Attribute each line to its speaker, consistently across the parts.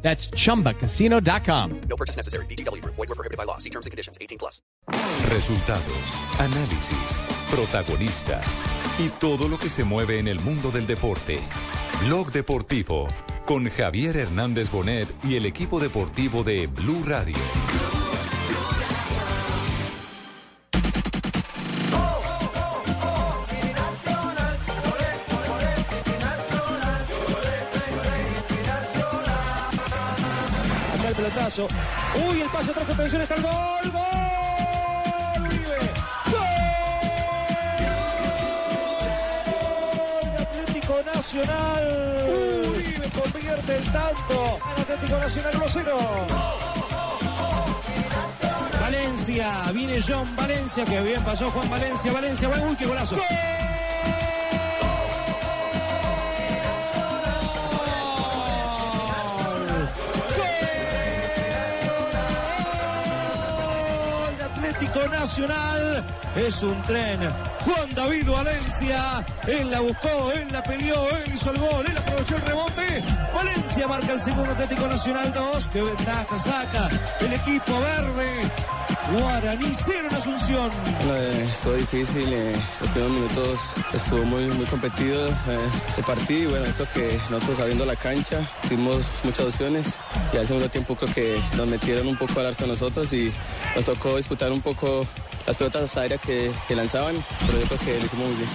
Speaker 1: That's chumbacasino.com.
Speaker 2: No purchase necessary. BGW. Void were prohibited by law. See terms and conditions. 18 plus.
Speaker 3: Resultados, análisis, protagonistas y todo lo que se mueve en el mundo del deporte. Blog Deportivo con Javier Hernández Bonet y el equipo deportivo de Blue Radio.
Speaker 4: Acá el pelotazo. Uy, el pase atrás en previsión está el gol. ¡Gol! Uribe. ¡Gol! de Atlético Nacional. Uribe convierte el tanto. El Atlético Nacional 1-0. Valencia, viene John Valencia, que bien pasó Juan Valencia, Valencia, va, uy, qué golazo. gol de Atlético Nacional. Es un tren. Juan David Valencia. Él la buscó, él la peleó, él hizo el gol, él aprovechó el rebote. Valencia marca el segundo Atlético Nacional 2. Qué ventaja saca el equipo verde. Guaraní cero en Asunción.
Speaker 5: Eh, Estuvo difícil, eh, los primeros minutos estuvo muy, muy competido eh, el partido y bueno, creo que nosotros abriendo la cancha tuvimos muchas opciones y al segundo tiempo creo que nos metieron un poco al arco nosotros y nos tocó disputar un poco las pelotas aéreas que, que lanzaban, pero yo creo que lo hicimos muy bien.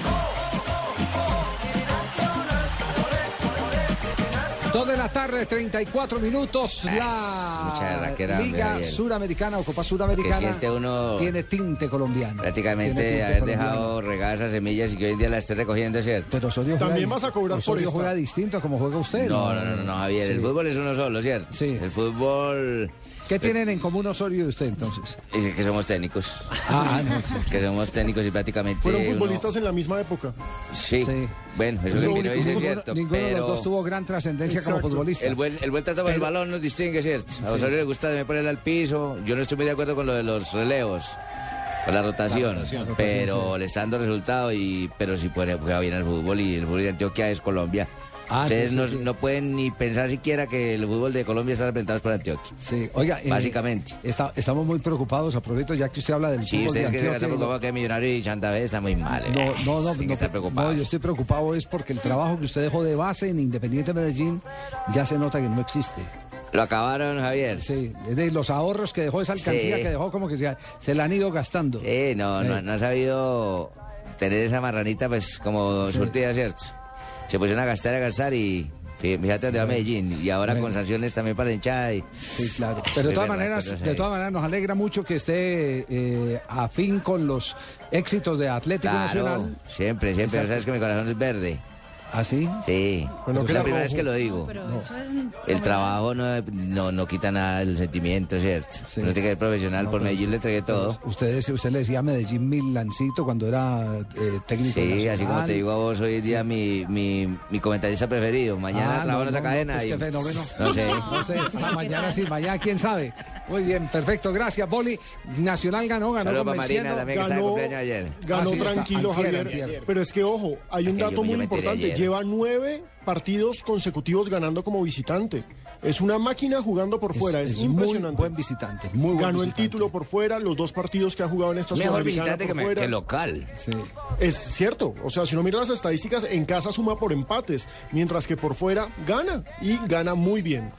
Speaker 6: Dos de la tarde, 34 minutos.
Speaker 7: mucha
Speaker 6: La
Speaker 7: raquera, hombre,
Speaker 6: Ah, Liga
Speaker 7: Javier.
Speaker 6: Suramericana o Copa Suramericana
Speaker 7: Que siente este uno-
Speaker 6: tiene tinte colombiano. Tiene
Speaker 7: Prácticamente
Speaker 6: tinte
Speaker 7: haber
Speaker 6: colombiano.
Speaker 7: dejado regadas esas semillas y que hoy en día las esté recogiendo, ¿cierto?
Speaker 6: Pero Osorio
Speaker 8: También
Speaker 6: juega
Speaker 8: vas a cobrar
Speaker 6: Osorio
Speaker 8: por esta.
Speaker 6: juega distinto a como juega usted.
Speaker 7: No, no, no, no, no, Javier, el fútbol es uno solo, ¿cierto?
Speaker 6: Sí.
Speaker 7: El fútbol
Speaker 6: ¿Qué tienen en común Osorio y usted entonces?
Speaker 7: es que somos técnicos,
Speaker 6: Ah, no sé.
Speaker 7: que somos técnicos y prácticamente
Speaker 8: Fueron
Speaker 7: uno-
Speaker 8: futbolistas en la misma época.
Speaker 7: Sí.
Speaker 6: Sí.
Speaker 7: Bueno, eso que
Speaker 8: Lo
Speaker 7: Miro
Speaker 8: único,
Speaker 7: dice es
Speaker 8: ninguno-
Speaker 7: cierto,
Speaker 6: Ninguno de los
Speaker 7: pero
Speaker 6: dos tuvo gran trascendencia como
Speaker 8: Exacto.
Speaker 6: futbolista.
Speaker 7: el buen el buen trato con el
Speaker 6: Pero-
Speaker 7: balón nos distingue, ¿cierto? A Osorio le gusta de ponerla al piso. Yo no estoy muy de acuerdo con lo de los relevos. Con la rotación, pero le está dando resultado y pero si puede juega bien al fútbol y el fútbol de Antioquia es Colombia.
Speaker 6: Ah,
Speaker 7: Ustedes
Speaker 6: sí, sí,
Speaker 7: no,
Speaker 6: sí.
Speaker 7: no pueden ni pensar siquiera que el fútbol de Colombia está representado por Antioquia.
Speaker 6: Sí, oiga, eh,
Speaker 7: Básicamente.
Speaker 6: está- estamos muy preocupados, aprovecho, ya que usted habla del
Speaker 7: Sí,
Speaker 6: fútbol de
Speaker 7: ustedes que se
Speaker 6: Antioquia,
Speaker 7: están preocupados que Millonario y Santa Fe está muy mal.
Speaker 6: No,
Speaker 7: eh,
Speaker 6: no, no,
Speaker 7: tienen que
Speaker 6: no,
Speaker 7: estar preocupados.
Speaker 6: no, yo estoy preocupado es porque el trabajo que usted dejó de base en Independiente Medellín ya se nota que no existe.
Speaker 7: Lo acabaron, Javier.
Speaker 6: Sí, es de los ahorros que dejó esa alcancía
Speaker 7: Sí.
Speaker 6: que dejó como que se, se la han ido gastando.
Speaker 7: Sí, no, no,
Speaker 6: Eh.
Speaker 7: no han sabido tener esa marranita, pues, como surtida, ¿cierto? Se pusieron a gastar, a gastar y fí- fíjate dónde va Medellín. Y ahora con sanciones también para la hinchada. Y...
Speaker 6: Sí, claro.
Speaker 7: Ay,
Speaker 6: Pero de
Speaker 7: sí,
Speaker 6: todas
Speaker 7: verdad,
Speaker 6: maneras,
Speaker 7: cosas
Speaker 6: de
Speaker 7: ahí.
Speaker 6: todas maneras nos alegra mucho que esté eh, afín con los éxitos de Atlético
Speaker 7: Claro,
Speaker 6: Nacional.
Speaker 7: siempre, siempre.
Speaker 6: Exacto. ¿Ah,
Speaker 7: Sabes que mi corazón es verde.
Speaker 6: Así.
Speaker 7: Sí.
Speaker 8: Pero no
Speaker 7: es
Speaker 8: queda
Speaker 7: la primera
Speaker 8: rojo.
Speaker 7: vez que lo digo. El trabajo no, no, no quita nada el sentimiento, ¿cierto?
Speaker 6: Sí.
Speaker 7: No tiene que ser profesional, por Medellín le entregué todo.
Speaker 6: Ustedes, usted le decía a Medellín Milancito cuando era eh, técnico.
Speaker 7: Sí, así como
Speaker 6: nacional.
Speaker 7: te digo a vos, hoy en día mi, mi, mi comentarista preferido. Mañana
Speaker 6: Ah,
Speaker 7: trabajo en otra
Speaker 6: no,
Speaker 7: cadena.
Speaker 6: pues
Speaker 7: y-
Speaker 6: qué fenómeno.
Speaker 7: No sé.
Speaker 6: No sé, ah, mañana sí, mañana quién sabe. Muy bien, perfecto, gracias, Boli. Nacional ganó, ganó
Speaker 7: Saludos para
Speaker 6: convenciendo.
Speaker 7: Marina también, que está de
Speaker 8: Ganó,
Speaker 7: cumpleaños ayer.
Speaker 8: ganó
Speaker 6: Ah, sí,
Speaker 8: tranquilo
Speaker 6: está. Antier,
Speaker 8: Javier.
Speaker 6: antier.
Speaker 8: Pero es que, ojo, hay un
Speaker 7: Aquello,
Speaker 8: dato
Speaker 7: yo
Speaker 8: muy
Speaker 7: me enteré
Speaker 8: importante.
Speaker 7: ayer.
Speaker 8: Lleva nueve partidos consecutivos ganando como visitante. Es una máquina jugando por fuera. Es,
Speaker 6: muy
Speaker 8: impresionante.
Speaker 6: buen visitante, muy buen
Speaker 8: ganó el
Speaker 6: visitante.
Speaker 8: título por fuera, los dos partidos que ha jugado en esta
Speaker 7: Mejor
Speaker 8: Sudamericana
Speaker 7: visitante que,
Speaker 8: por
Speaker 7: me-
Speaker 8: fuera.
Speaker 7: que local.
Speaker 6: Sí.
Speaker 8: Es cierto, o sea, si uno mira las estadísticas, en casa suma por empates, mientras que por fuera gana y gana muy bien.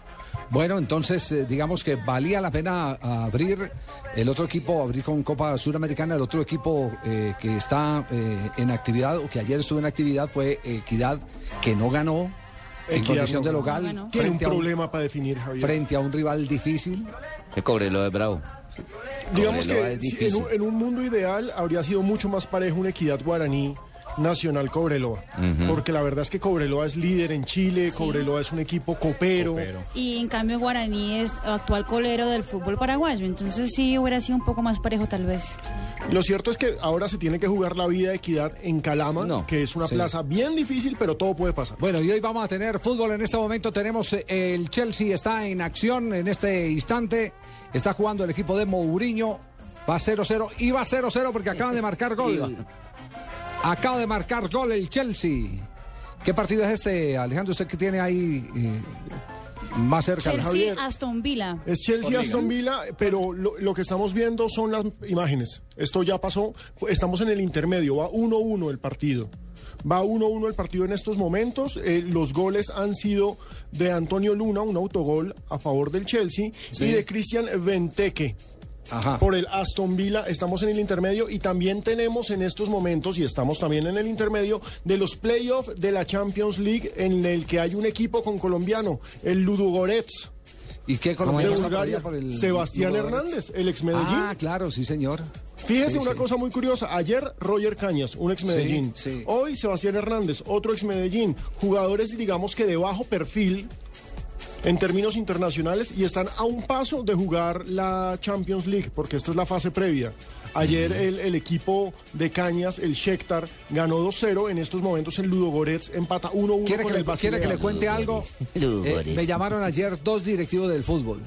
Speaker 6: Bueno, entonces eh, digamos que valía la pena a- abrir el otro equipo, abrir con Copa Suramericana, el otro equipo eh, que está eh, en actividad o que ayer estuvo en actividad fue Equidad, que no ganó en
Speaker 8: Equidad
Speaker 6: condición
Speaker 8: no
Speaker 6: de
Speaker 8: ganó.
Speaker 6: local
Speaker 8: Tiene un
Speaker 6: frente, a un,
Speaker 8: problema para definir, Javier.
Speaker 6: frente a un rival difícil.
Speaker 7: Que Cobrelo de Bravo.
Speaker 8: Digamos
Speaker 7: Cobreloa
Speaker 8: que
Speaker 7: es
Speaker 8: si- en
Speaker 7: difícil.
Speaker 8: un, en un mundo ideal habría sido mucho más parejo un Equidad Guaraní Nacional Cobreloa. Porque la verdad es que Cobreloa es líder en Chile, Cobreloa es un equipo copero.
Speaker 9: Y en cambio Guaraní es actual colero del fútbol paraguayo, entonces sí hubiera sido un poco más parejo tal vez.
Speaker 8: Lo cierto es que ahora se tiene que jugar la vida de equidad en Calama,
Speaker 10: No.
Speaker 8: que es una
Speaker 6: Sí.
Speaker 8: plaza bien difícil, pero todo puede pasar.
Speaker 6: Bueno, y hoy vamos a tener fútbol. En este momento tenemos eh, el Chelsea, está en acción en este instante. Está jugando el equipo de Mourinho. Va 0-0 y va 0-0 porque acaban de marcar gol. Acaba de marcar gol el Chelsea. ¿Qué partido es este, Alejandro? Usted que tiene ahí eh, más cerca.
Speaker 9: Chelsea,
Speaker 8: Javier.
Speaker 9: Aston Villa.
Speaker 8: Es Chelsea Aston Villa, pero lo, lo que estamos viendo son las imágenes. Esto ya pasó, fu- estamos en el intermedio, va 1-1 el partido. Va 1-1 el partido en estos momentos. eh, los goles han sido de Antonio Luna, un autogol a favor del Chelsea, y de Cristian Venteque,
Speaker 6: Ajá.
Speaker 8: por el Aston Villa. Estamos en el intermedio y también tenemos en estos momentos, y estamos también en el intermedio, de los playoffs de la Champions League, en el que hay un equipo con colombiano, el Ludogorets.
Speaker 6: ¿Y qué
Speaker 8: de
Speaker 6: colombiano está por
Speaker 8: Bulgaria,
Speaker 6: allá por el-
Speaker 8: Sebastián
Speaker 6: Lugo de
Speaker 8: Hernández,
Speaker 6: Goretz?
Speaker 8: el ex Medellín.
Speaker 6: Ah, claro, sí, señor.
Speaker 8: Fíjese
Speaker 6: Sí,
Speaker 8: una
Speaker 6: sí.
Speaker 8: cosa muy curiosa. Ayer Roger Cañas, un ex Medellín.
Speaker 6: sí.
Speaker 8: Hoy Sebastián Hernández, otro ex Medellín. Jugadores, digamos que de bajo perfil en términos internacionales y están a un paso de jugar la Champions League, porque esta es la fase previa. Ayer el, el equipo de Cañas, el Shakhtar, ganó 2-0. En estos momentos el Ludogorets empata 1-1
Speaker 6: ¿Quiere
Speaker 8: con
Speaker 6: que,
Speaker 8: el
Speaker 6: le,
Speaker 8: Basilea.
Speaker 6: quiere que le cuente algo?
Speaker 10: Lugo
Speaker 6: Eh,
Speaker 10: Goretz.
Speaker 6: me llamaron ayer dos directivos del fútbol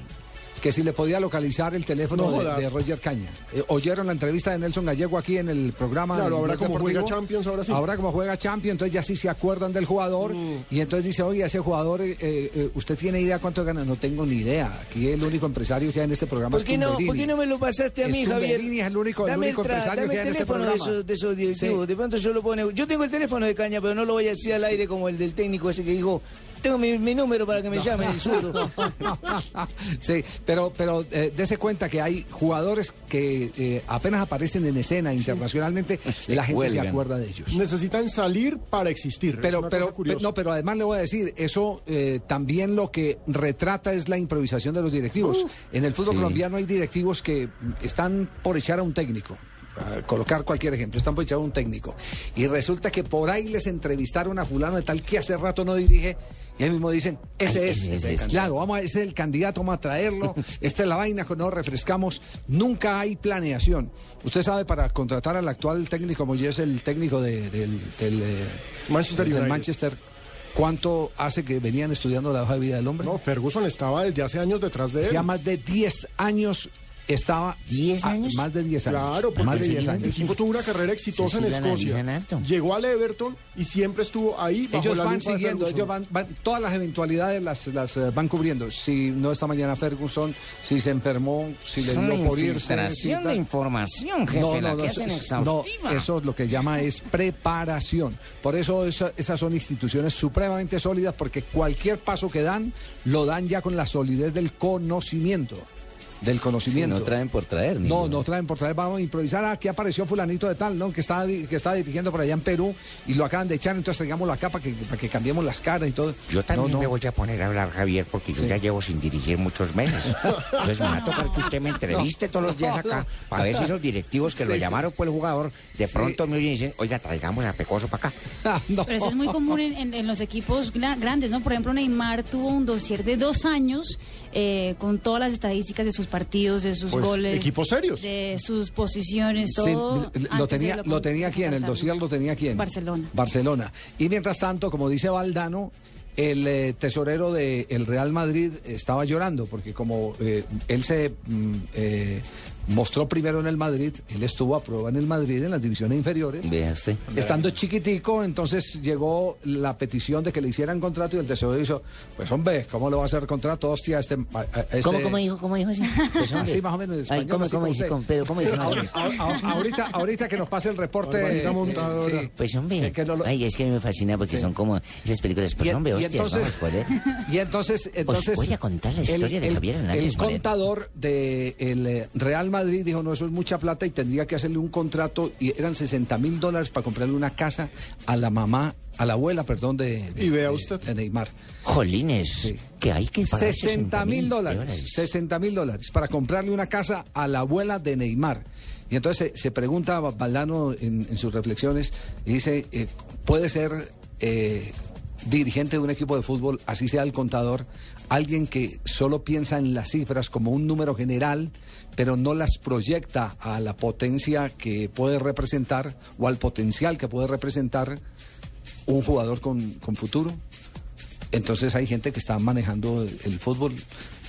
Speaker 6: que si le podía localizar el teléfono
Speaker 8: No
Speaker 6: de-
Speaker 8: jodas.
Speaker 6: de, Roger Caña. Eh, oyeron la entrevista de Nelson Gallego aquí en el programa.
Speaker 8: Claro,
Speaker 6: del
Speaker 8: ahora
Speaker 6: Blog
Speaker 8: como juega
Speaker 6: Deportivo.
Speaker 8: Champions, ahora sí. Mm.
Speaker 6: Ahora como juega Champions, entonces ya sí se acuerdan del jugador y entonces dice, oye, ese jugador, eh, eh, ¿usted tiene idea cuánto gana? No tengo ni idea. Aquí el único empresario que hay en este programa
Speaker 10: ¿Por
Speaker 6: es
Speaker 10: qué, no,
Speaker 6: Tumberini.
Speaker 10: por qué no me lo pasaste a mí, Javier?
Speaker 6: Tumberini es el único, el
Speaker 10: dame
Speaker 6: único
Speaker 10: tra-
Speaker 6: empresario
Speaker 10: dame
Speaker 6: que hay en
Speaker 10: el
Speaker 6: este
Speaker 10: teléfono de
Speaker 6: programa.
Speaker 10: esos, de esos directivos.
Speaker 6: Sí.
Speaker 10: De pronto yo lo pone. Yo tengo el teléfono de Caña, pero no lo voy a decir al aire como el del técnico ese que dijo. Tengo mi, mi número para que me llamen el suyo.
Speaker 6: sí, pero, pero eh, dese cuenta que hay jugadores que eh, apenas aparecen en escena internacionalmente,
Speaker 10: Se
Speaker 6: la gente se
Speaker 10: cuelgan.
Speaker 6: acuerda de ellos.
Speaker 8: Necesitan salir para existir. Es
Speaker 6: Pero,
Speaker 8: una
Speaker 6: pero,
Speaker 8: cosa curiosa.
Speaker 6: no, pero además le voy a decir, eso eh, también lo que retrata es la improvisación de los directivos.
Speaker 10: Uh.
Speaker 6: en el fútbol colombiano hay directivos que mm, están por echar a un técnico. a colocar cualquier ejemplo, están por echar a un técnico. Y resulta que por ahí les entrevistaron a fulano de tal que hace rato no dirige. Y ahí mismo dicen, ese
Speaker 10: Ay,
Speaker 6: es,
Speaker 10: ese es el candidato.
Speaker 6: claro, vamos a, ese es el candidato, vamos a traerlo, esta es la vaina, no refrescamos, nunca hay planeación. Usted sabe, para contratar al actual técnico, como es el técnico de- del, del, eh,
Speaker 8: Manchester
Speaker 6: del
Speaker 8: United.
Speaker 6: Manchester, ¿cuánto hace que venían estudiando la hoja de vida del hombre?
Speaker 8: No, Ferguson estaba desde hace años detrás de él.
Speaker 6: Hacía más de 10 años estaba...
Speaker 10: ¿Diez
Speaker 6: Ah,
Speaker 10: años?
Speaker 6: más de 10 años.
Speaker 8: Claro, porque
Speaker 6: más de
Speaker 8: el-
Speaker 6: 10
Speaker 8: el
Speaker 6: años.
Speaker 8: equipo tuvo una carrera
Speaker 10: Sí,
Speaker 8: exitosa
Speaker 10: sí,
Speaker 8: en
Speaker 10: lo analizan
Speaker 8: Escocia.
Speaker 10: harto.
Speaker 8: Llegó al Everton y siempre estuvo ahí. Bajo
Speaker 6: Ellos
Speaker 8: la
Speaker 6: van
Speaker 8: lupa de
Speaker 6: siguiendo,
Speaker 8: Ferguson.
Speaker 6: ellos van, van- todas las eventualidades las, las eh, van cubriendo. Si no esta mañana Ferguson, si se enfermó, si le dio por irse. si tal.
Speaker 10: información,
Speaker 6: eso, es- no, eso es lo que llama es preparación. Por eso esa- esas son instituciones supremamente sólidas porque cualquier paso que dan lo dan ya con la solidez del conocimiento, del conocimiento.
Speaker 10: no traen por
Speaker 11: ¿eh?
Speaker 10: traer.
Speaker 6: No, no traen por traer, vamos a improvisar. Ah, Aquí apareció fulanito de tal, ¿no? Que está, di- que está dirigiendo por allá en Perú y lo acaban de echar, entonces traigámoslo acá para que, para que cambiemos las caras y todo.
Speaker 11: Yo también
Speaker 6: No, no.
Speaker 11: me voy a poner a hablar, Javier, porque yo ya llevo sin dirigir muchos meses. Entonces me va a tocar que usted me entreviste todos los días acá para ver si esos directivos que lo llamaron por el jugador de pronto me oyen y dicen, oiga, traigamos a Pecoso para acá.
Speaker 6: Ah, no.
Speaker 9: Pero eso es muy común en, en- en los equipos gra- grandes, ¿no? Por ejemplo, Neymar tuvo un dossier de dos años eh, con todas las estadísticas de sus partidos, de sus
Speaker 8: Pues,
Speaker 9: goles.
Speaker 8: equipos serios.
Speaker 9: De sus posiciones,
Speaker 6: Sí,
Speaker 9: todo. antes
Speaker 6: lo
Speaker 9: de
Speaker 6: tenía, lo,
Speaker 9: con-
Speaker 6: tenía aquí en el
Speaker 9: contratarlo.
Speaker 6: dossier, lo tenía aquí en
Speaker 9: Barcelona.
Speaker 6: Barcelona. Y mientras tanto, como dice Valdano, el eh, tesorero del Real Madrid estaba llorando porque como eh, él se mm, eh, mostró primero en el Madrid, él estuvo a prueba en el Madrid en las divisiones inferiores. Estando chiquitico, entonces llegó la petición de que le hicieran contrato y el tesorero hizo, pues hombre, ¿cómo le va a hacer contrato? Hostia, este... a- a- este-
Speaker 10: ¿Cómo, cómo dijo? ¿Cómo dijo así? Pues, hombre.
Speaker 6: Así más o menos en español,
Speaker 10: Ay, ¿Cómo,
Speaker 6: así
Speaker 10: cómo
Speaker 6: como
Speaker 10: dice?
Speaker 6: usted.
Speaker 10: con- pero ¿cómo dice? más o
Speaker 6: Ahora-
Speaker 10: menos?
Speaker 6: ahora- ahorita, ahorita que nos pase el reporte.
Speaker 8: Barbarita
Speaker 6: eh,
Speaker 8: montadora.
Speaker 6: sí.
Speaker 10: Pues hombre,
Speaker 6: Eh, que no lo-
Speaker 10: ay, es que me fascina porque son como esas películas, pues
Speaker 6: y,
Speaker 10: hombre,
Speaker 6: y
Speaker 10: hostias,
Speaker 6: entonces,
Speaker 10: vamos, joder.
Speaker 6: y entonces, entonces
Speaker 10: voy a contar la
Speaker 6: el-
Speaker 10: historia de
Speaker 6: el,
Speaker 10: Javier Hernández
Speaker 6: El
Speaker 10: Bonet.
Speaker 6: contador del Real Madrid dijo, no, eso es mucha plata y tendría que hacerle un contrato y eran 60 mil dólares para comprarle una casa a la mamá, a la abuela, perdón, de, de-
Speaker 8: Y vea
Speaker 6: de-
Speaker 8: usted.
Speaker 6: de Neymar.
Speaker 10: Jolines,
Speaker 6: Sí.
Speaker 10: que hay que pagar
Speaker 6: 60 mil dólares. 60 mil dólares para comprarle una casa a la abuela de Neymar. Y entonces se, se pregunta a Valdano en, en sus reflexiones y dice, eh, ¿puede ser eh, dirigente de un equipo de fútbol, así sea el contador, alguien que solo piensa en las cifras como un número general, pero no las proyecta a la potencia que puede representar o al potencial que puede representar un jugador con, con futuro? Entonces hay gente que está manejando el, el fútbol.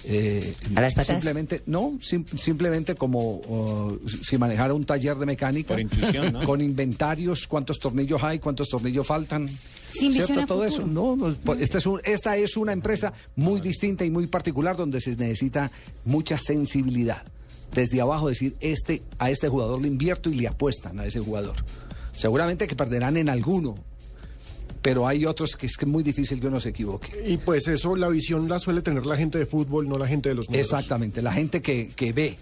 Speaker 6: eh,
Speaker 4: ¿A las patas?
Speaker 6: Simplemente, no, sim- simplemente como uh, si manejara un taller de mecánica.
Speaker 12: Por intuición, ¿no?
Speaker 6: Con inventarios, cuántos tornillos hay, cuántos tornillos faltan.
Speaker 13: Sin visión a
Speaker 6: Todo eso. No,
Speaker 13: futuro.
Speaker 6: no, po- esta, es un- esta es una empresa muy distinta y muy particular donde se necesita mucha sensibilidad. Desde abajo decir, este, a este jugador le invierto y le apuestan a ese jugador. Seguramente que perderán en alguno, pero hay otros que es que es muy difícil que uno se equivoque.
Speaker 8: Y pues eso, la visión la suele tener la gente de fútbol, no la gente de los números. Mm.
Speaker 6: Exactamente, la gente que, que ve,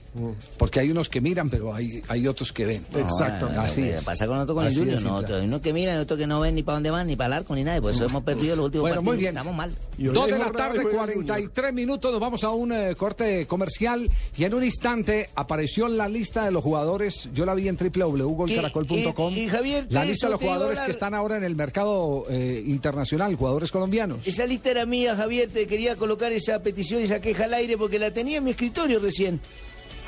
Speaker 6: porque hay unos que miran, pero hay, hay otros que ven.
Speaker 8: Exactamente.
Speaker 6: Así
Speaker 7: Así
Speaker 6: es.
Speaker 7: Pasa con nosotros con el
Speaker 6: Así de
Speaker 7: Junior,
Speaker 6: simple.
Speaker 7: nosotros. Hay unos que miran, otros que no ven ni para dónde van, ni para el arco, ni nada. y Por eso hemos perdido los últimos
Speaker 6: Bueno,
Speaker 7: partidos.
Speaker 6: muy bien.
Speaker 7: Estamos mal.
Speaker 8: Y hoy
Speaker 6: Dos
Speaker 8: hay
Speaker 6: de la
Speaker 8: jornada de
Speaker 6: tarde,
Speaker 8: juego del Junior.
Speaker 6: 43 minutos, nos vamos a un eh, corte comercial y en un instante apareció la lista de los jugadores, yo la vi en www.golcaracol.com,
Speaker 7: Y- y- y Javier,
Speaker 6: la
Speaker 7: de
Speaker 6: lista
Speaker 7: eso
Speaker 6: de los
Speaker 7: te iba a
Speaker 6: jugadores que
Speaker 7: hablar.
Speaker 6: están ahora en el mercado eh, internacional, jugadores colombianos.
Speaker 7: Esa lista era mía, Javier. Te quería colocar esa petición, esa queja al aire, porque la tenía en mi escritorio recién.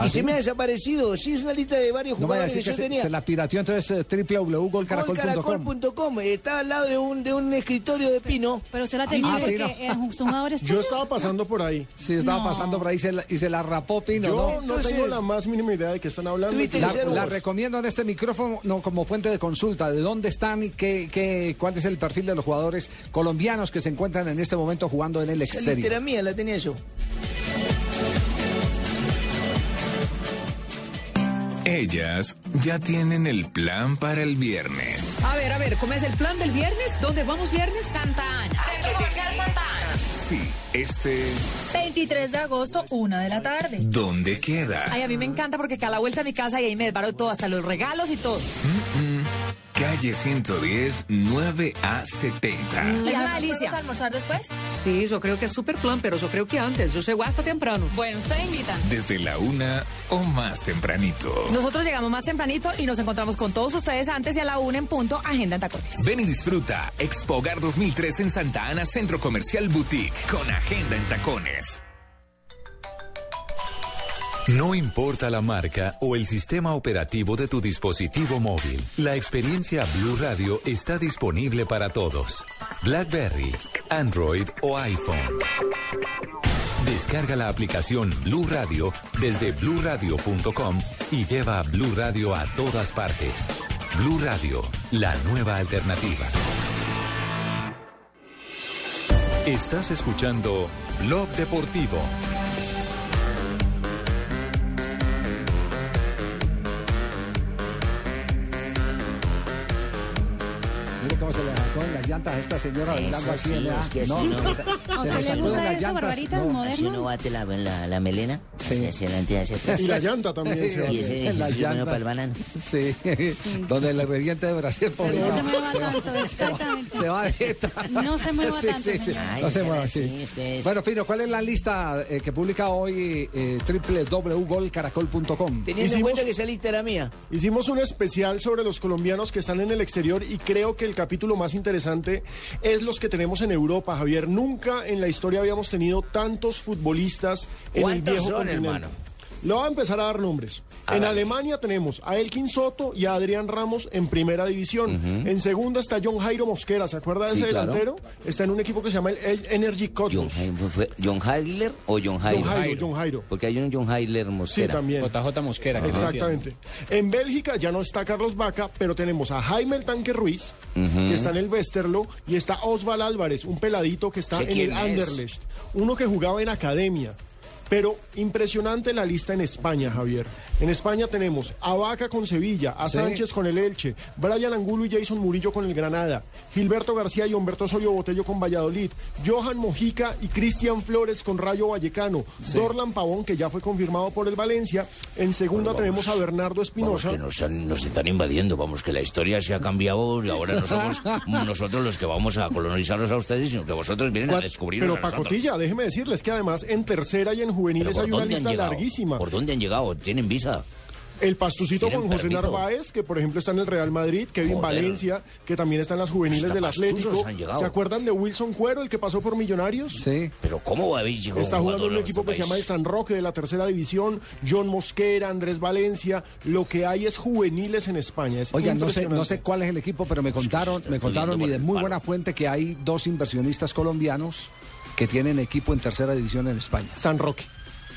Speaker 6: ¿Ah,
Speaker 7: y
Speaker 6: sí?
Speaker 7: se me ha desaparecido. Sí, es una lista de varios
Speaker 6: No vaya a
Speaker 7: jugadores
Speaker 6: decir
Speaker 7: que
Speaker 6: que
Speaker 7: yo
Speaker 6: se,
Speaker 7: tenía.
Speaker 6: se la pirateó entonces eh, www.golcaracol.com.
Speaker 7: Golcaracol.com. Estaba al lado de un, de un escritorio de pino.
Speaker 13: Pero usted la tenía
Speaker 6: Ah,
Speaker 13: porque
Speaker 6: mira.
Speaker 13: eran justo jugadores
Speaker 8: Yo
Speaker 13: tuyos.
Speaker 8: estaba pasando por ahí.
Speaker 6: Sí, estaba
Speaker 13: No.
Speaker 6: pasando por ahí y se la, y se la rapó Pino,
Speaker 8: Yo
Speaker 6: ¿no?
Speaker 8: no
Speaker 7: Entonces-
Speaker 8: tengo la más mínima idea de qué están hablando.
Speaker 7: Twitter
Speaker 6: La,
Speaker 8: Entonces,
Speaker 7: Cero
Speaker 6: la
Speaker 7: voz.
Speaker 6: recomiendo en este micrófono no, como fuente de consulta de dónde están y qué, qué, cuál es el perfil de los jugadores colombianos que se encuentran en este momento jugando en el
Speaker 7: Esa lista era
Speaker 6: exterior.
Speaker 7: mía, la tenía yo.
Speaker 12: Ellas ya tienen el plan para el viernes.
Speaker 14: A ver, a ver, ¿cómo es el plan del viernes? ¿Dónde vamos viernes? Santa Ana.
Speaker 12: Sí, este...
Speaker 14: 23 de agosto, una de la tarde.
Speaker 12: ¿Dónde queda?
Speaker 14: Ay, a mí me encanta porque cada vuelta a mi casa y ahí me desbaro todo, hasta los regalos y todo.
Speaker 12: Mm, Calle 110, 9A70.
Speaker 14: es una delicia. almorzar después? Sí, yo creo que es súper plan, pero yo creo que antes. Yo llego hasta temprano. Bueno, ustedes invitan.
Speaker 12: Desde la una o más tempranito.
Speaker 14: Nosotros llegamos más tempranito y nos encontramos con todos ustedes antes y a la una en punto, Agenda en Tacones.
Speaker 12: Ven y disfruta Expo Hogar 2003 en Santa Ana Centro Comercial Boutique con agenda en tacones.
Speaker 3: No importa la marca o el sistema operativo de tu dispositivo móvil, la experiencia Blue Radio está disponible para todos. BlackBerry, Android o iPhone. Descarga la aplicación Blue Radio desde bluradio.com y lleva a Blue Radio a todas partes. Blue Radio, la nueva alternativa. Estás escuchando Blog Deportivo.
Speaker 6: Mire cómo se le sacó en las llantas a esta señora
Speaker 7: Eso
Speaker 6: bailando aquí.
Speaker 7: sí,
Speaker 6: ¿verdad?
Speaker 7: es que
Speaker 6: no,
Speaker 7: sí,
Speaker 6: no,
Speaker 7: ¿no?
Speaker 6: se-
Speaker 13: ¿A
Speaker 6: se
Speaker 13: usted
Speaker 6: le
Speaker 13: le
Speaker 6: sacuden
Speaker 13: gusta
Speaker 6: las
Speaker 13: eso,
Speaker 6: llantas.
Speaker 13: Barbarita,
Speaker 6: no.
Speaker 7: Si uno
Speaker 13: moderno?
Speaker 7: bate la, la, la melena,
Speaker 6: Sí.
Speaker 7: hacia adelante, hacia atrás.
Speaker 8: Y la llanta también se va.
Speaker 7: Y ese
Speaker 6: En las
Speaker 7: ejercicio bueno
Speaker 6: llantas.
Speaker 7: para el banano.
Speaker 6: Sí, donde le reviente de Brasil,
Speaker 13: Pero
Speaker 6: pobrecito.
Speaker 13: no se mueva
Speaker 6: va-
Speaker 13: tanto, exactamente.
Speaker 6: Se va de jeta.
Speaker 13: No se mueva
Speaker 6: Sí,
Speaker 13: tanto,
Speaker 6: sí, sí.
Speaker 13: señor.
Speaker 7: Ay,
Speaker 6: No se
Speaker 7: señora,
Speaker 6: mueva, sí.
Speaker 7: sí, ustedes-
Speaker 6: Bueno, Pino, ¿cuál es la lista eh, que publica hoy eh, www.golcaracol.com?
Speaker 7: Teniendo en
Speaker 8: Hicimos-
Speaker 7: cuenta que esa lista era mía.
Speaker 8: Hicimos un especial sobre los colombianos que están en el exterior y creo que el capítulo más interesante es los que tenemos en Europa, Javier. Nunca en la historia habíamos tenido tantos futbolistas en el
Speaker 7: ¿Cuántos
Speaker 8: viejo
Speaker 7: son,
Speaker 8: continente.
Speaker 7: hermano? Ah,
Speaker 8: Le voy a empezar a dar nombres. en Alemania tenemos a Elkin Soto y a Adrián Ramos en primera división. En segunda está John Jairo Mosquera, ¿se acuerda de
Speaker 7: Sí,
Speaker 8: ese
Speaker 7: claro.
Speaker 8: delantero? Está en un equipo que se llama el el Energy
Speaker 7: John,
Speaker 8: Cosmos.
Speaker 7: Hy- fue- fue John Heidler o John Jairo.
Speaker 8: John Jairo, John Jairo.
Speaker 7: Porque hay un John Heidler
Speaker 8: Sí,
Speaker 7: Mosquera.
Speaker 8: también.
Speaker 12: JJ Mosquera. que
Speaker 8: Exactamente. En Bélgica ya no está Carlos Vaca, pero tenemos a Jaime el Tanque Ruiz, que está en el Westerlo, y está Osval Álvarez, un peladito que está
Speaker 7: Sé
Speaker 8: en
Speaker 7: quién
Speaker 8: el
Speaker 7: es.
Speaker 8: Anderlecht, uno que jugaba en academia. Pero impresionante la lista en España, Javier. En España tenemos a Vaca con Sevilla, a
Speaker 6: Sí.
Speaker 8: Sánchez con el Elche, Brian Angulo y Jason Murillo con el Granada, Gilberto García y Humberto Osorio Botello con Valladolid, Johan Mojica y Cristian Flores con Rayo Vallecano, Dorlan Pavón, que ya fue confirmado por el Valencia, en segunda tenemos a Bernardo
Speaker 7: Vamos,
Speaker 8: Espinosa.
Speaker 7: que nos, han- nos están invadiendo, vamos, que la historia se ha cambiado y ahora no somos nosotros los que vamos a colonizarlos a ustedes, sino que vosotros vienen a
Speaker 6: Cuat-
Speaker 7: descubrirnos
Speaker 8: Pero
Speaker 7: a nosotros.
Speaker 8: Pacotilla, déjeme decirles que además en tercera y en
Speaker 7: Pero
Speaker 8: juveniles
Speaker 7: ¿por
Speaker 8: hay una
Speaker 7: dónde han
Speaker 8: lista
Speaker 7: llegado?
Speaker 8: larguísima.
Speaker 7: ¿Por dónde han llegado? ¿Tienen visa?
Speaker 8: El Pastucito
Speaker 15: Sí, era
Speaker 8: con
Speaker 15: un
Speaker 8: José
Speaker 15: perrito.
Speaker 8: Narváez, que por ejemplo está en el Real Madrid, Kevin
Speaker 15: Joder.
Speaker 8: Valencia, que también está en las juveniles
Speaker 15: Hasta
Speaker 8: del
Speaker 15: pastuzos
Speaker 8: Atlético.
Speaker 15: han llegado.
Speaker 8: ¿Se acuerdan de Wilson Cuero, el que pasó por Millonarios?
Speaker 6: Sí.
Speaker 11: Pero ¿cómo va a haber llegado
Speaker 8: Está
Speaker 11: un
Speaker 8: jugando
Speaker 11: jugador
Speaker 8: en un
Speaker 11: de
Speaker 8: equipo que
Speaker 11: nuestro
Speaker 8: se llama el
Speaker 11: país?
Speaker 8: San Roque de la tercera división, John Mosquera, Andrés Valencia. Lo que hay es juveniles en España. Es
Speaker 6: Oigan, no sé,
Speaker 8: impresionante.
Speaker 6: no sé cuál es el equipo, pero me contaron, me contaron y de muy buena fuente que hay dos inversionistas colombianos que tienen equipo en tercera división en España.
Speaker 8: San Roque.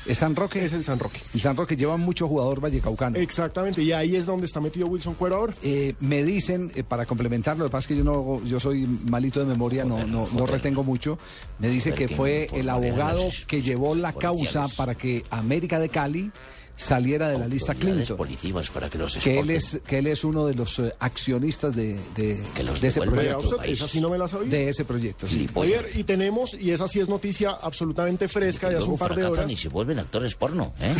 Speaker 6: ¿Es San Roque? Es
Speaker 8: el San Roque.
Speaker 6: Y San Roque lleva mucho jugador vallecaucano.
Speaker 8: Exactamente, y ahí es donde está metido Wilson Cuero ahora.
Speaker 6: me dicen, eh, para complementar, lo que pasa es que yo, no, yo soy malito de memoria, no, no, no retengo mucho, me dice
Speaker 15: Joder,
Speaker 6: que
Speaker 15: que
Speaker 6: fue
Speaker 15: informaré
Speaker 6: el
Speaker 15: a
Speaker 6: abogado
Speaker 15: los
Speaker 6: que llevó la causa
Speaker 15: policiales.
Speaker 6: para que América de Cali saliera de la lista Clinton.
Speaker 15: Positivas para que los
Speaker 6: que él
Speaker 15: exporten.
Speaker 6: es que él es uno de los eh, accionistas de, de, de ese
Speaker 8: devuelvan a
Speaker 6: proyecto
Speaker 8: tu Vea usted, país. esa sí no me la sabía.
Speaker 6: de ese proyecto sí.
Speaker 8: Javier, y tenemos, y esa sí es noticia absolutamente fresca de hace un par de horas.
Speaker 11: y se vuelven actores porno, ¿eh?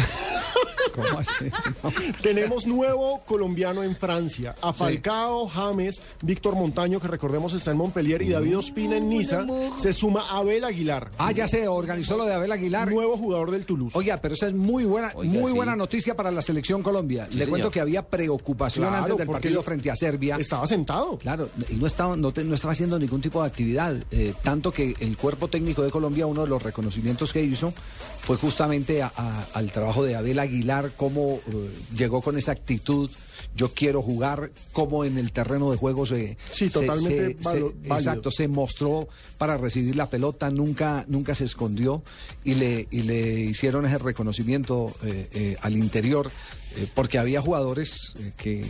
Speaker 6: ¿Cómo así?
Speaker 8: Tenemos nuevo colombiano en Francia. A Falcao, James, Víctor Montaño, que recordemos está en Montpellier, y David Ospina en Niza. Se suma Abel Aguilar.
Speaker 6: Mm. ah ya se organizó lo de Abel Aguilar
Speaker 8: nuevo jugador del Toulouse
Speaker 6: oiga pero esa es muy buena
Speaker 8: Oiga,
Speaker 6: muy
Speaker 8: sí.
Speaker 6: buena noticia para la selección Colombia
Speaker 8: Sí,
Speaker 6: le cuento
Speaker 8: señor.
Speaker 6: que había preocupación
Speaker 8: Claro,
Speaker 6: antes del
Speaker 8: porque
Speaker 6: partido frente a Serbia
Speaker 8: estaba sentado
Speaker 6: claro y no estaba no, te- no estaba haciendo ningún tipo de actividad eh, tanto que el cuerpo técnico de Colombia uno de los reconocimientos que hizo fue justamente a- a- al trabajo de Abel Aguilar cómo eh, llegó con esa actitud yo quiero jugar como en el terreno de juego se,
Speaker 8: Sí,
Speaker 6: se-
Speaker 8: totalmente
Speaker 6: se-
Speaker 8: valo-
Speaker 6: se-
Speaker 8: válido.
Speaker 6: exacto, se mostró para recibir la pelota, nunca, nunca se escondió y le, y le hicieron ese reconocimiento eh, eh, al interior, eh, porque había jugadores eh, que,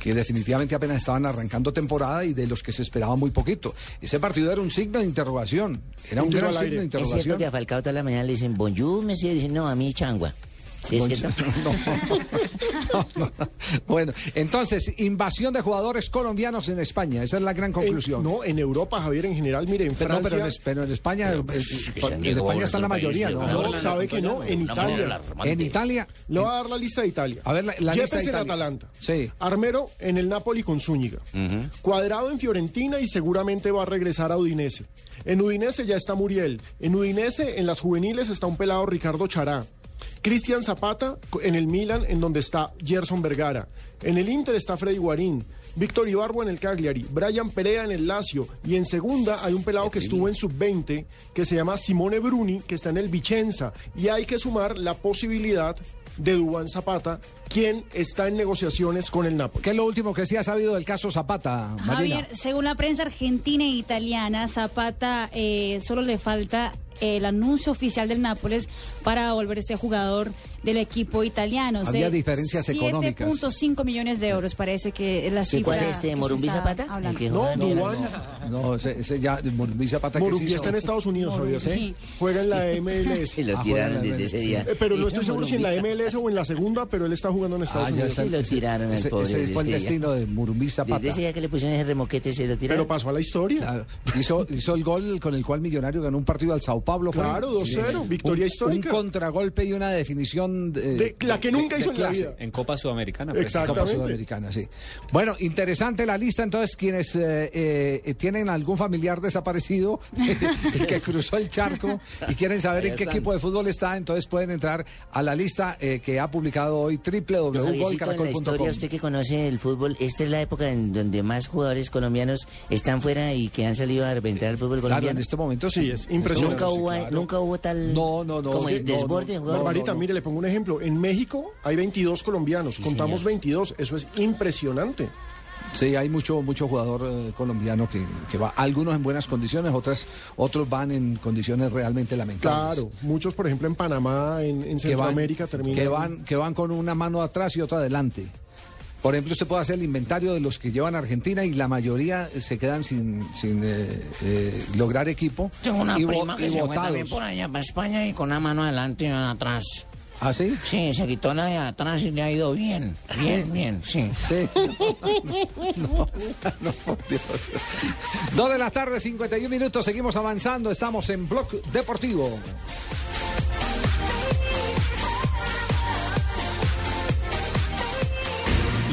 Speaker 6: que definitivamente apenas estaban arrancando temporada y de los que se esperaba muy poquito. Ese partido era un signo de interrogación, era un, gran signo de
Speaker 15: Es cierto
Speaker 6: interrogación.
Speaker 15: que a Falcao toda la mañana le dicen bonjour, monsieur, y dicen, no, a mí changua. ¿Sí es cierto?
Speaker 6: Bueno, entonces, invasión de jugadores colombianos en España, esa es la gran conclusión.
Speaker 8: En- Eh, no, en Europa, Javier, en general, mire, en
Speaker 6: Pero no,
Speaker 8: Francia...
Speaker 6: pero en es- pero en España, eh, en España está la mayoría, ¿no?
Speaker 8: No, sabe que no, en Italia.
Speaker 6: En Italia.
Speaker 8: Le voy a dar la lista de Italia.
Speaker 6: A ver, la- la lista de
Speaker 8: Yepes en
Speaker 6: Italia.
Speaker 8: Atalanta.
Speaker 6: Sí.
Speaker 8: Armero en el Napoli con Zúñiga. Cuadrado en Fiorentina y seguramente va a regresar a Udinese. En Udinese ya está Muriel. En Udinese, en las juveniles, está un pelado Ricardo Chará. Cristian Zapata co- en el Milan, en donde está Gerson Vergara. En el Inter está Freddy Guarín. Víctor Ibarbo en el Cagliari. Brian Perea en el Lazio. Y en segunda hay un pelado que estuvo en sub-20 que se llama Simone Bruni, que está en el Vicenza. Y hay que sumar la posibilidad de Dubán Zapata, quien está en negociaciones con el Napoli.
Speaker 6: ¿Qué es lo último que sí ha sabido del caso Zapata, Marina?
Speaker 9: Javier, según la prensa argentina e italiana, Zapata eh, solo le falta eh, el anuncio oficial del Nápoles para volverse jugador del equipo italiano.
Speaker 6: Había diferencias económicas.
Speaker 9: 7.5 millones de euros parece que es la
Speaker 6: Sí,
Speaker 9: cifra.
Speaker 6: ¿cuál es este,
Speaker 9: que se
Speaker 6: Morumbí
Speaker 9: está
Speaker 6: Zapata?
Speaker 9: hablando.
Speaker 6: El que jugaba No, en el- Duván. No, ese, ese ya, Morumbí Zapata que
Speaker 8: Morumbí está en Estados Unidos, Javier.
Speaker 6: Sí.
Speaker 8: Juega en la MLS.
Speaker 6: Sí, lo Ah, juega en la tiraron desde MLS. ese día.
Speaker 8: Eh, Pero no estoy seguro si en la
Speaker 6: Morumbí.
Speaker 8: MLS o en la segunda, pero él está jugando en Estados
Speaker 6: Ah, ya
Speaker 8: Unidos.
Speaker 6: está. Ese- Ese fue el destino de Morumbí Zapata.
Speaker 8: Desde ese
Speaker 6: día
Speaker 11: que le pusieron ese remoquete, se lo
Speaker 8: tiraron. Pero pasó a la historia.
Speaker 6: Hizo, hizo el gol con el cual Millonario ganó un partido al Sao Paulo. ¿fue?
Speaker 8: Claro, 2-0,
Speaker 6: Sí.
Speaker 8: victoria
Speaker 6: Un-
Speaker 8: histórica.
Speaker 6: Un contragolpe y una definición...
Speaker 16: eh,
Speaker 8: De- la que nunca hizo en la vida.
Speaker 17: En Copa Sudamericana.
Speaker 16: pues.
Speaker 6: pues, Copa Sudamericana, sí. Bueno, interesante la lista. Entonces, quienes eh, eh, tienen algún familiar desaparecido que cruzó el charco y quieren saber
Speaker 11: Ahí
Speaker 6: en qué
Speaker 11: están.
Speaker 6: equipo de fútbol está, entonces pueden entrar a la lista eh, que ha publicado hoy
Speaker 15: Javiercito, en la
Speaker 6: www.golcaracol.com.
Speaker 15: historia, usted que conoce el fútbol, esta es la época en donde más jugadores colombianos están fuera y que han salido a reventar el fútbol
Speaker 6: Claro,
Speaker 15: colombiano.
Speaker 6: en este momento sí.
Speaker 15: Nunca hubo, nunca hubo tal...
Speaker 6: No, no, no.
Speaker 15: Como
Speaker 8: Es
Speaker 15: el
Speaker 8: que-
Speaker 15: desborde de jugadores.
Speaker 8: Barbarita, mire, le pongo un ejemplo. En México hay 22 colombianos, contamos 22. Eso es impresionante.
Speaker 6: Sí, hay mucho, mucho jugador eh, colombiano que, que va, algunos en buenas condiciones, otras, otros van en condiciones realmente lamentables.
Speaker 8: Claro, muchos, por ejemplo, en Panamá, en, en
Speaker 6: que van-
Speaker 8: Centroamérica terminan.
Speaker 6: que van, que van con una mano atrás y otra adelante. Por ejemplo, usted puede hacer el inventario de los que llevan a Argentina y la mayoría eh, se quedan sin, sin, eh, eh, lograr equipo.
Speaker 11: Tengo una
Speaker 6: y vo-
Speaker 11: prima que
Speaker 6: y
Speaker 11: se fue
Speaker 6: botados.
Speaker 11: también por allá para España y con una mano adelante y una atrás.
Speaker 6: ¿Ah, sí?
Speaker 11: Sí, se quitó la de atrás y le ha ido bien. Bien, bien, sí.
Speaker 6: Sí. Dos de la tarde, 51 minutos, seguimos avanzando, estamos en Blog Deportivo.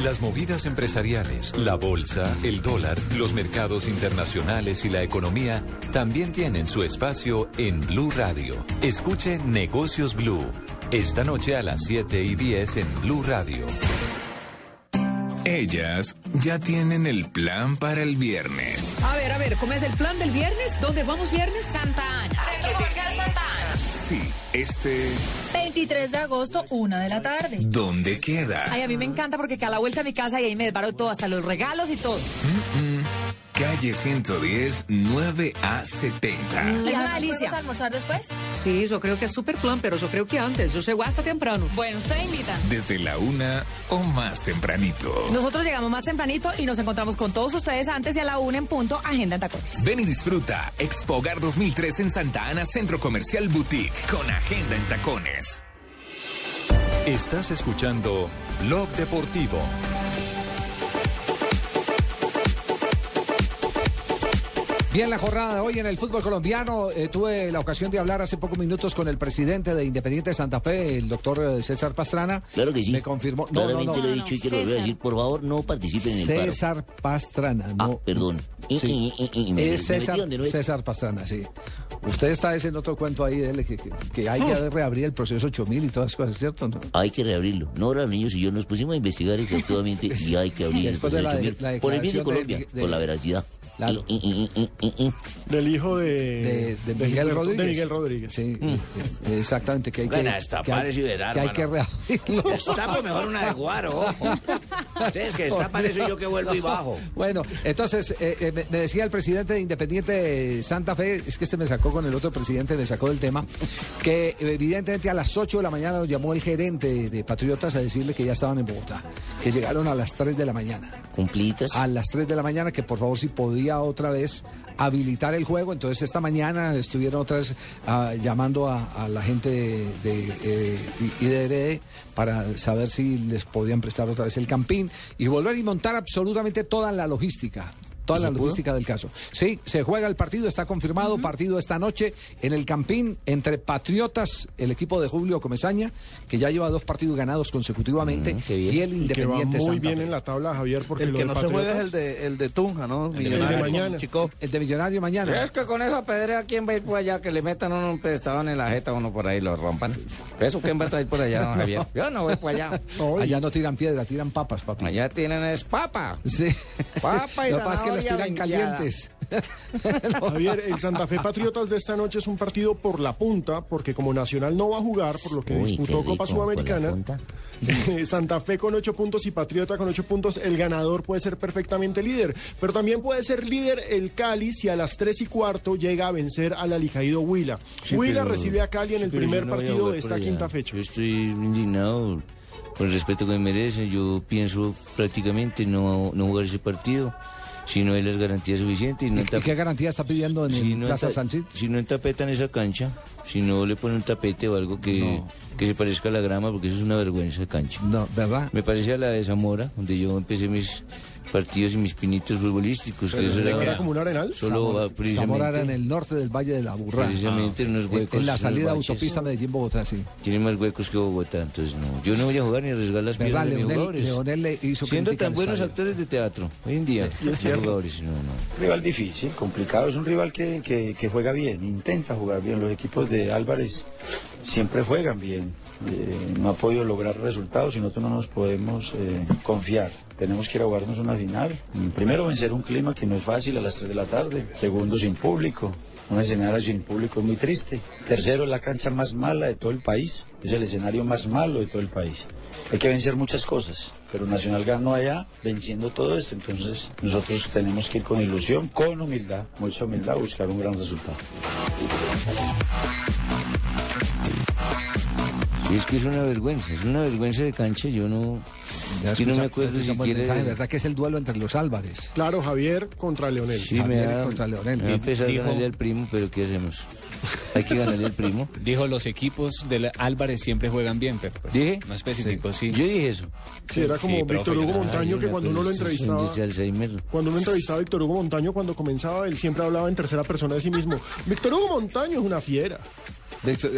Speaker 3: Las movidas empresariales, la bolsa, el dólar, los mercados internacionales y la economía también tienen su espacio en Blue Radio. Escuche Negocios Blue, Esta noche a las 7 y 10 en Blue Radio.
Speaker 12: Ellas ya tienen el plan para el viernes.
Speaker 7: A ver, a ver, ¿cómo es el plan del viernes? ¿Dónde vamos viernes? Santa Ana.
Speaker 17: Centro Comercial Santa Ana.
Speaker 12: Sí, este...
Speaker 17: 23 de agosto, una de la tarde.
Speaker 12: ¿Dónde queda?
Speaker 2: Ay, a mí me encanta porque cada vuelta a mi casa y ahí me desbaro todo, hasta los regalos y todo.
Speaker 12: Mm, Calle 110, 9A70.
Speaker 7: ¿Es una delicia. almorzar después? Sí, yo creo que es super plan, pero yo creo que antes. Yo llego hasta temprano. Bueno, usted invita.
Speaker 12: Desde la una o más tempranito.
Speaker 2: Nosotros llegamos más tempranito y nos encontramos con todos ustedes antes y a la una en punto, Agenda en Tacones.
Speaker 12: Ven y disfruta Expo Hogar 2003 en Santa Ana, Centro Comercial Boutique, con agenda en tacones.
Speaker 3: Estás escuchando Blog Deportivo.
Speaker 6: Bien, la jornada de hoy en el fútbol colombiano. eh, tuve la ocasión de hablar hace pocos minutos con el presidente de Independiente de Santa Fe, el doctor eh, César Pastrana.
Speaker 18: Claro que sí.
Speaker 6: Me confirmó. No, no,
Speaker 18: Claramente
Speaker 6: no.
Speaker 18: lo he dicho y te lo voy a decir. Por favor, no participen en el paro. Ah,
Speaker 6: César Pastrana. No,
Speaker 18: Perdón. Y-
Speaker 6: Sí.
Speaker 18: y- y- y me- me
Speaker 6: es
Speaker 18: metí
Speaker 6: César,
Speaker 18: donde no es.
Speaker 6: César Pastrana, sí. Usted está ese en otro cuento ahí de él, que, que- que hay
Speaker 18: Ah.
Speaker 6: que reabrir el proceso 8000 y todas esas cosas, ¿cierto? ¿No?
Speaker 18: Hay que reabrirlo. No, los niños y yo nos pusimos a investigar exhaustivamente y hay que abrir el
Speaker 6: Después de la
Speaker 18: proceso
Speaker 6: de-
Speaker 18: mil.
Speaker 6: la
Speaker 18: por el bien de
Speaker 6: declaración
Speaker 18: Colombia,
Speaker 6: de- de-
Speaker 18: por la veracidad.
Speaker 8: Del hijo de,
Speaker 6: de Miguel
Speaker 8: Gilberto-
Speaker 6: Rodríguez.
Speaker 8: de Miguel Rodríguez.
Speaker 6: Sí, exactamente. Que hay que,
Speaker 10: Van a destapar
Speaker 6: que hay-
Speaker 10: eso y verá,
Speaker 6: que hay que
Speaker 10: hermano.
Speaker 6: reabrirlo.
Speaker 10: Destapo pues mejor una de guaro, ojo. Ustedes que destapan eso y yo que vuelvo y bajo.
Speaker 6: Bueno, entonces, eh, eh, me- me decía el presidente de Independiente de Santa Fe, es que este me sacó con el otro presidente, me sacó del tema, que evidentemente a las 8 de la mañana lo llamó el gerente de Patriotas a decirle que ya estaban en Bogotá, que llegaron a las 3 de la mañana.
Speaker 18: Cumplitos.
Speaker 6: A las 3 de la mañana, que por favor si podía otra vez habilitar el juego. Entonces esta mañana estuvieron otras llamando a, a la gente de, de, eh, I- IDRD para saber si les podían prestar otra vez el campín y volver y montar absolutamente toda la logística. Toda
Speaker 18: ¿Y
Speaker 6: la
Speaker 18: se pudo?
Speaker 6: logística del caso. Sí, se juega el partido, está confirmado, partido esta noche en el Campín entre Patriotas, el equipo de Julio Comesaña, que ya lleva dos partidos ganados consecutivamente, y el
Speaker 8: Mm, Y que va
Speaker 6: Independiente
Speaker 8: muy
Speaker 6: Santa
Speaker 8: bien en la tabla, Javier, porque
Speaker 19: El
Speaker 8: lo
Speaker 19: que
Speaker 8: de
Speaker 19: no se juega es
Speaker 8: Patriotas-
Speaker 19: el de, el de Tunja, ¿no?
Speaker 8: de mañana.
Speaker 19: Chico.
Speaker 6: El de Millonario mañana.
Speaker 10: ¿Crees que con esa pedrea quién va a ir por allá? Que le metan uno un prestado en la jeta, uno por ahí lo rompan. ¿Eso quién va a ir por allá, don Javier? Yo no voy por allá.
Speaker 6: Allá no tiran piedra, tiran papas, papi.
Speaker 10: Allá tienen es papa.
Speaker 6: Sí.
Speaker 10: Papa y
Speaker 6: Lo que pasa es que las
Speaker 10: zanahoria
Speaker 6: tiran
Speaker 10: venteada.
Speaker 6: calientes.
Speaker 8: Javier, el Santa Fe Patriotas de esta noche es un partido por la punta, porque como Nacional no va a jugar, por lo que
Speaker 18: Uy, qué
Speaker 8: disputó
Speaker 18: rico,
Speaker 8: Copa
Speaker 18: por la
Speaker 8: Sudamericana,
Speaker 18: punta.
Speaker 8: Santa Fe con ocho puntos y Patriota con ocho puntos, el ganador puede ser perfectamente líder. Pero también puede ser líder el Cali si a las tres y cuarto llega a vencer al alicaído Huila.
Speaker 18: Sí,
Speaker 8: Huila
Speaker 18: pero-
Speaker 8: recibe a Cali en
Speaker 18: sí,
Speaker 8: el
Speaker 18: pero yo
Speaker 8: primer
Speaker 18: no voy a
Speaker 8: partido
Speaker 18: jugar por
Speaker 8: de esta
Speaker 18: allá.
Speaker 8: quinta fecha.
Speaker 18: Yo estoy indignado por el respeto que me merecen. Yo pienso prácticamente no, no jugar ese partido si no hay las garantías suficientes. Y no
Speaker 6: ¿Y qué garantía está pidiendo en
Speaker 18: si
Speaker 6: el
Speaker 18: no
Speaker 6: Plaza
Speaker 18: enta-
Speaker 6: Salsit?
Speaker 18: Si no entapetan esa cancha, si no le ponen un tapete o algo que, que se parezca a la grama, porque eso es una vergüenza de cancha.
Speaker 6: No, ¿verdad?
Speaker 18: Me parece a la de Zamora, donde yo empecé mis partidos y mis pinitos futbolísticos.
Speaker 6: Pero
Speaker 18: eso
Speaker 6: ¿le queda como un arenal?
Speaker 18: Pues Solo
Speaker 6: Zamora-
Speaker 18: ah, precisamente-
Speaker 6: Zamora era en el norte del Valle de la Burra. Ah.
Speaker 18: Precisamente en unos huecos,
Speaker 6: En la
Speaker 18: unos
Speaker 6: salida
Speaker 18: baches.
Speaker 6: autopista Medellín-Bogotá, sí.
Speaker 18: tiene más huecos que Bogotá, entonces no. Yo no voy a jugar ni arriesgar las
Speaker 6: ¿Verdad?
Speaker 18: piernas de mis
Speaker 6: Leonel-
Speaker 18: jugadores.
Speaker 6: Leonel le hizo
Speaker 18: Siendo
Speaker 6: crítica
Speaker 18: tan
Speaker 6: al
Speaker 18: buenos
Speaker 6: estadio.
Speaker 18: actores de teatro, hoy en día.
Speaker 20: Sí, es
Speaker 18: los
Speaker 20: cierto.
Speaker 18: jugadores, no, no.
Speaker 20: Rival difícil, complicado, es un rival que, que- que juega bien, intenta jugar bien. Los equipos de Álvarez siempre juegan bien, eh, no ha podido lograr resultados y nosotros no nos podemos eh, confiar. Tenemos que ir a jugarnos una final. Primero, vencer un clima que no es fácil a las 3 de la tarde. Segundo, sin público. Un escenario sin público es muy triste. Tercero, la cancha más mala de todo el país. Es el escenario más malo de todo el país. Hay que vencer muchas cosas, pero Nacional ganó allá venciendo todo esto. Entonces nosotros tenemos que ir con ilusión, con humildad, mucha humildad, a buscar un gran resultado.
Speaker 18: Y Es que es una vergüenza, es una vergüenza de cancha, yo no... Es que no me acuerdo
Speaker 6: Escuchamos el
Speaker 18: siquiera...
Speaker 6: mensaje,
Speaker 18: de-
Speaker 6: ¿Verdad que es el duelo entre los Álvarez?
Speaker 8: Claro, Javier contra Leonel.
Speaker 18: Sí, me da, me da pesar
Speaker 6: Dijo-
Speaker 18: ganarle al primo, pero ¿qué hacemos? Hay que ganarle al primo.
Speaker 4: Dijo, los equipos del Álvarez siempre juegan bien, Pepe.
Speaker 16: Pues,
Speaker 18: ¿Dije?
Speaker 4: No específico, sí.
Speaker 18: Yo dije eso.
Speaker 8: Sí, era como
Speaker 4: profe,
Speaker 8: Víctor
Speaker 4: yo
Speaker 8: Hugo
Speaker 4: también.
Speaker 8: Montaño que cuando uno lo
Speaker 15: este
Speaker 8: entrevistaba... Cuando uno entrevistaba a Víctor Hugo Montaño, cuando comenzaba, él siempre hablaba en tercera persona de sí mismo. Víctor Hugo Montaño es una fiera.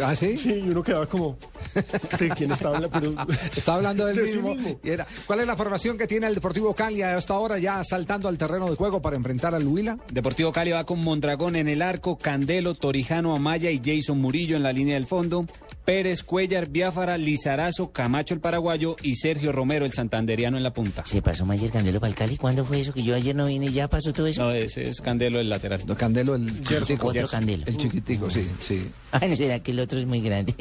Speaker 6: ¿Ah, sí?
Speaker 8: Sí, y uno quedaba como, ¿de quién está hablando? Pero-
Speaker 6: Está hablando del
Speaker 8: De sí
Speaker 6: mismo.
Speaker 8: mismo.
Speaker 6: Y era, ¿Cuál es la formación que tiene el Deportivo Cali hasta ahora ya saltando al terreno de juego para enfrentar al Huila?
Speaker 4: Deportivo Cali va con Mondragón en el arco, Candelo, Torijano, Amaya y Jason Murillo en la línea del fondo.
Speaker 16: Pérez, Cuellar, Biafara, Lizarazo, Camacho el paraguayo y Sergio Romero el santanderiano en la punta.
Speaker 7: ¿Se pasó Mayer Candelo para el Cali? ¿Cuándo fue eso? Que yo ayer no vine y ya pasó todo eso.
Speaker 16: No, ese es Candelo el lateral.
Speaker 6: No, Candelo el
Speaker 7: chiquitico. Otro Candelo.
Speaker 6: El chiquitico, sí, sí.
Speaker 7: Ah, no será que el otro es muy grande.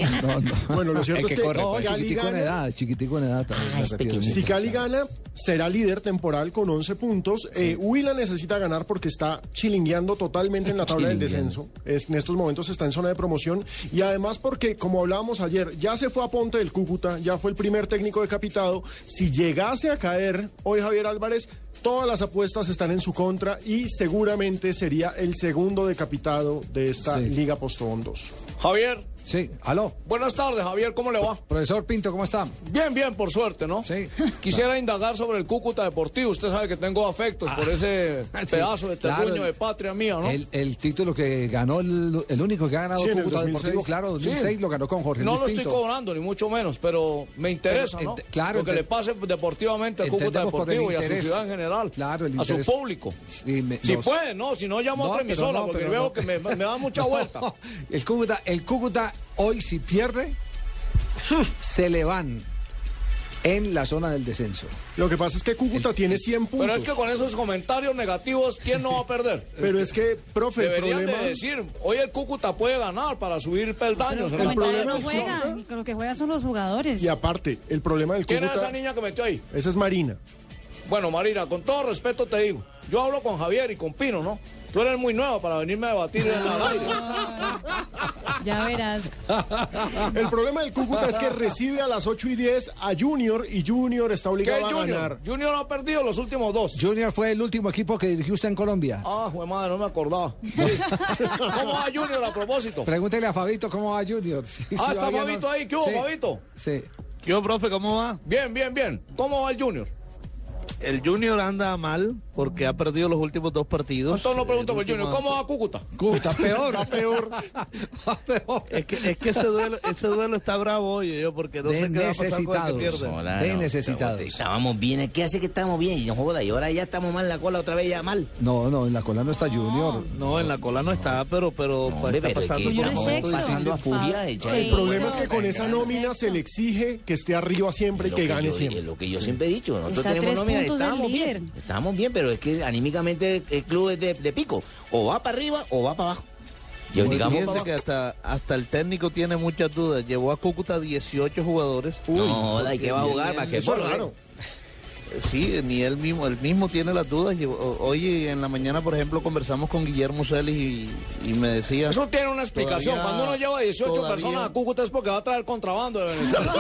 Speaker 8: Bueno, lo cierto es que
Speaker 6: No,
Speaker 8: Cali
Speaker 6: pues, chiquitico en
Speaker 8: gana.
Speaker 6: edad, chiquitico en edad también. me refiero, sí.
Speaker 8: Si Cali gana, será líder temporal con 11 puntos. Eh, Huila necesita ganar porque está chilingueando totalmente en la tabla del
Speaker 6: Chilingueando.
Speaker 8: descenso. Es- en estos momentos está en zona de promoción. Y además porque, como hablábamos ayer, ya se fue a Ponte del Cúcuta, ya fue el primer técnico decapitado. Si llegase a caer hoy Javier Álvarez... Todas las apuestas están en su contra y seguramente sería el segundo decapitado de esta
Speaker 6: Sí.
Speaker 8: Liga Postobón 2.
Speaker 19: Javier.
Speaker 6: Sí, aló.
Speaker 19: Buenas tardes, Javier, ¿cómo le va?
Speaker 6: Profesor Pinto, ¿cómo está?
Speaker 19: Bien, bien, por suerte, ¿no?
Speaker 6: Sí.
Speaker 19: Quisiera indagar sobre el Cúcuta Deportivo. Usted sabe que tengo afectos por ese
Speaker 6: Ah, Sí,
Speaker 19: pedazo de terruño
Speaker 6: claro.
Speaker 19: de patria mía, ¿no?
Speaker 6: El, el título que ganó, el, el único que ha ganado
Speaker 19: Sí, en el
Speaker 6: Cúcuta
Speaker 19: 2006.
Speaker 6: Deportivo, claro, 2006
Speaker 19: Sí.
Speaker 6: lo ganó con Jorge
Speaker 19: No
Speaker 6: Luis
Speaker 19: lo
Speaker 6: Pinto.
Speaker 19: estoy cobrando, ni mucho menos, pero me interesa,
Speaker 6: Pero,
Speaker 19: ¿no?
Speaker 6: ent- claro,
Speaker 19: Lo que
Speaker 6: ent-
Speaker 19: le pase deportivamente al Cúcuta
Speaker 6: Entendemos por el
Speaker 19: Deportivo y a su
Speaker 6: interés.
Speaker 19: ciudad en general.
Speaker 6: Claro, el
Speaker 19: a su
Speaker 6: interés.
Speaker 19: público.
Speaker 6: Sí, me-
Speaker 19: Si
Speaker 6: nos-
Speaker 19: puede, no, si no llamo a
Speaker 6: No,
Speaker 19: otra
Speaker 6: pero
Speaker 19: emisora,
Speaker 6: no,
Speaker 19: porque
Speaker 6: pero
Speaker 19: veo
Speaker 6: no.
Speaker 19: que me, me da mucha
Speaker 6: No.
Speaker 19: vuelta.
Speaker 6: El Cúcuta, el Cúcuta hoy si pierde,
Speaker 19: Hmm.
Speaker 6: se le van en la zona del descenso.
Speaker 8: Lo que pasa es que Cúcuta tiene 100 puntos.
Speaker 19: Pero es que con esos comentarios negativos, ¿quién no va a perder?
Speaker 8: Pero es que, profe, el
Speaker 19: Deberían
Speaker 8: problema...
Speaker 19: de decir, hoy el Cúcuta puede ganar para subir peldaños. en la
Speaker 9: Los comentarios
Speaker 19: tabla
Speaker 9: no
Speaker 19: de posición.
Speaker 9: juegan, lo que juegan son los jugadores.
Speaker 8: Y aparte, el problema del
Speaker 19: ¿Quién es esa
Speaker 8: Cúcuta...
Speaker 19: niña que metió ahí?
Speaker 8: Esa es Marina.
Speaker 19: Bueno, Marina, con todo respeto te digo, yo hablo con Javier y con Pino, ¿no? Tú eres muy nueva para venirme a debatir en la aire.
Speaker 9: Ya verás.
Speaker 8: El problema del Cúcuta es que recibe a las 8 y 10 a Junior y Junior está
Speaker 19: ¿Qué
Speaker 8: obligado a
Speaker 19: Junior?
Speaker 8: ganar.
Speaker 19: Junior ha perdido los últimos dos.
Speaker 6: Junior fue el último equipo que dirigió usted en Colombia.
Speaker 19: Ah, jue madre, no me acordaba. Sí. ¿Cómo va Junior a propósito?
Speaker 6: Pregúntele a Fabito cómo va Junior. Sí, sí,
Speaker 19: Ah, está
Speaker 6: todavía no-
Speaker 19: Fabito ahí. ¿Qué hubo,
Speaker 6: Sí,
Speaker 19: Fabito?
Speaker 6: Sí.
Speaker 21: Yo, profe, ¿cómo va?
Speaker 19: Bien, bien, bien. ¿Cómo va el Junior?
Speaker 21: El Junior anda mal porque ha perdido los últimos dos partidos.
Speaker 19: Entonces no pregunto por el Junior. ¿Cómo va Cúcuta?
Speaker 6: Cúcuta, peor.
Speaker 8: peor.
Speaker 21: Es que, es que ese, duelo, ese duelo está bravo, oye, yo, porque no
Speaker 6: De
Speaker 21: sé qué va a pasar con el que pierde.
Speaker 7: Hola,
Speaker 6: De
Speaker 7: no,
Speaker 6: necesitados.
Speaker 7: Estábamos bien. ¿Qué hace que estamos bien? Y no joda, y ahora ya estamos mal en la cola otra vez, ya mal.
Speaker 6: No, no, en la cola no está Junior.
Speaker 21: No, en la cola no está, pero, pero pues,
Speaker 7: Hombre,
Speaker 21: está
Speaker 7: pero es
Speaker 21: pasando
Speaker 7: que
Speaker 21: por un
Speaker 7: estamos
Speaker 21: momento difícil.
Speaker 7: pasando a furia de
Speaker 8: El problema es que con esa nómina se le exige que esté arriba siempre y
Speaker 7: Lo
Speaker 8: que
Speaker 7: yo-
Speaker 8: gane siempre.
Speaker 7: es lo que yo siempre he dicho, nosotros
Speaker 9: Está a
Speaker 7: tenemos
Speaker 9: tres
Speaker 7: nómina,
Speaker 9: puntos del
Speaker 7: estábamos
Speaker 9: líder.
Speaker 7: bien, estábamos bien, pero es que anímicamente el club es de, de pico, o va para arriba o va para abajo. Yo,
Speaker 21: Pues
Speaker 7: digamos,
Speaker 21: fíjense
Speaker 7: para
Speaker 21: que hasta, hasta el técnico tiene muchas dudas. Llevó a Cúcuta 18 jugadores.
Speaker 7: No, joda, ¿y
Speaker 21: porque
Speaker 7: qué va a jugar?
Speaker 21: vienen-
Speaker 7: ¿Para qué jugar?
Speaker 21: Sí, ni él mismo, él mismo tiene las dudas. Llevó- o- Hoy en la mañana, por ejemplo, conversamos con Guillermo Celis y, y me decía...
Speaker 19: Eso tiene una explicación.
Speaker 21: todavía-
Speaker 19: Cuando uno lleva 18
Speaker 21: todavía-
Speaker 19: personas a Cúcuta es porque va a traer contrabando de Venezuela.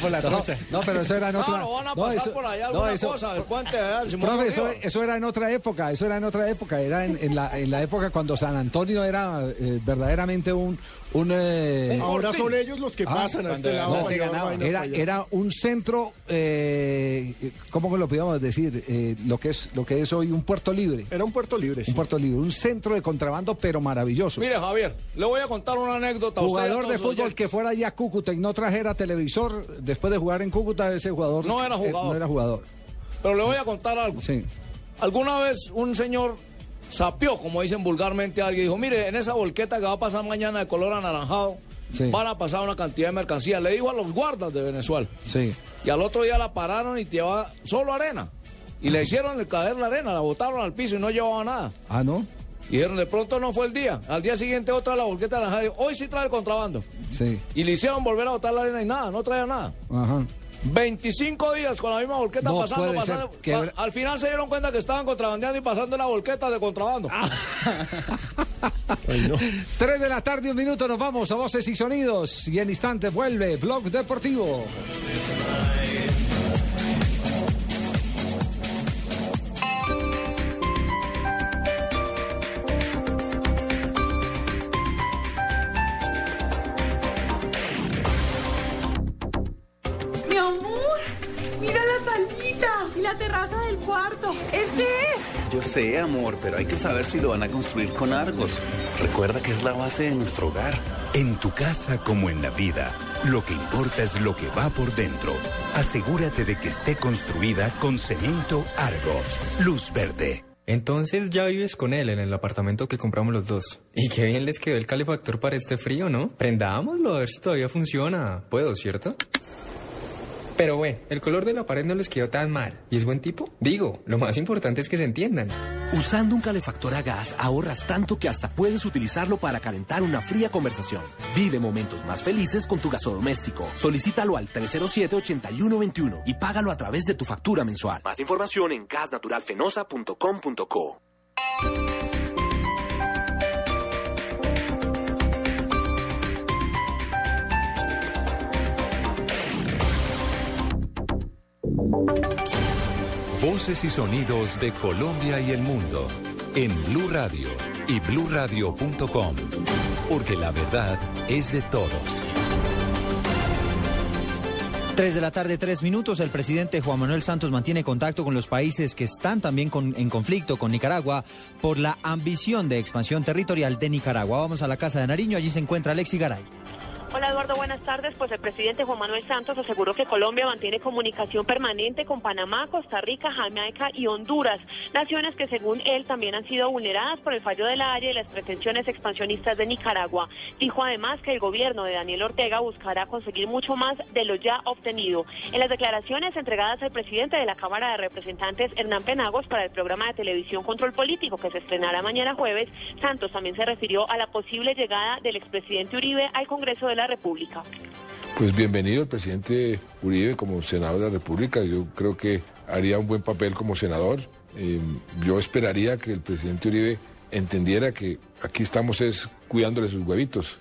Speaker 6: por la no, no, pero eso era en otra...
Speaker 19: No, no van a pasar
Speaker 6: eso-
Speaker 19: por allá
Speaker 6: no,
Speaker 19: alguna
Speaker 6: eso-
Speaker 19: cosa. El puente allá, el Simón
Speaker 6: Profe, eso,
Speaker 19: Bolívar.
Speaker 6: eso era en otra época, eso era en otra época, era en, en la, en la época cuando San Antonio era eh, verdaderamente un... un, eh,
Speaker 8: Ahora son ellos los que
Speaker 6: Ah,
Speaker 8: pasan a
Speaker 6: cuando
Speaker 8: este lado.
Speaker 6: no
Speaker 8: para
Speaker 6: se
Speaker 8: llevar
Speaker 6: ganaba.
Speaker 8: vainas
Speaker 6: Era,
Speaker 8: para allá.
Speaker 6: era un centro, eh, ¿cómo lo podíamos decir? Eh, lo, que es, lo que es hoy un puerto libre.
Speaker 8: Era un puerto libre,
Speaker 6: Un puerto libre, un centro de contrabando, pero maravilloso.
Speaker 19: Mire, Javier, le voy a contar una anécdota a usted. y a
Speaker 6: Jugador
Speaker 19: todos
Speaker 6: de
Speaker 19: sus
Speaker 6: fútbol
Speaker 19: oyentes.
Speaker 6: que fuera allá a Cúcuta y no trajera televisor después de jugar en Cúcuta, ese jugador
Speaker 19: No era
Speaker 6: eh,
Speaker 19: jugador.
Speaker 6: no era jugador.
Speaker 19: Pero le voy a contar algo.
Speaker 6: Sí.
Speaker 19: Alguna vez un señor sapió, como dicen vulgarmente, a alguien dijo, mire, en esa volqueta que va a pasar mañana de color anaranjado,
Speaker 6: Sí.
Speaker 19: van a pasar una cantidad de mercancías. Le dijo a los guardas de Venezuela.
Speaker 6: Sí.
Speaker 19: Y al otro día la pararon y llevaba solo arena. Y le hicieron caer la arena, la botaron al piso y no llevaba nada.
Speaker 6: Ah, ¿no?
Speaker 19: Y dijeron, de pronto no fue el día. Al día siguiente otra la volqueta anaranjada. dijo, Hoy sí trae el contrabando.
Speaker 6: Sí.
Speaker 19: Y le hicieron volver a botar la arena y nada, no traía nada.
Speaker 6: Ajá.
Speaker 19: 25 días con la misma volqueta
Speaker 6: No
Speaker 19: pasando,
Speaker 6: puede ser,
Speaker 19: pasando.
Speaker 6: que-
Speaker 19: pa- Al final se dieron cuenta que estaban contrabandeando y pasando la volqueta de contrabando.
Speaker 6: Ah. Tres de la tarde, un minuto, nos vamos a Voces y Sonidos. Y en instantes vuelve Blog Deportivo.
Speaker 4: Mi amor, mira la salita y la terraza del cuarto. Este es.
Speaker 22: Yo sé, amor, pero hay que saber si lo van a construir con Argos. Recuerda que es la base de nuestro hogar.
Speaker 2: En tu casa como en la vida, lo que importa es lo que va por dentro. Asegúrate de que esté construida con cemento Argos. Luz verde.
Speaker 1: Entonces ya vives con él en el apartamento que compramos los dos. Y qué bien les quedó el calefactor para este frío, ¿no? Prendámoslo a ver si todavía funciona. Puedo, ¿cierto? Pero bueno, el color de la pared no les quedó tan mal. ¿Y es buen tipo? Digo, lo más importante es que se entiendan.
Speaker 21: Usando un calefactor a gas ahorras tanto que hasta puedes utilizarlo para calentar una fría conversación. Vive momentos más felices con tu gasodoméstico. Solicítalo al 307-8121 y págalo a través de tu factura mensual. Más información en gasnaturalfenosa.com.co.
Speaker 3: Voces y sonidos de Colombia y el mundo en Blue Radio y bluradio.com. Porque la verdad es de todos.
Speaker 23: Tres de la tarde, tres minutos. El presidente Juan Manuel Santos mantiene contacto con los países que están también con- en conflicto con Nicaragua por la ambición de expansión territorial de Nicaragua. Vamos a la casa de Nariño. Allí se encuentra Alexi Garay.
Speaker 24: Hola Eduardo, buenas tardes. Pues el presidente Juan Manuel Santos aseguró que Colombia mantiene comunicación permanente con Panamá, Costa Rica, Jamaica y Honduras, naciones que según él también han sido vulneradas por el fallo de la Haya y las pretensiones expansionistas de Nicaragua. Dijo además que el gobierno de Daniel Ortega buscará conseguir mucho más de lo ya obtenido. En las declaraciones entregadas al presidente de la Cámara de Representantes, Hernán Penagos, para el programa de televisión Control Político que se estrenará mañana jueves, Santos también se refirió a la posible llegada del expresidente Uribe al Congreso de la República.
Speaker 25: Pues bienvenido el presidente Uribe como senador de la República. Yo creo que haría un buen papel como senador. Eh, yo esperaría que el presidente Uribe entendiera que aquí estamos es cuidándole sus huevitos.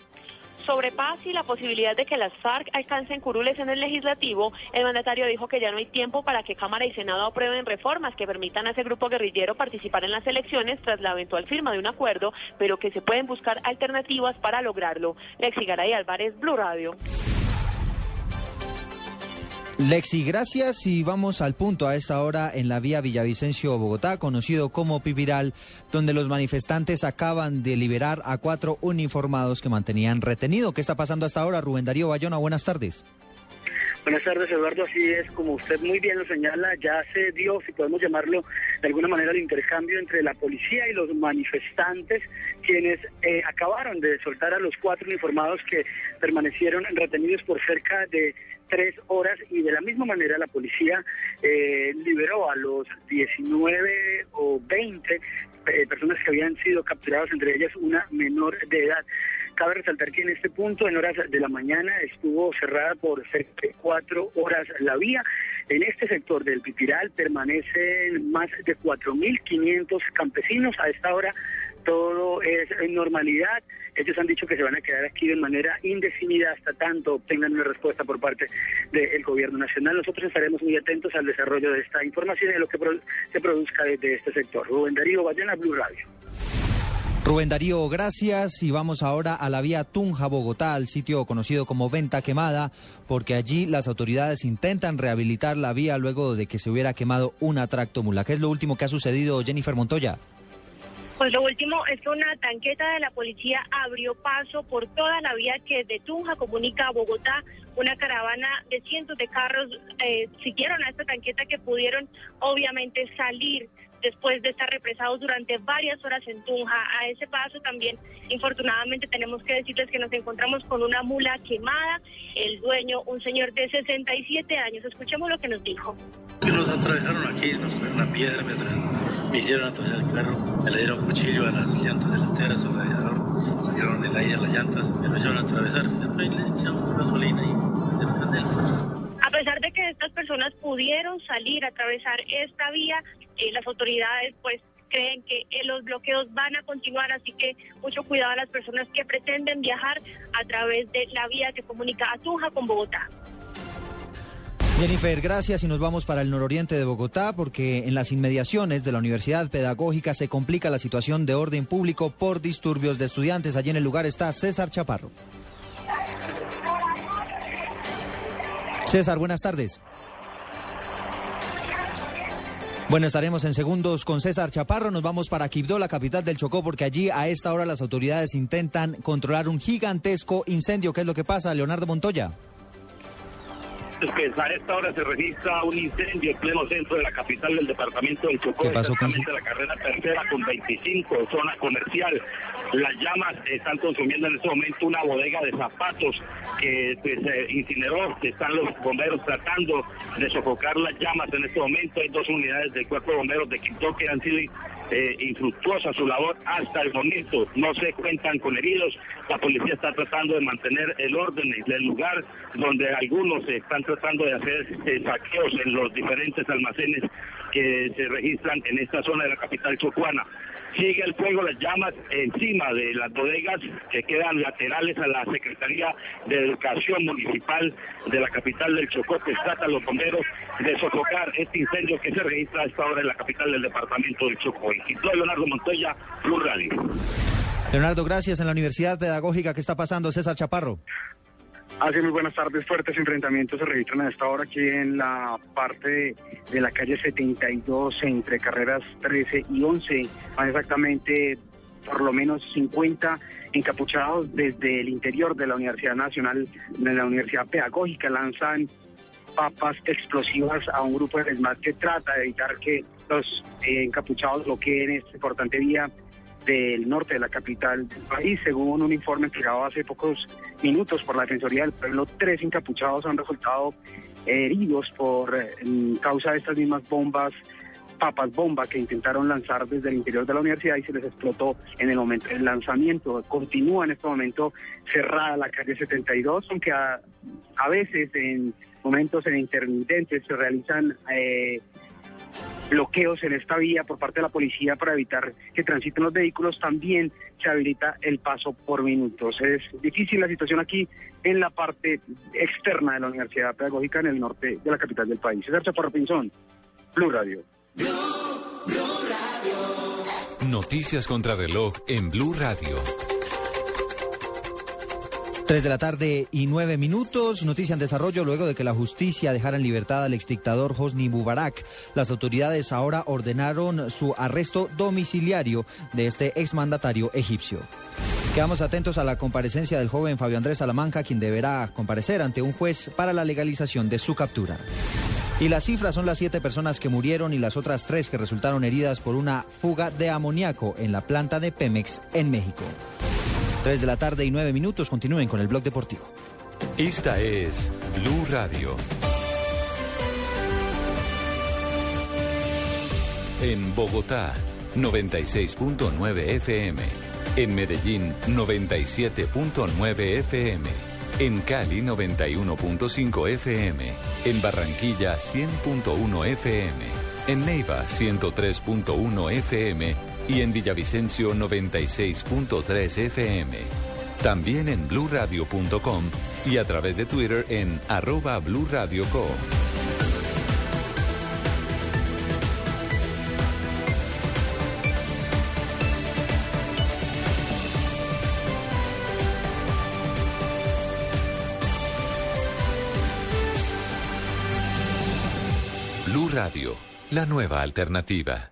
Speaker 24: Sobre paz y la posibilidad de que las FARC alcancen curules en el legislativo, el mandatario dijo que ya no hay tiempo para que Cámara y Senado aprueben reformas que permitan a ese grupo guerrillero participar en las elecciones tras la eventual firma de un acuerdo, pero que se pueden buscar alternativas para lograrlo. Lexi Garay Álvarez, Blue Radio.
Speaker 23: Lexi, gracias y vamos al punto a esta hora en la vía Villavicencio-Bogotá, conocido como Pipiral, donde los manifestantes acaban de liberar a cuatro uniformados que mantenían retenido. ¿Qué está pasando hasta ahora? Rubén Darío Bayona, buenas tardes.
Speaker 13: Buenas tardes, Eduardo. Así es, como usted muy bien lo señala, ya se dio, si podemos llamarlo de alguna manera, el intercambio entre la policía y los manifestantes, quienes eh, acabaron de soltar a los cuatro uniformados que permanecieron retenidos por cerca de tres horas y de la misma manera la policía eh, liberó a los 19 o 20 eh, personas que habían sido capturadas, entre ellas una menor de edad. Cabe resaltar que en este punto, en horas de la mañana, estuvo cerrada por cerca de cuatro horas la vía. En este sector del Pipiral permanecen más de 4.500 campesinos. A esta hora todo es en normalidad. Ellos han dicho que se van a quedar aquí de manera indefinida hasta tanto obtengan una respuesta por parte del gobierno nacional. Nosotros estaremos muy atentos al desarrollo de esta información y de lo que pro- se produzca desde este sector. Rubén Darío, vayan a Blue Radio.
Speaker 23: Rubén Darío, gracias y vamos ahora a la vía Tunja, Bogotá, al sitio conocido como Venta Quemada, porque allí las autoridades intentan rehabilitar la vía luego de que se hubiera quemado una tractomula. ¿Qué es lo último que ha sucedido, Jennifer Montoya?
Speaker 24: Pues lo último es que una tanqueta de la policía abrió paso por toda la vía que de Tunja comunica a Bogotá. Una caravana de cientos de carros eh, siguieron a esta tanqueta que pudieron obviamente salir después de estar represados durante varias horas en Tunja. A ese paso también, infortunadamente, tenemos que decirles que nos encontramos con una mula quemada. El dueño, un señor de 67 años, escuchemos lo que nos dijo.
Speaker 14: Que nos atravesaron aquí, nos cogieron una piedra, me, atra- me hicieron atravesar el carro, me le dieron cuchillo a las llantas delanteras, se la dieron, sacaron el aire a las llantas, me lo hicieron atravesar, después le echaron gasolina y metieron candela.
Speaker 24: A pesar de que estas personas pudieron salir a atravesar esta vía, eh, las autoridades pues creen que eh, los bloqueos van a continuar, así que mucho cuidado a las personas que pretenden viajar a través de la vía que comunica a Tunja con Bogotá.
Speaker 23: Jennifer, gracias y nos vamos para el nororiente de Bogotá porque en las inmediaciones de la Universidad Pedagógica se complica la situación de orden público por disturbios de estudiantes. Allí en el lugar está César Chaparro. César, buenas tardes. Bueno, estaremos en segundos con César Chaparro. Nos vamos para Quibdó, la capital del Chocó, porque allí a esta hora las autoridades intentan controlar un gigantesco incendio. ¿Qué es lo que pasa, Leonardo Montoya?
Speaker 17: pues a esta hora se registra un incendio en pleno centro de la capital del departamento del Chocó.
Speaker 23: ¿Qué pasó con
Speaker 17: exactamente la carrera tercera con 25, zona comercial. Las llamas están consumiendo en este momento una bodega de zapatos que pues, eh, incineró. Están los bomberos tratando de sofocar las llamas en este momento. Hay dos unidades del cuerpo de bomberos de Quito que han sido eh, infructuosa su labor hasta el momento. No se cuentan con heridos. La policía está tratando de mantener el orden del lugar donde algunos están tratando de hacer eh, saqueos en los diferentes almacenes que se registran en esta zona de la capital chocuana. Sigue el fuego, las llamas encima de las bodegas que quedan laterales a la Secretaría de Educación Municipal de la capital del Chocó, que trata a los bomberos de sofocar este incendio que se registra a esta hora en la capital del departamento del Chocó. Y Quito, Leonardo Montoya, Blue Radio.
Speaker 23: Leonardo, gracias. En la Universidad Pedagógica, ¿qué está pasando? César Chaparro.
Speaker 10: Hace muy buenas tardes. Fuertes enfrentamientos se registran a esta hora aquí en la parte de, de la calle 72, entre carreras 13 y 11. Más exactamente, por lo menos 50 encapuchados desde el interior de la Universidad Nacional, de la Universidad Pedagógica, lanzan papas explosivas a un grupo de ESMAD que trata de evitar que los eh, encapuchados bloqueen esta importante vía del norte de la capital del país. Según un informe entregado hace pocos minutos por la Defensoría del Pueblo, tres encapuchados han resultado heridos por eh, causa de estas mismas bombas, papas bomba que intentaron lanzar desde el interior de la universidad y se les explotó en el momento del lanzamiento. Continúa en este momento cerrada la calle 72, aunque a, a veces en momentos en intermitentes se realizan... eh, bloqueos en esta vía por parte de la policía para evitar que transiten los vehículos, también se habilita el paso por minutos. Es difícil la situación aquí en la parte externa de la Universidad Pedagógica en el norte de la capital del país. César Chaparro Pinzón, Blue Radio.
Speaker 3: Noticias contra reloj en Blue Radio.
Speaker 23: 3 de la tarde y 9 minutos. Noticia en desarrollo luego de que la justicia dejara en libertad al exdictador Hosni Mubarak. Las autoridades ahora ordenaron su arresto domiciliario de este exmandatario egipcio. Quedamos atentos a la comparecencia del joven Fabio Andrés Salamanca, quien deberá comparecer ante un juez para la legalización de su captura. Y las cifras son las siete personas que murieron y las otras tres que resultaron heridas por una fuga de amoníaco en la planta de Pemex en México. 3 de la tarde y 9 minutos. Continúen con el blog deportivo.
Speaker 3: Esta es Blue Radio. En Bogotá, 96.9 FM. En Medellín, 97.9 FM. En Cali, 91.5 FM. En Barranquilla, 100.1 FM. En Neiva, 103.1 FM. Y en Villavicencio, 96.3 FM. También en bluradio.com y a través de Twitter en arroba bluradioco. Blue Radio, la nueva alternativa.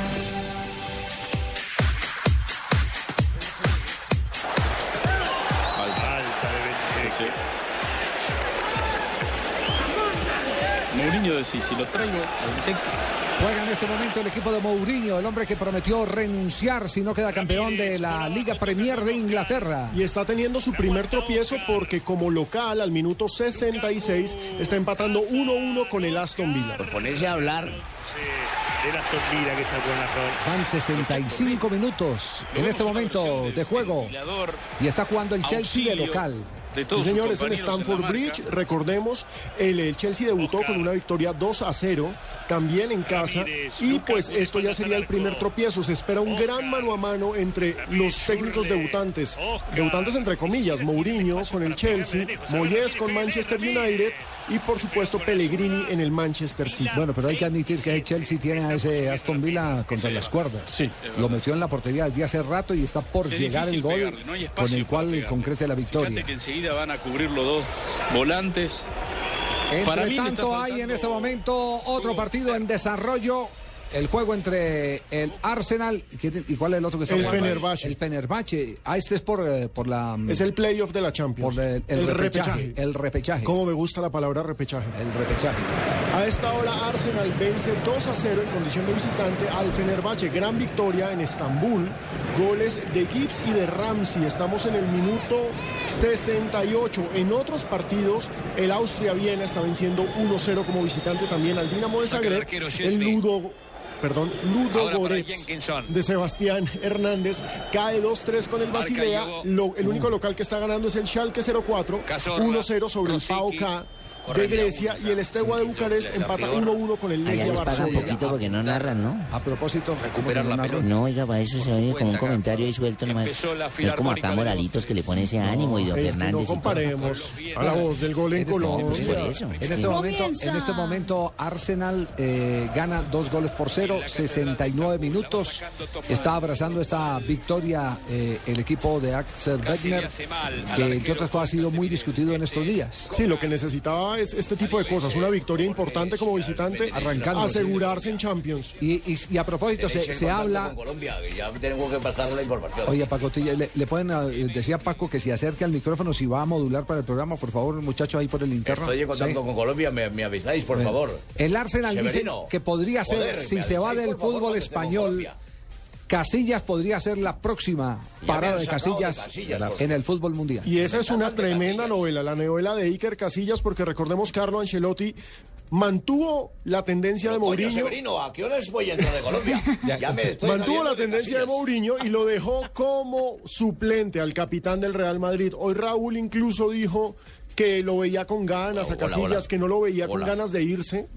Speaker 26: Mourinho decís, si lo traigo, al técnico.
Speaker 6: Juega en este momento el equipo de Mourinho, el hombre que prometió renunciar si no queda campeón de la Liga Premier de Inglaterra.
Speaker 8: Y está teniendo su primer tropiezo porque como local al minuto 66 está empatando 1-1 con el Aston Villa. Por
Speaker 7: ponerse a hablar.
Speaker 11: De las Villa que sacó la
Speaker 6: Van 65 minutos en este momento de juego. Y está jugando el Chelsea de local.
Speaker 8: Sí, señor, es en Stamford Bridge. Recordemos, el, el Chelsea debutó con una victoria 2 a 0, también en casa. Y pues esto ya sería el primer tropiezo. Se espera un gran mano a mano entre los técnicos debutantes. Debutantes entre comillas, Mourinho con el Chelsea, Moyes con Manchester United y por supuesto Pellegrini en el Manchester City.
Speaker 6: Bueno, pero hay que admitir que el Chelsea tiene a ese Aston Villa contra las cuerdas. Sí. Lo metió en la portería desde hace rato y está por
Speaker 26: Es
Speaker 6: llegar el
Speaker 26: difícil
Speaker 6: gol
Speaker 26: pegarle, no hay espacio
Speaker 6: con el
Speaker 26: para
Speaker 6: cual
Speaker 26: pegarle.
Speaker 6: concrete la victoria.
Speaker 26: Fíjate que enseguida van a cubrir los dos volantes.
Speaker 6: Entre
Speaker 26: Para mí le está
Speaker 6: tanto, hay
Speaker 26: faltando-
Speaker 6: en este momento otro partido en desarrollo. El juego entre el Arsenal ¿y quién- y cuál es el otro que está
Speaker 8: El
Speaker 6: jugando?
Speaker 8: Fenerbahce.
Speaker 6: El Fenerbahce. Ah, este es por, eh, por la. mm,
Speaker 8: Es el playoff de la Champions.
Speaker 6: Por el- el repechaje, El repechaje.
Speaker 8: ¿Cómo me gusta la palabra repechaje?
Speaker 6: El repechaje.
Speaker 8: A esta hora Arsenal vence 2 a 0 en condición de visitante al Fenerbahce. Gran victoria en Estambul. Goles de Gibbs y de Ramsey. Estamos en el minuto 68. En otros partidos, el Austria-Viena está venciendo 1-0 como visitante también al Dinamo de
Speaker 9: Saca el
Speaker 8: Zagreb.
Speaker 9: arquero
Speaker 8: El
Speaker 9: Szczęsny.
Speaker 8: Ludo... Perdón, Ludo
Speaker 9: Ahora para
Speaker 8: Goretz
Speaker 9: Jenkinson.
Speaker 8: de Sebastián Hernández cae 2-3 con el
Speaker 9: Marca
Speaker 8: Basilea.
Speaker 9: Diogo.
Speaker 8: Lo- el único local que está ganando es el Schalke 04,
Speaker 9: Cazorla,
Speaker 8: 1-0 sobre el PAOK de
Speaker 9: Correia,
Speaker 8: Grecia y el Estegua de Bucarest empata 1-1 con el
Speaker 15: Allá
Speaker 8: Legia
Speaker 15: les pagan
Speaker 8: Varsovia.
Speaker 15: poquito porque no narran, ¿no?
Speaker 6: A propósito,
Speaker 15: recuperar la pelota. No, oiga, para eso se oye como un comentario ahí suelto nomás. No es como acá Moralitos que le pone ese ánimo y Don
Speaker 8: es que
Speaker 15: Fernández.
Speaker 8: no
Speaker 15: y todo.
Speaker 8: comparemos a la voz del gol en
Speaker 15: este momento,
Speaker 8: Colombia.
Speaker 15: pues, por eso.
Speaker 6: En este, momento, en este momento Arsenal eh, gana dos goles por cero, 69 minutos. Está abrazando esta victoria eh, el equipo de Axel Wegner, que entre otras cosas ha sido muy discutido en estos días.
Speaker 8: Sí, lo que necesitaba es este tipo de cosas, una victoria importante como visitante,
Speaker 6: Arrancando,
Speaker 8: asegurarse en Champions.
Speaker 6: Y, y a propósito, se, se habla...
Speaker 7: Colombia, que ya tenemos que pasar la información.
Speaker 6: Oye, Paco, le, le pueden, eh, decía Paco que si acerca al micrófono, si va a modular para el programa, por favor, muchachos, ahí por el interno.
Speaker 7: Estoy en contacto
Speaker 6: Sí.
Speaker 7: con Colombia, me, me avisáis, por
Speaker 6: Bueno,
Speaker 7: favor.
Speaker 6: El Arsenal
Speaker 7: Severino,
Speaker 6: dice que podría ser,
Speaker 7: joder,
Speaker 6: si
Speaker 7: me
Speaker 6: se va
Speaker 7: avisáis,
Speaker 6: del
Speaker 7: por favor,
Speaker 6: fútbol
Speaker 7: cuando estemos en
Speaker 6: español,
Speaker 7: Colombia.
Speaker 6: Casillas podría ser la próxima
Speaker 7: Ya
Speaker 6: parada
Speaker 7: me han
Speaker 6: de
Speaker 7: sacado de
Speaker 6: Casillas,
Speaker 7: Casillas, por
Speaker 6: en el fútbol mundial.
Speaker 8: Y esa es una tremenda novela, la novela de Iker Casillas, porque recordemos Carlo Ancelotti mantuvo la tendencia de
Speaker 7: Oye,
Speaker 8: Mourinho.
Speaker 7: Severino, ¿a qué horas voy a entrar de Colombia? ya, me estoy
Speaker 8: Eh, Mantuvo
Speaker 7: saliendo
Speaker 8: la
Speaker 7: de
Speaker 8: tendencia de
Speaker 7: Casillas.
Speaker 8: Mourinho y lo dejó como suplente al capitán del Real Madrid. Hoy Raúl incluso dijo que lo veía con ganas a
Speaker 7: Hola, hola.
Speaker 8: Casillas, que no lo veía con
Speaker 7: Hola.
Speaker 8: ganas de irse,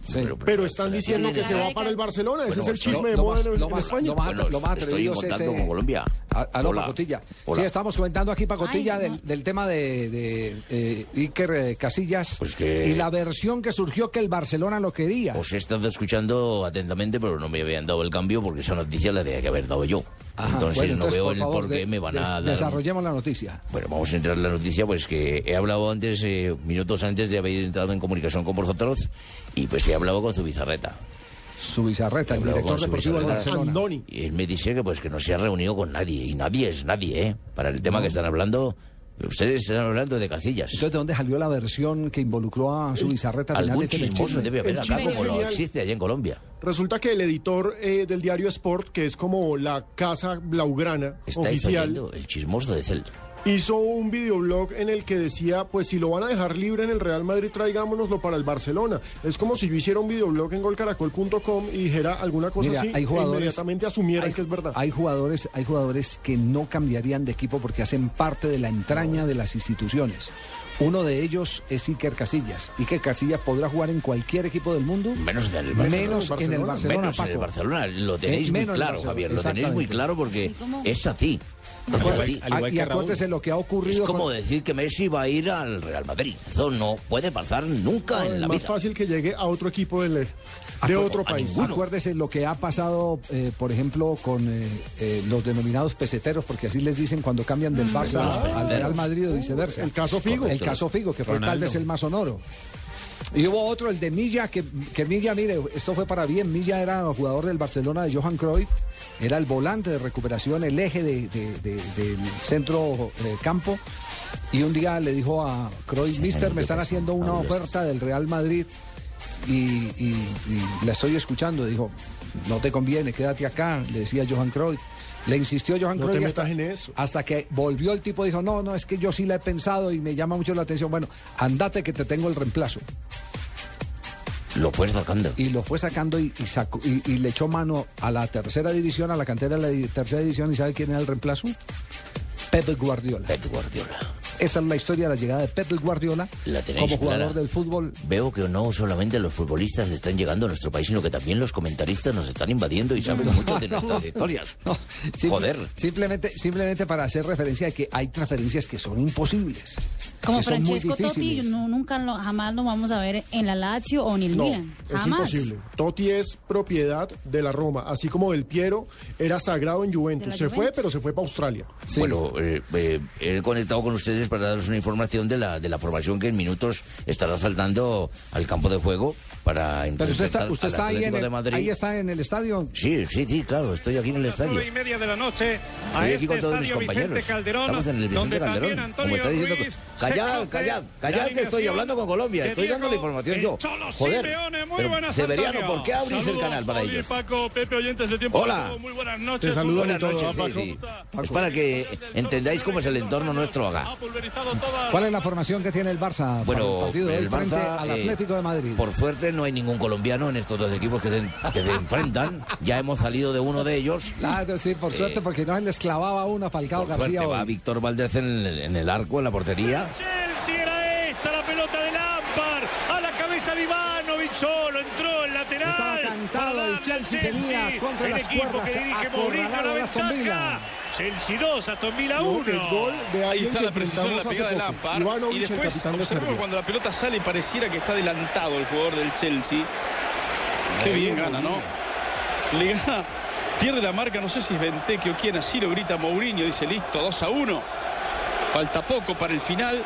Speaker 8: pero, están diciendo que se va para el Barcelona. Ese
Speaker 7: Bueno,
Speaker 8: es el
Speaker 7: estoy-
Speaker 8: chisme de
Speaker 6: lo
Speaker 8: moda
Speaker 6: más-
Speaker 8: en,
Speaker 6: lo
Speaker 8: en
Speaker 6: más-
Speaker 8: España.
Speaker 6: lo más-
Speaker 7: Bueno,
Speaker 6: lo más
Speaker 7: estoy
Speaker 6: atrevido
Speaker 7: en
Speaker 6: es
Speaker 7: contacto
Speaker 6: ese-
Speaker 7: con Colombia.
Speaker 6: A- Aló,
Speaker 7: Hola.
Speaker 6: Pacotilla.
Speaker 7: Hola.
Speaker 6: Sí, estamos comentando aquí, Pacotilla,
Speaker 7: Ay,
Speaker 6: del,
Speaker 7: no.
Speaker 6: del tema de, de, eh, Iker eh, Casillas
Speaker 7: Pues
Speaker 6: y la versión que surgió que el Barcelona lo quería.
Speaker 7: Os Pues he estado escuchando atentamente, pero no me habían dado el cambio porque esa noticia la tenía que haber dado yo.
Speaker 6: Ajá,
Speaker 7: entonces,
Speaker 6: Ah, bueno, entonces,
Speaker 7: no veo
Speaker 6: por
Speaker 7: el
Speaker 6: favor,
Speaker 7: por qué
Speaker 6: de-
Speaker 7: me van
Speaker 6: des-
Speaker 7: a dar un
Speaker 6: Desarrollemos la noticia.
Speaker 7: Bueno, vamos a entrar en la noticia, pues que he hablado antes, eh, minutos antes de haber entrado en comunicación con vosotros, y pues he hablado con Zubizarreta.
Speaker 6: Su bizarreta, el
Speaker 7: Hablaba
Speaker 6: director
Speaker 7: con
Speaker 6: deportivo del
Speaker 8: Ah,
Speaker 7: Zubizarreta.
Speaker 6: Barcelona.
Speaker 7: Y él me dice que pues que no se ha reunido con nadie, y nadie es nadie, ¿eh? Para el tema que están hablando, ustedes están hablando de Casillas.
Speaker 6: Entonces, ¿de dónde salió la versión que involucró a su bizarreta?
Speaker 7: Algún
Speaker 6: finalmente en el
Speaker 7: chismoso
Speaker 6: chisme?
Speaker 7: debe
Speaker 8: El
Speaker 7: haber acá,
Speaker 8: chisme
Speaker 7: como lo
Speaker 8: genial.
Speaker 7: existe allá en Colombia.
Speaker 8: Resulta que el editor eh, del diario Sport, que es como la casa blaugrana
Speaker 7: Está ahí
Speaker 8: oficial,
Speaker 7: fallando el chismoso de Cel.
Speaker 8: hizo un videoblog en el que decía, pues si lo van a dejar libre en el Real Madrid, traigámonoslo para el Barcelona. Es como si yo hiciera un videoblog en golcaracol.com y dijera alguna cosa
Speaker 6: Mira,
Speaker 8: así,
Speaker 6: hay
Speaker 8: e
Speaker 6: jugadores-
Speaker 8: inmediatamente asumieran que es verdad.
Speaker 6: Hay jugadores, hay jugadores que no cambiarían de equipo porque hacen parte de la entraña de las instituciones. Uno de ellos es Iker Casillas. Iker Casillas podrá jugar en cualquier equipo del mundo.
Speaker 7: Menos en el Barcelona.
Speaker 6: Menos en el Barcelona,
Speaker 7: Menos en el
Speaker 6: Paco.
Speaker 7: Barcelona. Lo
Speaker 6: Eh,
Speaker 7: tenéis muy
Speaker 6: menos en el
Speaker 7: claro,
Speaker 6: Barcelona,
Speaker 7: Javier. Lo tenéis muy
Speaker 6: exactamente.
Speaker 7: claro porque
Speaker 6: ¿cómo?
Speaker 7: es así. Es así.
Speaker 6: Ah, y acuérdese lo que ha
Speaker 7: Es
Speaker 6: ocurrido.
Speaker 7: como
Speaker 6: con-
Speaker 7: decir que Messi va a ir al Real Madrid. Eso no puede pasar nunca en la
Speaker 8: más
Speaker 7: vida.
Speaker 8: fácil que llegue a otro equipo del- de otro país.
Speaker 6: Acuérdese lo que ha pasado, eh, por ejemplo, con eh, eh, los denominados peseteros, porque así les dicen cuando cambian del Barça
Speaker 8: Los
Speaker 6: al Real
Speaker 8: peseteros.
Speaker 6: Madrid o viceversa.
Speaker 8: Mm. Uh, El caso Figo.
Speaker 6: El caso Figo, que fue tal
Speaker 8: Ronaldo.
Speaker 6: vez el más sonoro. Y hubo otro, el de Milla, que, que Milla, mire, esto fue para bien. Milla era el jugador del Barcelona de Johan Cruyff, era el volante de recuperación, el eje de- de- de- del centro eh, campo. Y un día le dijo a Cruyff, Mister, me están haciendo una oferta del Real Madrid y, y- y la estoy escuchando. Dijo, no te conviene, quédate acá, le decía Johan Cruyff. Le insistió Johan
Speaker 8: No te
Speaker 6: Cruyff.
Speaker 8: metas en
Speaker 6: Hasta que volvió el tipo, dijo, no, no, es que yo sí la he pensado y me llama mucho la atención. Bueno, andate que te tengo el reemplazo.
Speaker 7: Lo fue sacando.
Speaker 6: Y lo fue sacando y, y sacó- y- y le echó mano a la tercera división, a la cantera de la di- tercera división. ¿Y sabe quién era el reemplazo? Pep Guardiola.
Speaker 7: Pep Guardiola.
Speaker 6: Esa es la historia de la llegada de Pep Guardiola
Speaker 7: La tenéis
Speaker 6: como jugador
Speaker 7: clara.
Speaker 6: del fútbol.
Speaker 7: Veo que no solamente los futbolistas están llegando a nuestro país, sino que también los comentaristas nos están invadiendo y saben mucho de nuestras historias.
Speaker 6: Simple-
Speaker 7: Joder.
Speaker 6: Simplemente, simplemente para hacer referencia a que hay transferencias que son imposibles.
Speaker 9: Como
Speaker 6: que son muy
Speaker 9: Francesco Totti,
Speaker 6: difíciles.
Speaker 9: no- nunca lo- jamás lo vamos a ver en la Lazio o en el
Speaker 8: No,
Speaker 9: Milan.
Speaker 8: es
Speaker 9: Jamás.
Speaker 8: imposible. Totti es propiedad de la Roma, así como Del Piero era sagrado en
Speaker 9: De
Speaker 8: Juventus.
Speaker 9: la
Speaker 8: Se fue,
Speaker 9: Juventus.
Speaker 8: pero se fue para Australia.
Speaker 7: Bueno, eh, eh, he conectado con ustedes para darles una información de la, de la formación que en minutos estará saltando al campo de juego para
Speaker 6: Pero usted está,
Speaker 7: enfrentar
Speaker 6: usted
Speaker 7: al
Speaker 6: está ahí, en
Speaker 7: Atlético de
Speaker 6: el,
Speaker 7: Madrid.
Speaker 6: ahí está en el estadio.
Speaker 7: Sí, sí, sí, claro, estoy aquí en el estadio.
Speaker 17: nueve y media de la noche a
Speaker 7: Estoy aquí
Speaker 17: este
Speaker 7: con todos mis
Speaker 17: estadio Vicente
Speaker 7: compañeros.
Speaker 17: Calderón,
Speaker 7: Estamos en el Vicente
Speaker 17: donde
Speaker 7: Calderón.
Speaker 17: también
Speaker 7: Como
Speaker 17: Antonio
Speaker 7: está diciendo.
Speaker 17: Ruiz
Speaker 7: Callad,
Speaker 17: se
Speaker 7: callad,
Speaker 17: conoce
Speaker 7: callad
Speaker 17: la
Speaker 7: que estoy
Speaker 17: alineación
Speaker 7: hablando con Colombia.
Speaker 17: de
Speaker 7: Estoy
Speaker 17: Diego
Speaker 7: dando la información
Speaker 17: El
Speaker 7: yo.
Speaker 17: Cholo
Speaker 7: Joder.
Speaker 17: Simeone. Muy
Speaker 7: Pero,
Speaker 17: buenas,
Speaker 7: Severiano,
Speaker 17: Antonio.
Speaker 7: ¿por qué abrís el
Speaker 17: Saludos,
Speaker 7: canal para
Speaker 17: Pauli,
Speaker 7: ellos?
Speaker 17: Paco, Pepe, oyentes de tiempo.
Speaker 7: Hola.
Speaker 17: Todo, Muy buenas noches.
Speaker 7: Te saludo
Speaker 17: muy buenas
Speaker 7: con todo,
Speaker 17: noches,
Speaker 7: ¿ah,
Speaker 17: sí,
Speaker 7: Paco?
Speaker 17: sí.
Speaker 7: Es para que entendáis cómo es el entorno nuestro
Speaker 17: Ah,
Speaker 7: acá.
Speaker 17: pues,
Speaker 6: ¿Cuál es la formación que tiene el Barça para
Speaker 7: Bueno,
Speaker 6: el partido de hoy
Speaker 7: el
Speaker 6: frente
Speaker 7: Barça,
Speaker 6: al
Speaker 7: eh,
Speaker 6: Atlético de Madrid?
Speaker 7: Por suerte no hay ningún colombiano en estos dos equipos que se, que se enfrentan. Ya hemos salido de uno de ellos.
Speaker 6: Claro, sí, por
Speaker 7: Eh,
Speaker 6: suerte, porque no les clavaba una a Falcao
Speaker 7: Por
Speaker 6: García
Speaker 7: suerte va
Speaker 6: hoy.
Speaker 7: Víctor Valdés en el, en el arco, en la portería.
Speaker 12: Chelsea era esta, la pelota de Lampard, a la cabeza de Ivanovic solo, entró el lateral.
Speaker 6: Estaba cantado,
Speaker 12: para
Speaker 6: el
Speaker 12: darle
Speaker 6: Chelsea
Speaker 12: al
Speaker 6: tenía contra
Speaker 12: el
Speaker 6: las
Speaker 12: equipo
Speaker 6: cuerdas
Speaker 12: que dirige
Speaker 6: acorralado
Speaker 12: Mourinho la
Speaker 6: a Aston
Speaker 12: ventaja.
Speaker 6: Villa.
Speaker 12: Chelsea 2, Aston Villa 1.
Speaker 8: No, que es gol de alguien que enfrentamos hace poco. Ivanovic,
Speaker 11: y
Speaker 8: el
Speaker 11: después
Speaker 8: capitán de
Speaker 11: observo
Speaker 8: Serbia.
Speaker 11: cuando la pelota sale pareciera que está adelantado el jugador del Chelsea. Qué bien gana, ¿no? Le gana, pierde la marca, no sé si es Benteke o quién, así lo grita Mourinho, dice listo, 2 a 1. Falta poco para el final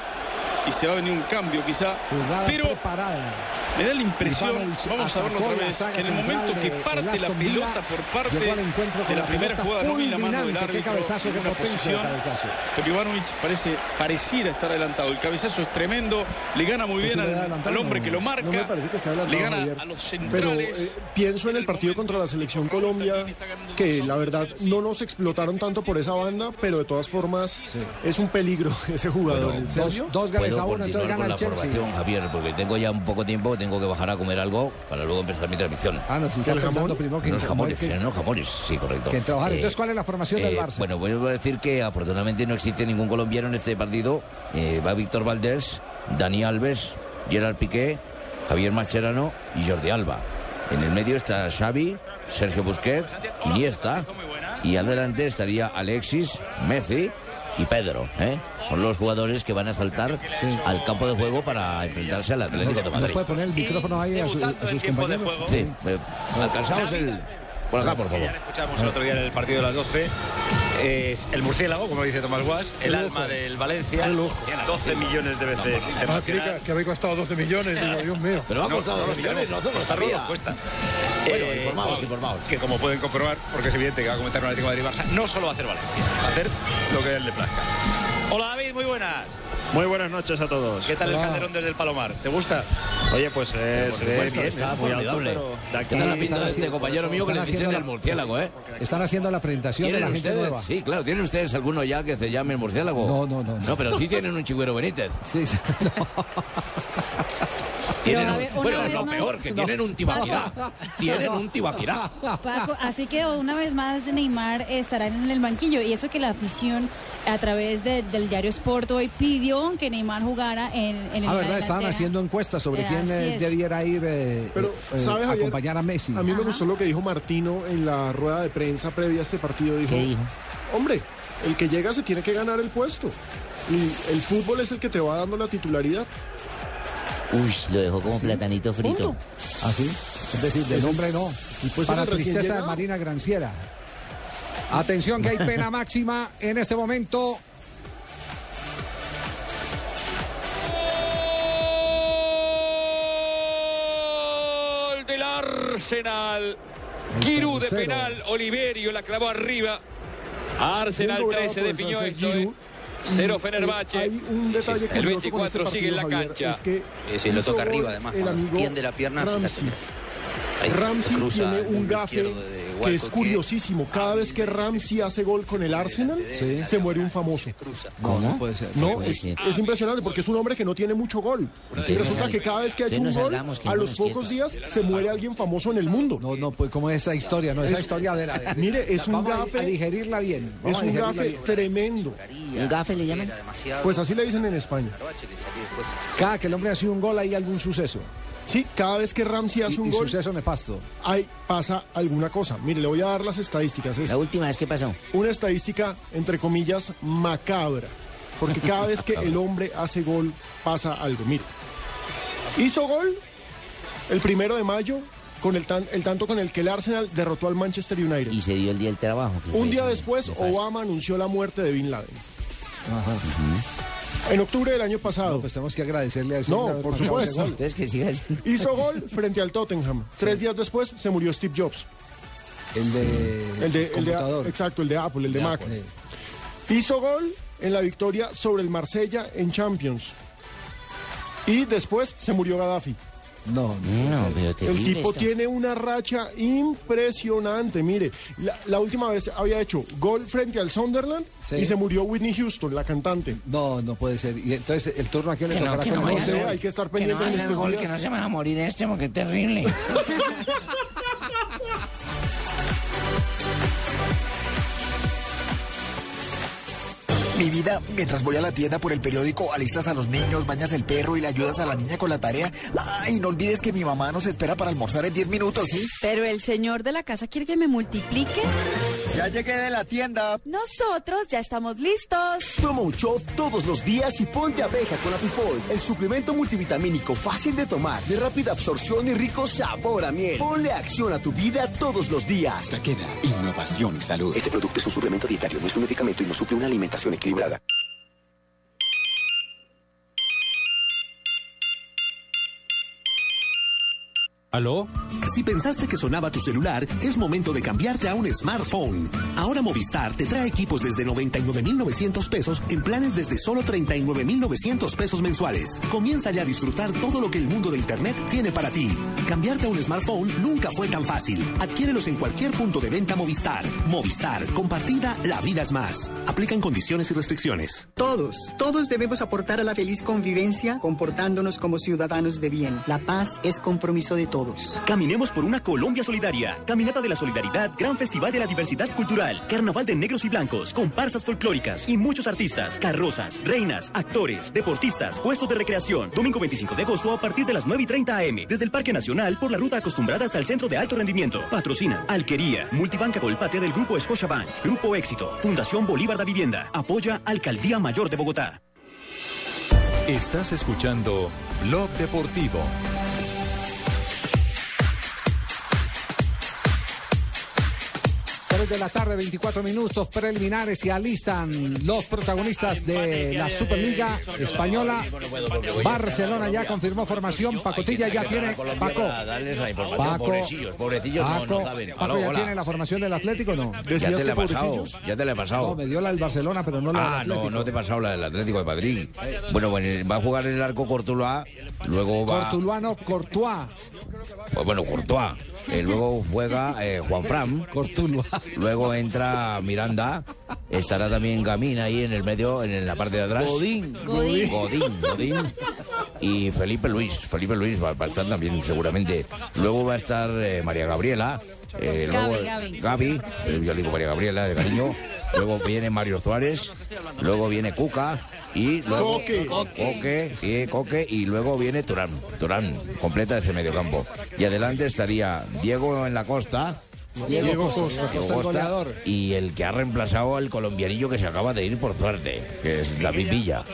Speaker 11: y se va a venir un cambio quizá.
Speaker 6: Jugada
Speaker 11: Pero
Speaker 6: preparada.
Speaker 11: me da la impresión,
Speaker 6: Ivanovic
Speaker 11: vamos a verlo
Speaker 6: atacó
Speaker 11: otra
Speaker 6: la
Speaker 11: vez,
Speaker 6: saga
Speaker 11: que en el
Speaker 6: central
Speaker 11: momento que
Speaker 6: de-
Speaker 11: parte
Speaker 6: del
Speaker 11: la
Speaker 6: Aston Villa,
Speaker 11: pelota por parte
Speaker 6: llegó al encuentro
Speaker 11: de
Speaker 6: con
Speaker 11: la,
Speaker 6: la
Speaker 11: primera
Speaker 6: pelota
Speaker 11: jugada, no vi la mano del
Speaker 6: fulminante, qué
Speaker 11: árbitro,
Speaker 6: cabezazo, qué
Speaker 11: una
Speaker 6: potencia de
Speaker 11: posición,
Speaker 6: cabezazo.
Speaker 11: pero Ivanovic parece, pareciera estar adelantado. El cabezazo es tremendo, le gana muy bien
Speaker 8: Pues si le da
Speaker 11: al,
Speaker 8: adelantado,
Speaker 11: al hombre
Speaker 8: no,
Speaker 11: que lo
Speaker 8: no
Speaker 11: marca,
Speaker 8: me parece que está
Speaker 11: le
Speaker 8: adelantado,
Speaker 11: gana
Speaker 8: Javier.
Speaker 11: a los
Speaker 8: Pero
Speaker 11: centrales.
Speaker 8: eh, pienso en el partido contra la selección Colombia, que la verdad no nos explotaron tanto por esa banda, pero de todas formas es un peligro ese jugador.
Speaker 7: Bueno,
Speaker 8: ¿En serio?
Speaker 7: Puedo continuar con la formación, Javier, porque tengo ya un poco tiempo, tengo que bajar a comer algo para luego empezar mi transmisión.
Speaker 6: Ah, no, si está
Speaker 7: ¿El
Speaker 6: pensando
Speaker 7: jamón?
Speaker 6: primero que
Speaker 7: Unos
Speaker 6: el jamón,
Speaker 7: jamones,
Speaker 6: que-
Speaker 7: eh, unos jamones, sí, correcto.
Speaker 6: Que trabajar.
Speaker 7: Eh,
Speaker 6: Entonces, ¿cuál es la formación del
Speaker 7: eh,
Speaker 6: Barça?
Speaker 7: Bueno, vuelvo a decir que afortunadamente no existe ningún colombiano en este partido. Eh, va Víctor Valdés, Dani Alves, Gerard Piqué, Javier Mascherano y Jordi Alba. En el medio está Xavi, Sergio Busquets, Iniesta y adelante estaría Alexis, Messi y Pedro. ¿eh? Son los jugadores que van a saltar al campo de juego para enfrentarse al Atlético de
Speaker 6: ¿No
Speaker 7: Madrid.
Speaker 6: puede poner el micrófono ahí a, su- a sus compañeros?
Speaker 7: Sí, eh, alcanzamos el... Por acá, por favor.
Speaker 2: escuchamos el otro día en el partido de las 12. Es el murciélago, como dice Tomás Guas, el alma del Valencia. 12 millones de veces
Speaker 8: Ah,
Speaker 2: internacional.
Speaker 18: que habéis costado 12 millones, digo, Dios mío.
Speaker 2: Pero ha costado 12 millones, nosotros también. Cuesta. Bueno, informados, informados. Que como pueden comprobar, porque es evidente que va a comentar un Atlético de Madrid-Barça, no solo va a hacer Valencia, va a hacer lo que él le plazca. Hola David, muy buenas. Muy buenas noches a todos. ¿Qué tal
Speaker 18: Hola.
Speaker 2: el Calderón desde el Palomar? ¿Te gusta? Oye, pues eh,
Speaker 7: Por
Speaker 2: se ve
Speaker 7: supuesto,
Speaker 2: bien,
Speaker 7: está
Speaker 2: es muy alto,
Speaker 7: formidable.
Speaker 2: pero de aquí-
Speaker 7: Está la pinta
Speaker 2: Están
Speaker 7: de este
Speaker 2: haciendo-
Speaker 7: compañero mío que le
Speaker 2: están
Speaker 7: dicen
Speaker 2: haciendo
Speaker 7: el
Speaker 2: la-
Speaker 7: murciélago, ¿eh?
Speaker 6: Están haciendo la presentación de
Speaker 7: ¿Tienen
Speaker 6: la gente
Speaker 7: ustedes?
Speaker 6: nueva. Ah,
Speaker 7: Sí, claro, ¿tienen ustedes alguno ya que se llame el murciélago?
Speaker 6: No, no, no, no.
Speaker 7: No, pero sí tienen un chigüero Benítez.
Speaker 6: Sí, sí.
Speaker 7: Tienen
Speaker 9: Pero,
Speaker 7: un-
Speaker 9: a ver, una
Speaker 7: bueno, es
Speaker 9: vez
Speaker 7: lo
Speaker 9: más-
Speaker 7: peor, que
Speaker 9: No.
Speaker 7: tienen un tibaquirá. Tienen un tibaquirá.
Speaker 9: Paco, así que una vez más Neymar estará en el banquillo y eso que la afición a través de- del diario Sport hoy pidió que Neymar jugara en, en el
Speaker 6: Ah, verdad, estaban
Speaker 9: delantera.
Speaker 6: haciendo encuestas sobre
Speaker 9: Eh,
Speaker 6: quién
Speaker 9: así
Speaker 6: eh,
Speaker 9: es.
Speaker 6: debiera ir eh,
Speaker 8: Pero,
Speaker 6: eh, eh,
Speaker 8: ¿sabes,
Speaker 6: a
Speaker 8: Javier?
Speaker 6: acompañar a Messi.
Speaker 8: A mí me gustó lo que dijo Martino en la rueda de prensa previa a este partido. Dijo, hombre, el que llega se tiene que ganar el puesto. Y el fútbol es el que te va dando la titularidad.
Speaker 15: Uy, lo dejó como platanito frito.
Speaker 6: ¿Así? ¿Ah, Es decir, de nombre no.
Speaker 15: pues
Speaker 6: Para
Speaker 15: es el recién
Speaker 6: tristeza de
Speaker 15: llegado.
Speaker 6: Marina Granciera. Atención que hay pena máxima en este momento.
Speaker 20: Gol del Arsenal. Giroud de
Speaker 18: tercero.
Speaker 20: penal, Oliverio la clavó arriba. Arsenal
Speaker 8: Bien logrado
Speaker 20: 13
Speaker 8: por el
Speaker 20: definió
Speaker 8: francés
Speaker 20: esto.
Speaker 8: Giroud.
Speaker 20: eh. Cero
Speaker 8: Y,
Speaker 20: Fenerbahce.
Speaker 8: eh, Hay un detalle que
Speaker 20: El
Speaker 8: me notó con este
Speaker 20: 24 sigue en la
Speaker 8: partido, Javier,
Speaker 20: cancha.
Speaker 8: es que
Speaker 4: Sí, sí, Eh, lo
Speaker 8: hizo
Speaker 4: toca
Speaker 8: gol
Speaker 4: arriba, además,
Speaker 8: el
Speaker 4: cuando
Speaker 8: amigo
Speaker 4: extiende la pierna,
Speaker 8: Ramsey.
Speaker 4: Ahí
Speaker 8: Ramsey
Speaker 4: cruza
Speaker 8: tiene
Speaker 4: el
Speaker 8: un
Speaker 4: hombro
Speaker 8: gafe
Speaker 4: izquierdo de Walcott,
Speaker 8: que es
Speaker 4: que-
Speaker 8: curiosísimo. Cada vez que Ramsey hace gol con el Arsenal, se muere un famoso.
Speaker 4: ¿Cómo?
Speaker 6: Puede ser.
Speaker 8: No, es, es impresionante porque es un hombre que no tiene mucho gol. Y
Speaker 4: no
Speaker 8: resulta
Speaker 4: salga.
Speaker 8: que cada vez que ha hecho
Speaker 4: Usted no
Speaker 8: un gol,
Speaker 4: salgamos, que
Speaker 8: a
Speaker 4: no
Speaker 8: los
Speaker 4: nos
Speaker 8: pocos días se muere alguien famoso en el mundo.
Speaker 6: No, no, pues como esa historia, no, esa historia de la... de-
Speaker 8: Mire, es un
Speaker 6: Vamos a-
Speaker 8: gafe.
Speaker 6: a digerirla bien.
Speaker 8: Es
Speaker 6: vamos a
Speaker 8: un
Speaker 6: digerirla
Speaker 8: gafe
Speaker 6: bien.
Speaker 8: tremendo.
Speaker 4: ¿Un gafe le llaman?
Speaker 8: Pues así le dicen en España.
Speaker 6: Cada que el hombre hace un gol hay algún suceso.
Speaker 8: Sí, cada vez que Ramsey hace
Speaker 6: Y-
Speaker 8: un
Speaker 6: y
Speaker 8: gol,
Speaker 6: suceso nefasto.
Speaker 8: ahí pasa alguna cosa. Mire, le voy a dar las estadísticas. la última vez que pasó. Una estadística, entre comillas, macabra. Porque cada vez que el hombre hace gol, pasa algo. Mire, hizo gol el primero de mayo con el, tan- el tanto con el que el Arsenal derrotó al Manchester United.
Speaker 15: Y se dio el día del trabajo. que fue
Speaker 8: Un día
Speaker 15: ese,
Speaker 8: después,
Speaker 15: de fase.
Speaker 8: Obama anunció la muerte de Bin Laden. En octubre del año pasado. pues tenemos que agradecerle a
Speaker 6: ese hombre
Speaker 8: No,
Speaker 6: haber
Speaker 8: por
Speaker 6: marcado ese
Speaker 8: supuesto.
Speaker 6: gol. Entonces, que siga así.
Speaker 8: Hizo gol frente al Tottenham. Tres días después se murió Steve Jobs.
Speaker 6: El de-
Speaker 8: El de, el de-
Speaker 6: computador.
Speaker 8: exacto, el de Apple, el de,
Speaker 6: De
Speaker 8: Mac.
Speaker 6: Apple.
Speaker 8: Hizo gol en la victoria sobre el Marsella en Champions. Y después se murió Gaddafi.
Speaker 6: No,
Speaker 15: no, pero
Speaker 8: El
Speaker 15: terrible
Speaker 8: tipo
Speaker 15: esto.
Speaker 8: tiene una racha impresionante. Mire, la, la última vez había hecho gol frente al Sunderland
Speaker 6: Sí.
Speaker 8: y se murió Whitney Houston, la cantante.
Speaker 6: No, no puede ser. Y entonces el turno aquí le
Speaker 8: Que no,
Speaker 6: tocará
Speaker 8: que no
Speaker 6: con
Speaker 8: vaya a
Speaker 6: José.
Speaker 8: ser. Hay que estar Que no pendiente vaya a en ser estos gol, días. que no se
Speaker 15: me va a morir este porque es terrible.
Speaker 1: Mi vida, mientras voy a la tienda por el periódico, alistas a los niños, bañas el perro y le ayudas a la niña con la tarea. Ay, no olvides que mi mamá nos espera para almorzar en 10 minutos, ¿sí?
Speaker 21: Pero el señor de la casa quiere que me multiplique.
Speaker 1: Ya llegué de la tienda.
Speaker 21: Nosotros ya estamos listos.
Speaker 19: Toma un shot todos los días y ponte abeja con Apifol, el suplemento multivitamínico fácil de tomar, de rápida absorción y rico sabor a miel. Ponle acción a tu vida todos los días. Te queda innovación y salud. Este producto es un suplemento dietario, no es un medicamento y no suple una alimentación equilibrada.
Speaker 26: ¿Aló? Si pensaste que sonaba tu celular, es momento de cambiarte a un smartphone. Ahora Movistar te trae equipos desde 99.900 pesos en planes desde solo 39.900 pesos mensuales. Comienza ya a disfrutar todo lo que el mundo de Internet tiene para ti. Cambiarte a un smartphone nunca fue tan fácil. Adquiérelos en cualquier punto de venta Movistar. Movistar, compartida, la vida es más. Aplican condiciones y restricciones.
Speaker 27: Todos, todos debemos aportar a la feliz convivencia comportándonos como ciudadanos de bien. La paz es compromiso de todos.
Speaker 28: Caminemos por una Colombia solidaria. Caminata de la Solidaridad, Gran Festival de la Diversidad Cultural, Carnaval de Negros y Blancos, comparsas folclóricas y muchos artistas, carrozas, reinas, actores, deportistas, puestos de recreación. Domingo 25 de agosto a partir de las 9 y 30 am, desde el Parque Nacional por la ruta acostumbrada hasta el Centro de Alto Rendimiento. Patrocina Alquería, Multibanca Colpate del Grupo Scotiabank, Grupo Éxito, Fundación Bolívar de Vivienda, apoya Alcaldía Mayor de Bogotá.
Speaker 3: Estás escuchando Blog Deportivo.
Speaker 6: Tres de la tarde, 24 minutos preliminares y alistan los protagonistas de la Superliga Española. Barcelona ya confirmó formación, Pacotilla ya tiene, Paco,
Speaker 7: darles la información.
Speaker 6: Paco,
Speaker 7: pobrecillos, pobrecillos, no,
Speaker 6: Paco,
Speaker 7: no saben.
Speaker 6: Paco
Speaker 7: Aló,
Speaker 6: ya
Speaker 7: hola.
Speaker 6: tiene la formación del Atlético, ¿no?
Speaker 7: Ya te la he pasado. Ya te la he pasado.
Speaker 6: No, me dio la del Barcelona, pero no la del
Speaker 7: Ah,
Speaker 6: Atlético.
Speaker 7: no, no te he pasado la del Atlético de Madrid. Bueno, bueno, va a jugar el arco Cortuluá, luego va...
Speaker 6: Cortuluano, Courtois.
Speaker 7: Pues bueno, Courtois. Eh, luego juega eh, Juan Fran. Luego entra Miranda. Estará también Gamín ahí en el medio, en la parte de atrás.
Speaker 29: Godín.
Speaker 7: Godín.
Speaker 29: Godín.
Speaker 7: Godín. Godín. Y Felipe Luis. Felipe Luis va, va a estar también seguramente. Luego va a estar eh, María Gabriela. eh,
Speaker 9: Gaby,
Speaker 7: luego,
Speaker 9: Gaby.
Speaker 7: Gaby, eh, yo le digo María Gabriela de cariño. Luego viene Mario Suárez. Luego viene Cuca. Y luego.
Speaker 8: Coque.
Speaker 7: Coque, sí, Coque, y luego viene Turán. Turán, completa ese mediocampo. Y adelante estaría Diego en la costa.
Speaker 6: Diego Diego Costa, Costa, Costa, el goleador.
Speaker 7: Y el que ha reemplazado al colombianillo que se acaba de ir por suerte, que es David Villa.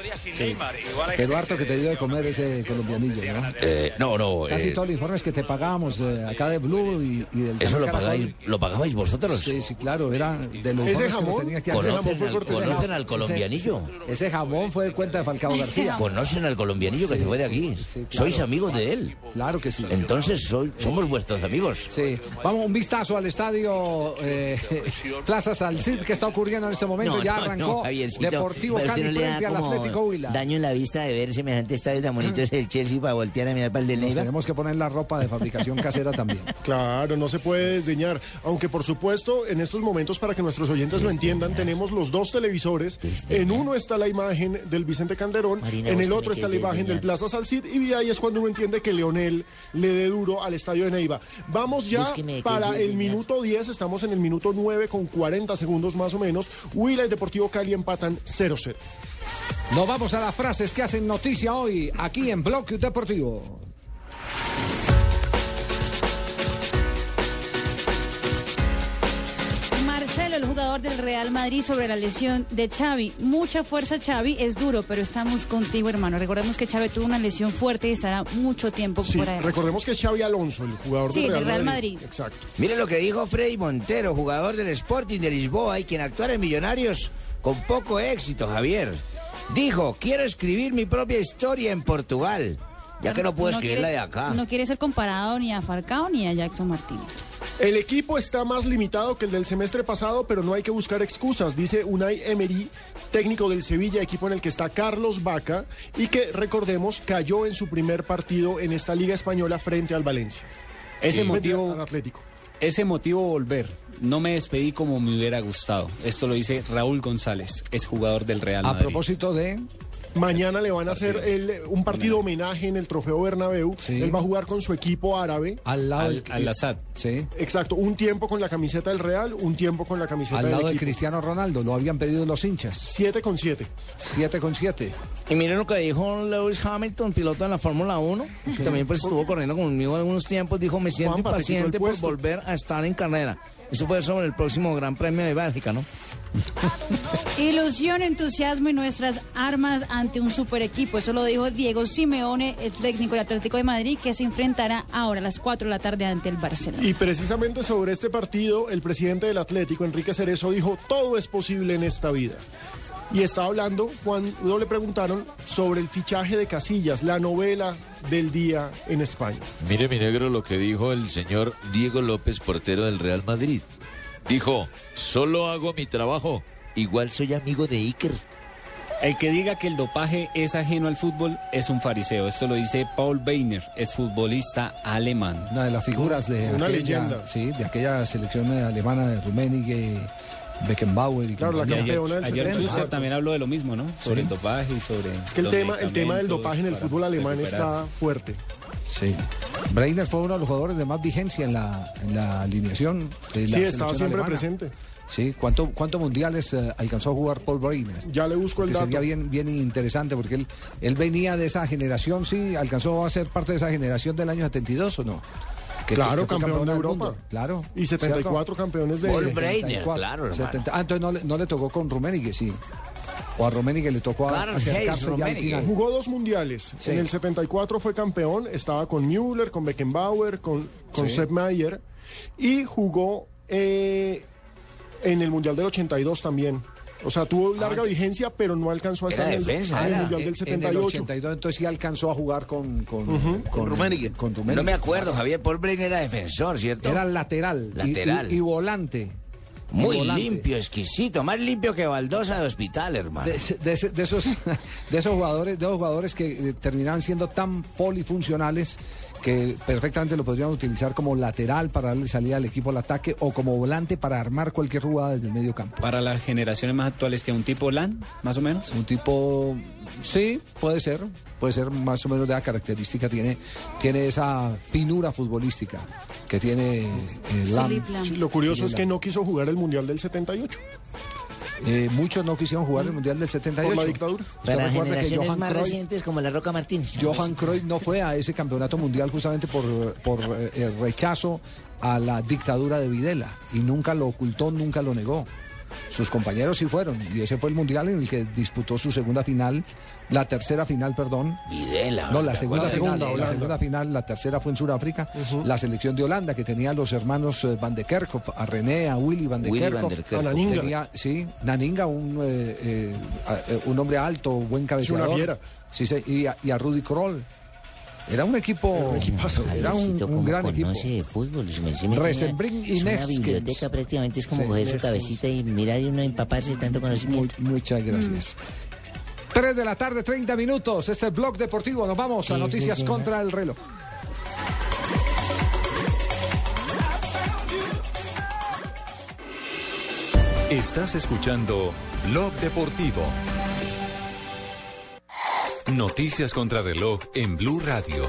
Speaker 6: Pero harto que te dio de comer ese colombianillo, ¿no?
Speaker 7: Eh, no, no.
Speaker 6: Casi
Speaker 7: eh,
Speaker 6: todos los informes que te pagábamos eh, acá de Blue y, y del
Speaker 7: eso
Speaker 6: canal
Speaker 7: lo
Speaker 6: Caracol.
Speaker 7: pagáis, lo pagabais vosotros.
Speaker 6: Sí, sí, claro, era de los
Speaker 7: ¿Ese
Speaker 6: informes que nos
Speaker 7: jamón?
Speaker 6: tenía que hacer.
Speaker 7: ¿Conocen al- conocen al colombianillo?
Speaker 6: Ese, ese jamón fue de cuenta de Falcao García.
Speaker 7: Conocen al colombianillo que
Speaker 6: Sí,
Speaker 7: se fue de
Speaker 6: sí,
Speaker 7: aquí.
Speaker 6: sí, claro.
Speaker 7: Sois amigos de él.
Speaker 6: Claro que sí.
Speaker 7: Entonces soy- somos vuestros amigos.
Speaker 6: Sí. Vamos un vistazo al estadio eh, Plaza Salcid que está ocurriendo en este momento. ya arrancó
Speaker 15: Javiercito,
Speaker 6: Deportivo
Speaker 15: pero usted
Speaker 6: Cali
Speaker 15: no le da
Speaker 6: frente al
Speaker 15: Ah, como
Speaker 6: Atlético Huila.
Speaker 15: Daño en la vista de ver semejante estadio tan bonito es el Chelsea para voltear a mirar para el de
Speaker 6: Nos
Speaker 15: Neiva.
Speaker 6: tenemos que poner la ropa de fabricación casera también.
Speaker 8: Claro, no se puede desdeñar. Aunque por supuesto, en estos momentos, para que nuestros oyentes lo entiendan, tenemos los dos televisores. En uno está la imagen del Vicente Calderón,
Speaker 15: Marina,
Speaker 8: en
Speaker 15: vos
Speaker 8: el
Speaker 15: que
Speaker 8: otro
Speaker 15: me
Speaker 8: está la
Speaker 15: querés
Speaker 8: imagen del
Speaker 15: desdeñar.
Speaker 8: Plaza Salcid y ahí es cuando uno entiende que Leonel le dé duro al estadio de Neiva. Vamos ya
Speaker 15: Vos que me querés
Speaker 8: para el
Speaker 15: desdeñar.
Speaker 8: minuto 10, estamos en el minuto 9 con 40 segundos más o menos. Huila y Deportivo Cali empatan 0-0.
Speaker 6: Nos vamos a las frases que hacen noticia hoy aquí en Bloque Deportivo.
Speaker 9: Marcelo, el el jugador del Real Madrid sobre la lesión de Xavi. Mucha fuerza, Xavi, es duro, pero estamos contigo, hermano. Recordemos que Xavi tuvo una lesión fuerte y estará mucho tiempo
Speaker 8: Sí,
Speaker 9: fuera de
Speaker 8: recordemos que es Xavi Alonso, el jugador
Speaker 9: Sí,
Speaker 8: del Real,
Speaker 9: del Real Madrid.
Speaker 8: Exacto.
Speaker 4: Mire lo que dijo Freddy Montero, jugador del Sporting de Lisboa y quien actuara en Millonarios con poco éxito, Javier. Dijo, quiero escribir mi propia historia en Portugal, ya que no puedo escribir la de
Speaker 9: quiere-
Speaker 4: acá.
Speaker 9: No quiere ser comparado ni a Falcao ni a Jackson Martínez.
Speaker 8: El equipo está más limitado que el del semestre pasado, pero no hay que buscar excusas, dice Unai Emery, técnico del Sevilla, equipo en el que está Carlos Vaca y que, recordemos, cayó en su primer partido en esta Liga Española frente al Valencia.
Speaker 16: Ese
Speaker 8: Frente
Speaker 16: motivo-
Speaker 8: al Atlético.
Speaker 16: Ese motivo volver. No me despedí como me hubiera gustado. Esto lo dice Raúl González, es jugador del Real
Speaker 6: A
Speaker 16: Madrid.
Speaker 6: propósito de...
Speaker 8: Mañana le van a hacer el- un partido homenaje en el Trofeo Bernabéu. Él va a jugar con su equipo árabe.
Speaker 6: Al lado
Speaker 16: Al-
Speaker 6: del-
Speaker 16: al Assad.
Speaker 6: Sí.
Speaker 8: Exacto, un tiempo con la camiseta del Real, un tiempo con la camiseta
Speaker 6: Al
Speaker 8: del
Speaker 6: lado de
Speaker 8: equipo.
Speaker 6: Cristiano Ronaldo, lo habían pedido los hinchas.
Speaker 8: 7 con 7.
Speaker 6: 7 con 7.
Speaker 7: Y miren lo que dijo Lewis Hamilton, piloto en la Fórmula 1. que También pues estuvo corriendo conmigo algunos tiempos. Dijo, me siento
Speaker 8: Juanpa, te quitó el
Speaker 7: impaciente por
Speaker 8: puesto".
Speaker 7: volver a estar en carrera. Eso fue sobre el próximo Gran Premio de Bélgica, ¿no?
Speaker 9: Ilusión, entusiasmo y nuestras armas ante un super equipo. Eso lo dijo Diego Simeone, el técnico del Atlético de Madrid, que se enfrentará ahora a las 4 de la tarde ante el Barcelona.
Speaker 8: Y precisamente sobre este partido, el presidente del Atlético, Enrique Cerezo, dijo, todo es posible en esta vida. Y está hablando, cuando le preguntaron sobre el fichaje de Casillas, la novela del día en España.
Speaker 10: Mire mi negro lo que dijo el señor Diego López, portero del Real Madrid. Dijo, solo hago mi trabajo, igual soy amigo de Iker.
Speaker 16: El que diga que el dopaje es ajeno al fútbol es un fariseo. Esto lo dice Paul Weiner, es futbolista alemán.
Speaker 6: Una de las figuras de
Speaker 16: Una
Speaker 6: aquella,
Speaker 16: leyenda.
Speaker 6: Sí, de aquella selección alemana de Rummenigge, Beckenbauer. y
Speaker 16: Y
Speaker 6: compañía.
Speaker 16: ayer, ayer Schuster también habló de lo mismo, ¿no? Sobre el dopaje y sobre.
Speaker 8: Es que el
Speaker 16: los
Speaker 8: tema, el tema del
Speaker 16: medicamentos
Speaker 8: dopaje en el
Speaker 16: para
Speaker 8: fútbol alemán
Speaker 16: recuperar.
Speaker 8: está fuerte.
Speaker 6: Sí. Breiner fue uno de los jugadores de más vigencia en la, en la alineación. De la
Speaker 8: Sí, estaba
Speaker 6: selección
Speaker 8: siempre
Speaker 6: alemana.
Speaker 8: presente.
Speaker 6: Sí, ¿cuántos cuántos mundiales eh, alcanzó a jugar Paul Breiner?
Speaker 8: Ya le busco el
Speaker 6: Porque sería
Speaker 8: dato.
Speaker 6: bien, bien interesante porque él, él venía de esa generación, sí, alcanzó a ser parte de esa generación del año 72 o no. Que-
Speaker 8: Claro,
Speaker 6: que fue
Speaker 8: campeón de
Speaker 6: del
Speaker 8: Europa.
Speaker 6: mundo, Claro.
Speaker 8: Y 74 campeones de- Paul Breiner,
Speaker 6: 74,
Speaker 8: claro, hermano.
Speaker 6: 70. Ah, entonces no le, no le tocó con Rummenigge, sí. O a Rummenigge le tocó a acercarse ya al final.
Speaker 8: Jugó dos mundiales.
Speaker 6: Sí.
Speaker 8: En el 74 fue campeón, estaba con Müller, con Beckenbauer, con, con
Speaker 6: Sí.
Speaker 8: Sepp Maier. Y jugó eh, en el mundial del 82 también. O sea,
Speaker 6: Ah,
Speaker 8: tuvo larga vigencia, pero no alcanzó a estar en el, en el mundial del
Speaker 6: En el
Speaker 8: 78.
Speaker 6: 82, entonces sí alcanzó a jugar con, con, con
Speaker 7: Rummenigge.
Speaker 6: con Rummenigge.
Speaker 7: No me acuerdo, Javier. Paul Brain era defensor, ¿cierto?
Speaker 6: Era lateral. y-
Speaker 7: Lateral.
Speaker 6: Y, y volante.
Speaker 7: Muy
Speaker 6: Y volante.
Speaker 7: limpio, exquisito. Más limpio que baldosa de hospital, hermano.
Speaker 6: De, ese- de ese- de esos, de esos jugadores, de esos jugadores que eh, terminaban siendo tan polifuncionales que perfectamente lo podrían utilizar como lateral para darle salida al equipo al ataque o como volante para armar cualquier jugada desde el medio campo.
Speaker 16: Para las generaciones más actuales que un tipo LAN, más o menos.
Speaker 6: Un tipo, sí, puede ser, puede ser más o menos de la característica, tiene, tiene esa finura futbolística que tiene eh, Lam.
Speaker 8: Sí, Lo curioso es que no quiso jugar el mundial del 78.
Speaker 6: Eh, muchos no quisieron jugar el Mundial del 78.
Speaker 8: Por la dictadura.
Speaker 6: Usted
Speaker 15: Pues Para
Speaker 6: recuerda que
Speaker 15: generaciones
Speaker 6: Johan
Speaker 15: más
Speaker 6: Cruyff-
Speaker 15: recientes como la Roca Martínez.
Speaker 6: Johan Cruyff no fue a ese campeonato mundial justamente por, por eh, el rechazo a la dictadura de Videla y nunca lo ocultó, nunca lo negó. Sus compañeros sí fueron y ese fue el mundial en el que disputó su segunda final, la tercera final, perdón.
Speaker 7: Videla.
Speaker 6: No, la segunda
Speaker 7: La
Speaker 6: final,
Speaker 7: segunda,
Speaker 6: la
Speaker 7: Holanda.
Speaker 6: segunda final, la tercera fue en Sudáfrica, la selección de Holanda que tenía a los hermanos eh, Van de Kerkhoff, a René, a Willy Van de
Speaker 7: Willy van
Speaker 6: Kerkhoff,
Speaker 7: der Kerkhoff.
Speaker 6: a
Speaker 7: Naninga.
Speaker 6: Tenía- sí, Naninga, un, eh, eh, a- eh, un hombre alto, buen cabeceador.
Speaker 8: fiera.
Speaker 6: Sí, sí, y, a, y a Rudy Kroll. Era un equipo, era un,
Speaker 15: Javiercito,
Speaker 6: un
Speaker 15: ¿cómo
Speaker 6: gran equipo.
Speaker 15: conoce de fútbol. Se me- se me-
Speaker 6: Resenbring y
Speaker 15: es una
Speaker 6: Neskens.
Speaker 15: biblioteca prácticamente es como
Speaker 6: Sí,
Speaker 15: coger su
Speaker 6: Neskens.
Speaker 15: cabecita y mirar y uno empaparse de tanto conocimiento. Mm.
Speaker 6: muchas gracias. 3 de la tarde, 30 minutos. Este es Blog Deportivo. Nos vamos a
Speaker 15: Sí,
Speaker 6: Noticias
Speaker 15: sí, sí,
Speaker 6: contra el reloj.
Speaker 3: Estás escuchando Blog Deportivo. Noticias contra reloj en Blue Radio.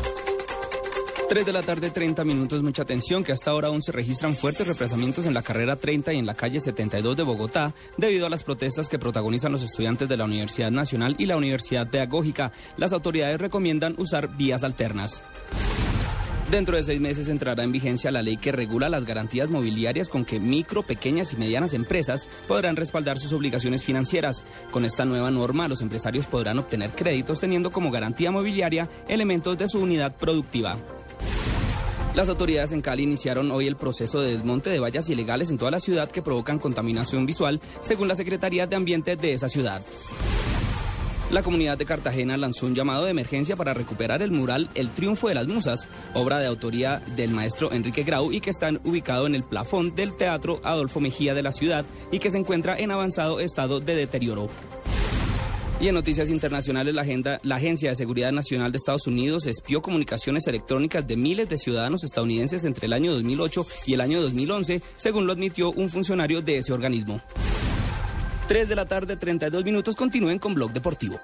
Speaker 29: 3 de la tarde, 30 minutos, mucha atención, que hasta ahora aún se registran fuertes represamientos en la carrera 30 y en la calle 72 de Bogotá, debido a las protestas que protagonizan los estudiantes de la Universidad Nacional y la Universidad Pedagógica. Las autoridades recomiendan usar vías alternas. Dentro de seis meses entrará en vigencia la ley que regula las garantías mobiliarias con que micro, pequeñas y medianas empresas podrán respaldar sus obligaciones financieras. Con esta nueva norma, los empresarios podrán obtener créditos teniendo como garantía mobiliaria elementos de su unidad productiva. Las autoridades en Cali iniciaron hoy el proceso de desmonte de vallas ilegales en toda la ciudad que provocan contaminación visual, según la Secretaría de Ambiente de esa ciudad. La comunidad de Cartagena lanzó un llamado de emergencia para recuperar el mural El Triunfo de las Musas, obra de autoría del maestro Enrique Grau y que está ubicado en el plafón del Teatro Adolfo Mejía de la ciudad y que se encuentra en avanzado estado de deterioro. Y en noticias internacionales, la, agenda- la Agencia de Seguridad Nacional de Estados Unidos espió comunicaciones electrónicas de miles de ciudadanos estadounidenses entre el año 2008 y el año 2011, según lo admitió un funcionario de ese organismo. 3 de la tarde, 32 minutos, continúen con Blog Deportivo.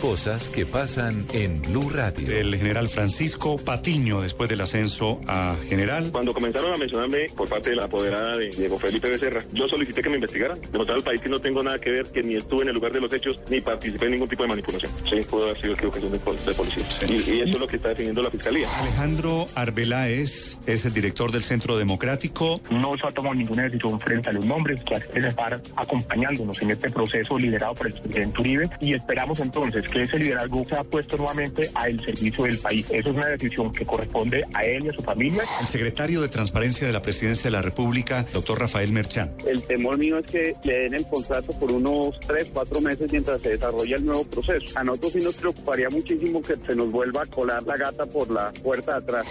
Speaker 3: Cosas que pasan en Blue Radio.
Speaker 17: El general Francisco Patiño, después del ascenso a general.
Speaker 2: Cuando comenzaron a mencionarme por parte de la apoderada de Diego Felipe Becerra, yo solicité que me investigaran, demostrar al país que no tengo nada que ver, que ni estuve en el lugar de los hechos, ni participé en ningún tipo de manipulación. Sí, pudo haber sido equivocación de, pol- de policía. Y, y eso es lo que está definiendo la fiscalía.
Speaker 17: Alejandro Arbeláez es el director del Centro Democrático.
Speaker 30: No se ha tomado ninguna decisión frente a los nombres que hacen estar acompañándonos en este proceso liderado por el presidente Uribe y esperamos entonces que ese liderazgo sea puesto nuevamente al servicio del país. Eso es una decisión que corresponde a él y a su familia.
Speaker 17: El secretario de Transparencia de la Presidencia de la República, doctor Rafael Merchán.
Speaker 10: El temor mío es que le den el contrato por unos tres, cuatro meses mientras se desarrolla el nuevo proceso. A nosotros sí nos preocuparía muchísimo que se nos vuelva a colar la gata por la puerta de atrás.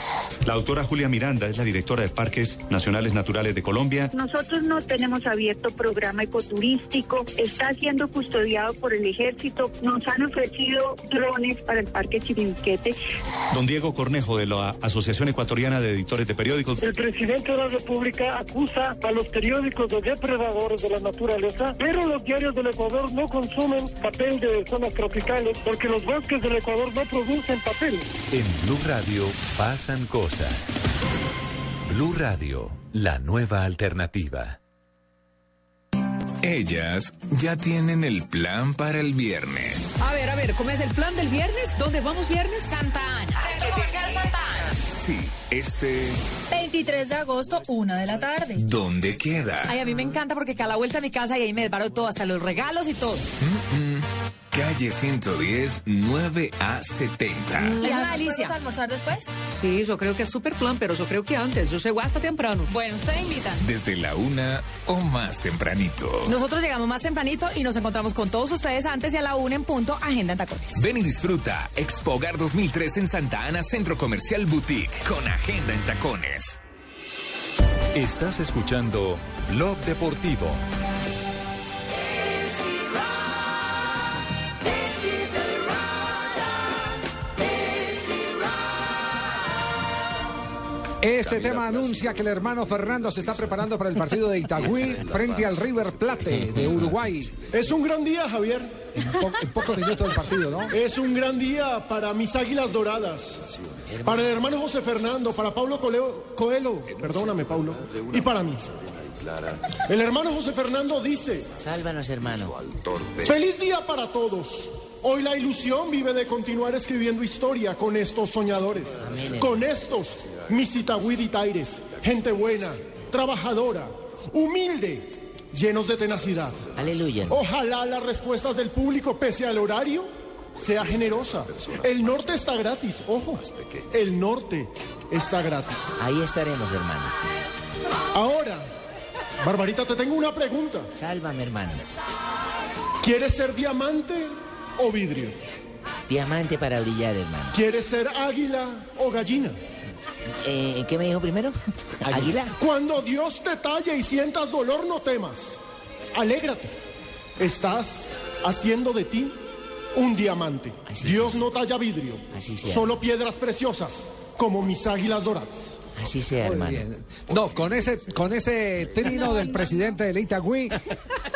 Speaker 17: La doctora Julia Miranda es la directora de Parques Nacionales Naturales de Colombia.
Speaker 31: Nosotros no tenemos abierto programa ecoturístico, está siendo custodiado por el ejército, nos han ofrecido drones para el parque Chirinquete.
Speaker 17: Don Diego Cornejo de la Asociación Ecuatoriana de Editores de Periódicos.
Speaker 4: El presidente de la República acusa a los periódicos de depredadores de la naturaleza, pero los diarios del Ecuador no consumen papel de zonas tropicales porque los bosques del Ecuador no producen papel.
Speaker 3: En Blue Radio pasan cosas. Blue Radio, la nueva alternativa.
Speaker 12: Ellas ya tienen el plan para el viernes.
Speaker 32: A ver, a ver, ¿cómo es el plan del viernes? ¿Dónde vamos viernes? Santa Ana.
Speaker 12: Sí, este...
Speaker 14: 23 de agosto, una de la tarde.
Speaker 12: ¿Dónde queda?
Speaker 14: Ay, a mí me encanta porque cada vuelta a mi casa y ahí me deparo todo, hasta los regalos y todo.
Speaker 12: Mm, Calle 110, 9A70.
Speaker 14: Es
Speaker 32: una delicia.
Speaker 14: ¿Podemos almorzar después?
Speaker 32: Sí, yo creo que es súper plan, pero yo creo que antes. Yo llego hasta temprano.
Speaker 14: Bueno, ustedes invitan.
Speaker 12: Desde la una o más tempranito.
Speaker 14: Nosotros llegamos más tempranito y nos encontramos con todos ustedes antes y a la una en punto, Agenda en Tacones.
Speaker 12: Ven y disfruta Expo Hogar 2003 en Santa Ana, Centro Comercial Boutique, con agenda en tacones.
Speaker 3: Estás escuchando Blog Deportivo.
Speaker 6: Este tema anuncia que el hermano Fernando se está preparando para el partido de Itagüí frente al River Plate de Uruguay.
Speaker 8: Es un gran día, Javier.
Speaker 6: En pocos minutos del partido, ¿no?
Speaker 8: Es un gran día para mis águilas doradas, para el hermano José Fernando, para Pablo Coleo- Coelho, perdóname, Pablo, y para mí. El hermano José Fernando dice,
Speaker 7: Sálvanos, hermano.
Speaker 8: Feliz día para todos. Hoy la ilusión vive de continuar escribiendo historia con estos soñadores, con estos mis Itaires, gente buena, trabajadora, humilde, llenos de tenacidad.
Speaker 7: Aleluya.
Speaker 8: Ojalá las respuestas del público, pese al horario, sea generosa. El norte está gratis, ojo, el norte está gratis.
Speaker 7: Ahí estaremos, hermano.
Speaker 8: Ahora, Barbarita, te tengo una pregunta.
Speaker 7: Sálvame, hermano.
Speaker 8: ¿Quieres ser diamante o vidrio?
Speaker 7: Diamante para brillar, hermano.
Speaker 8: ¿Quieres ser águila o gallina?
Speaker 7: Eh, ¿Qué me dijo primero? Águila.
Speaker 8: Cuando Dios te talle y sientas dolor, no temas. Alégrate. Estás haciendo de ti un diamante. Dios no talla vidrio,
Speaker 7: Así sea.
Speaker 8: solo piedras preciosas, como mis águilas doradas.
Speaker 7: Así sea,
Speaker 6: Muy
Speaker 7: hermano.
Speaker 6: bien. No, con ese, con ese trino del presidente del Itagüí,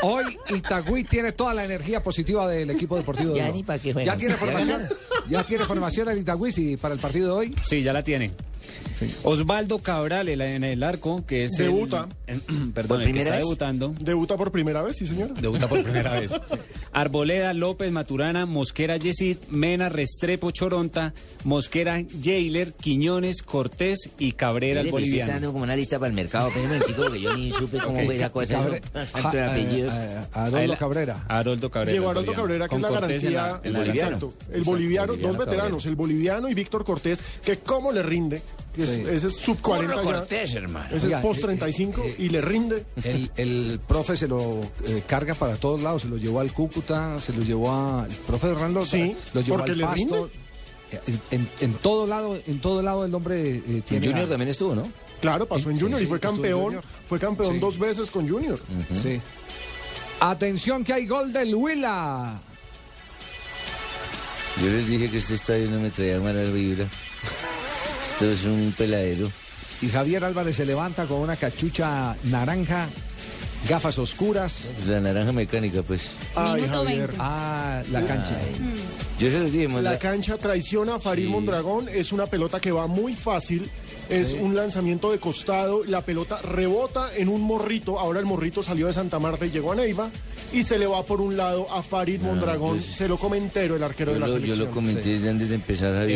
Speaker 6: hoy Itagüí tiene toda la energía positiva del equipo deportivo. de
Speaker 7: Ya
Speaker 6: Uruguay.
Speaker 7: ni para qué
Speaker 6: ya
Speaker 7: juegan.
Speaker 6: tiene formación, ya tiene formación el Itagüí sí, para el partido de hoy.
Speaker 16: Sí, ya la tiene. Osvaldo Cabral el- en el arco, que es. el-
Speaker 8: Debuta.
Speaker 16: en- Em, perdón, el que está debutando.
Speaker 8: ¿Debuta por primera vez? Sí, señor.
Speaker 16: Debuta por primera vez. Arboleda, López, Maturana, Mosquera, Yesid, Mena, Restrepo, Choronta, Mosquera, Jailer, Quiñones, Cortés y Cabrera, el
Speaker 7: pues,
Speaker 15: Mire, me estoy
Speaker 16: boliviano.
Speaker 15: dando como una lista para el mercado. Pero un chico que yo ni supe cómo
Speaker 16: Ok.
Speaker 15: fue la cosa.
Speaker 16: Cabre-
Speaker 15: eso, tanto de
Speaker 16: Ja-
Speaker 15: apellidos.
Speaker 16: eh, eh, Haroldo Cabrera. Haroldo Cabrera. el
Speaker 8: Diego Aroldo
Speaker 16: boliviano.
Speaker 8: Cabrera, que
Speaker 16: Con
Speaker 8: es la
Speaker 16: Cortés en la-
Speaker 8: garantía.
Speaker 16: en la delantera.
Speaker 8: Exacto. El boliviano, dos
Speaker 16: boliviano
Speaker 8: veteranos, el boliviano y Víctor Cortés, que cómo le rinde. que es-
Speaker 6: Sí.
Speaker 8: Ese es sub 40 ya.
Speaker 6: Curro Cortés, hermano.
Speaker 8: Ese
Speaker 6: Oiga,
Speaker 8: es post
Speaker 6: eh,
Speaker 8: 35
Speaker 6: eh,
Speaker 8: y le rinde.
Speaker 6: El, el profe se lo eh, carga para todos lados, se lo llevó al Cúcuta, se lo llevó a... El profe Hernán Lozada,
Speaker 8: Sí,
Speaker 6: lo llevó
Speaker 8: porque
Speaker 6: al
Speaker 8: le
Speaker 6: Pasto.
Speaker 8: rinde.
Speaker 6: En, en- en todo lado, en todo lado el hombre eh, tiene...
Speaker 8: Junior
Speaker 6: también estuvo, ¿no?
Speaker 8: Claro, pasó en Junior
Speaker 6: sí,
Speaker 8: y fue
Speaker 6: estuvo en
Speaker 8: campeón.
Speaker 6: Junior.
Speaker 8: Fue campeón
Speaker 6: Sí.
Speaker 8: dos veces con Junior.
Speaker 6: Mm. Sí. Atención que hay gol del Huila.
Speaker 15: Yo les dije que este estadio no me traía mala vibra. Esto es un peladero.
Speaker 6: Y Javier Álvarez se levanta con una cachucha naranja, gafas oscuras.
Speaker 15: La naranja mecánica, pues.
Speaker 8: Ay, Javier.
Speaker 6: Ah, la cancha.
Speaker 15: Yo se los dije, mon-
Speaker 8: La cancha traiciona a Farid
Speaker 15: Sí.
Speaker 8: Mondragón, es una pelota que va muy fácil, es
Speaker 15: Sí.
Speaker 8: un lanzamiento de costado, la pelota rebota en un morrito, ahora el morrito salió de Santa Marta y llegó a Neiva, y se le va por un lado a Farid Mondragón,
Speaker 15: yo sí.
Speaker 8: se lo come entero el arquero
Speaker 15: yo,
Speaker 8: de la
Speaker 15: lo, Ah, pues. yo
Speaker 8: selección.
Speaker 15: lo comenté desde antes de empezar a
Speaker 6: Sí.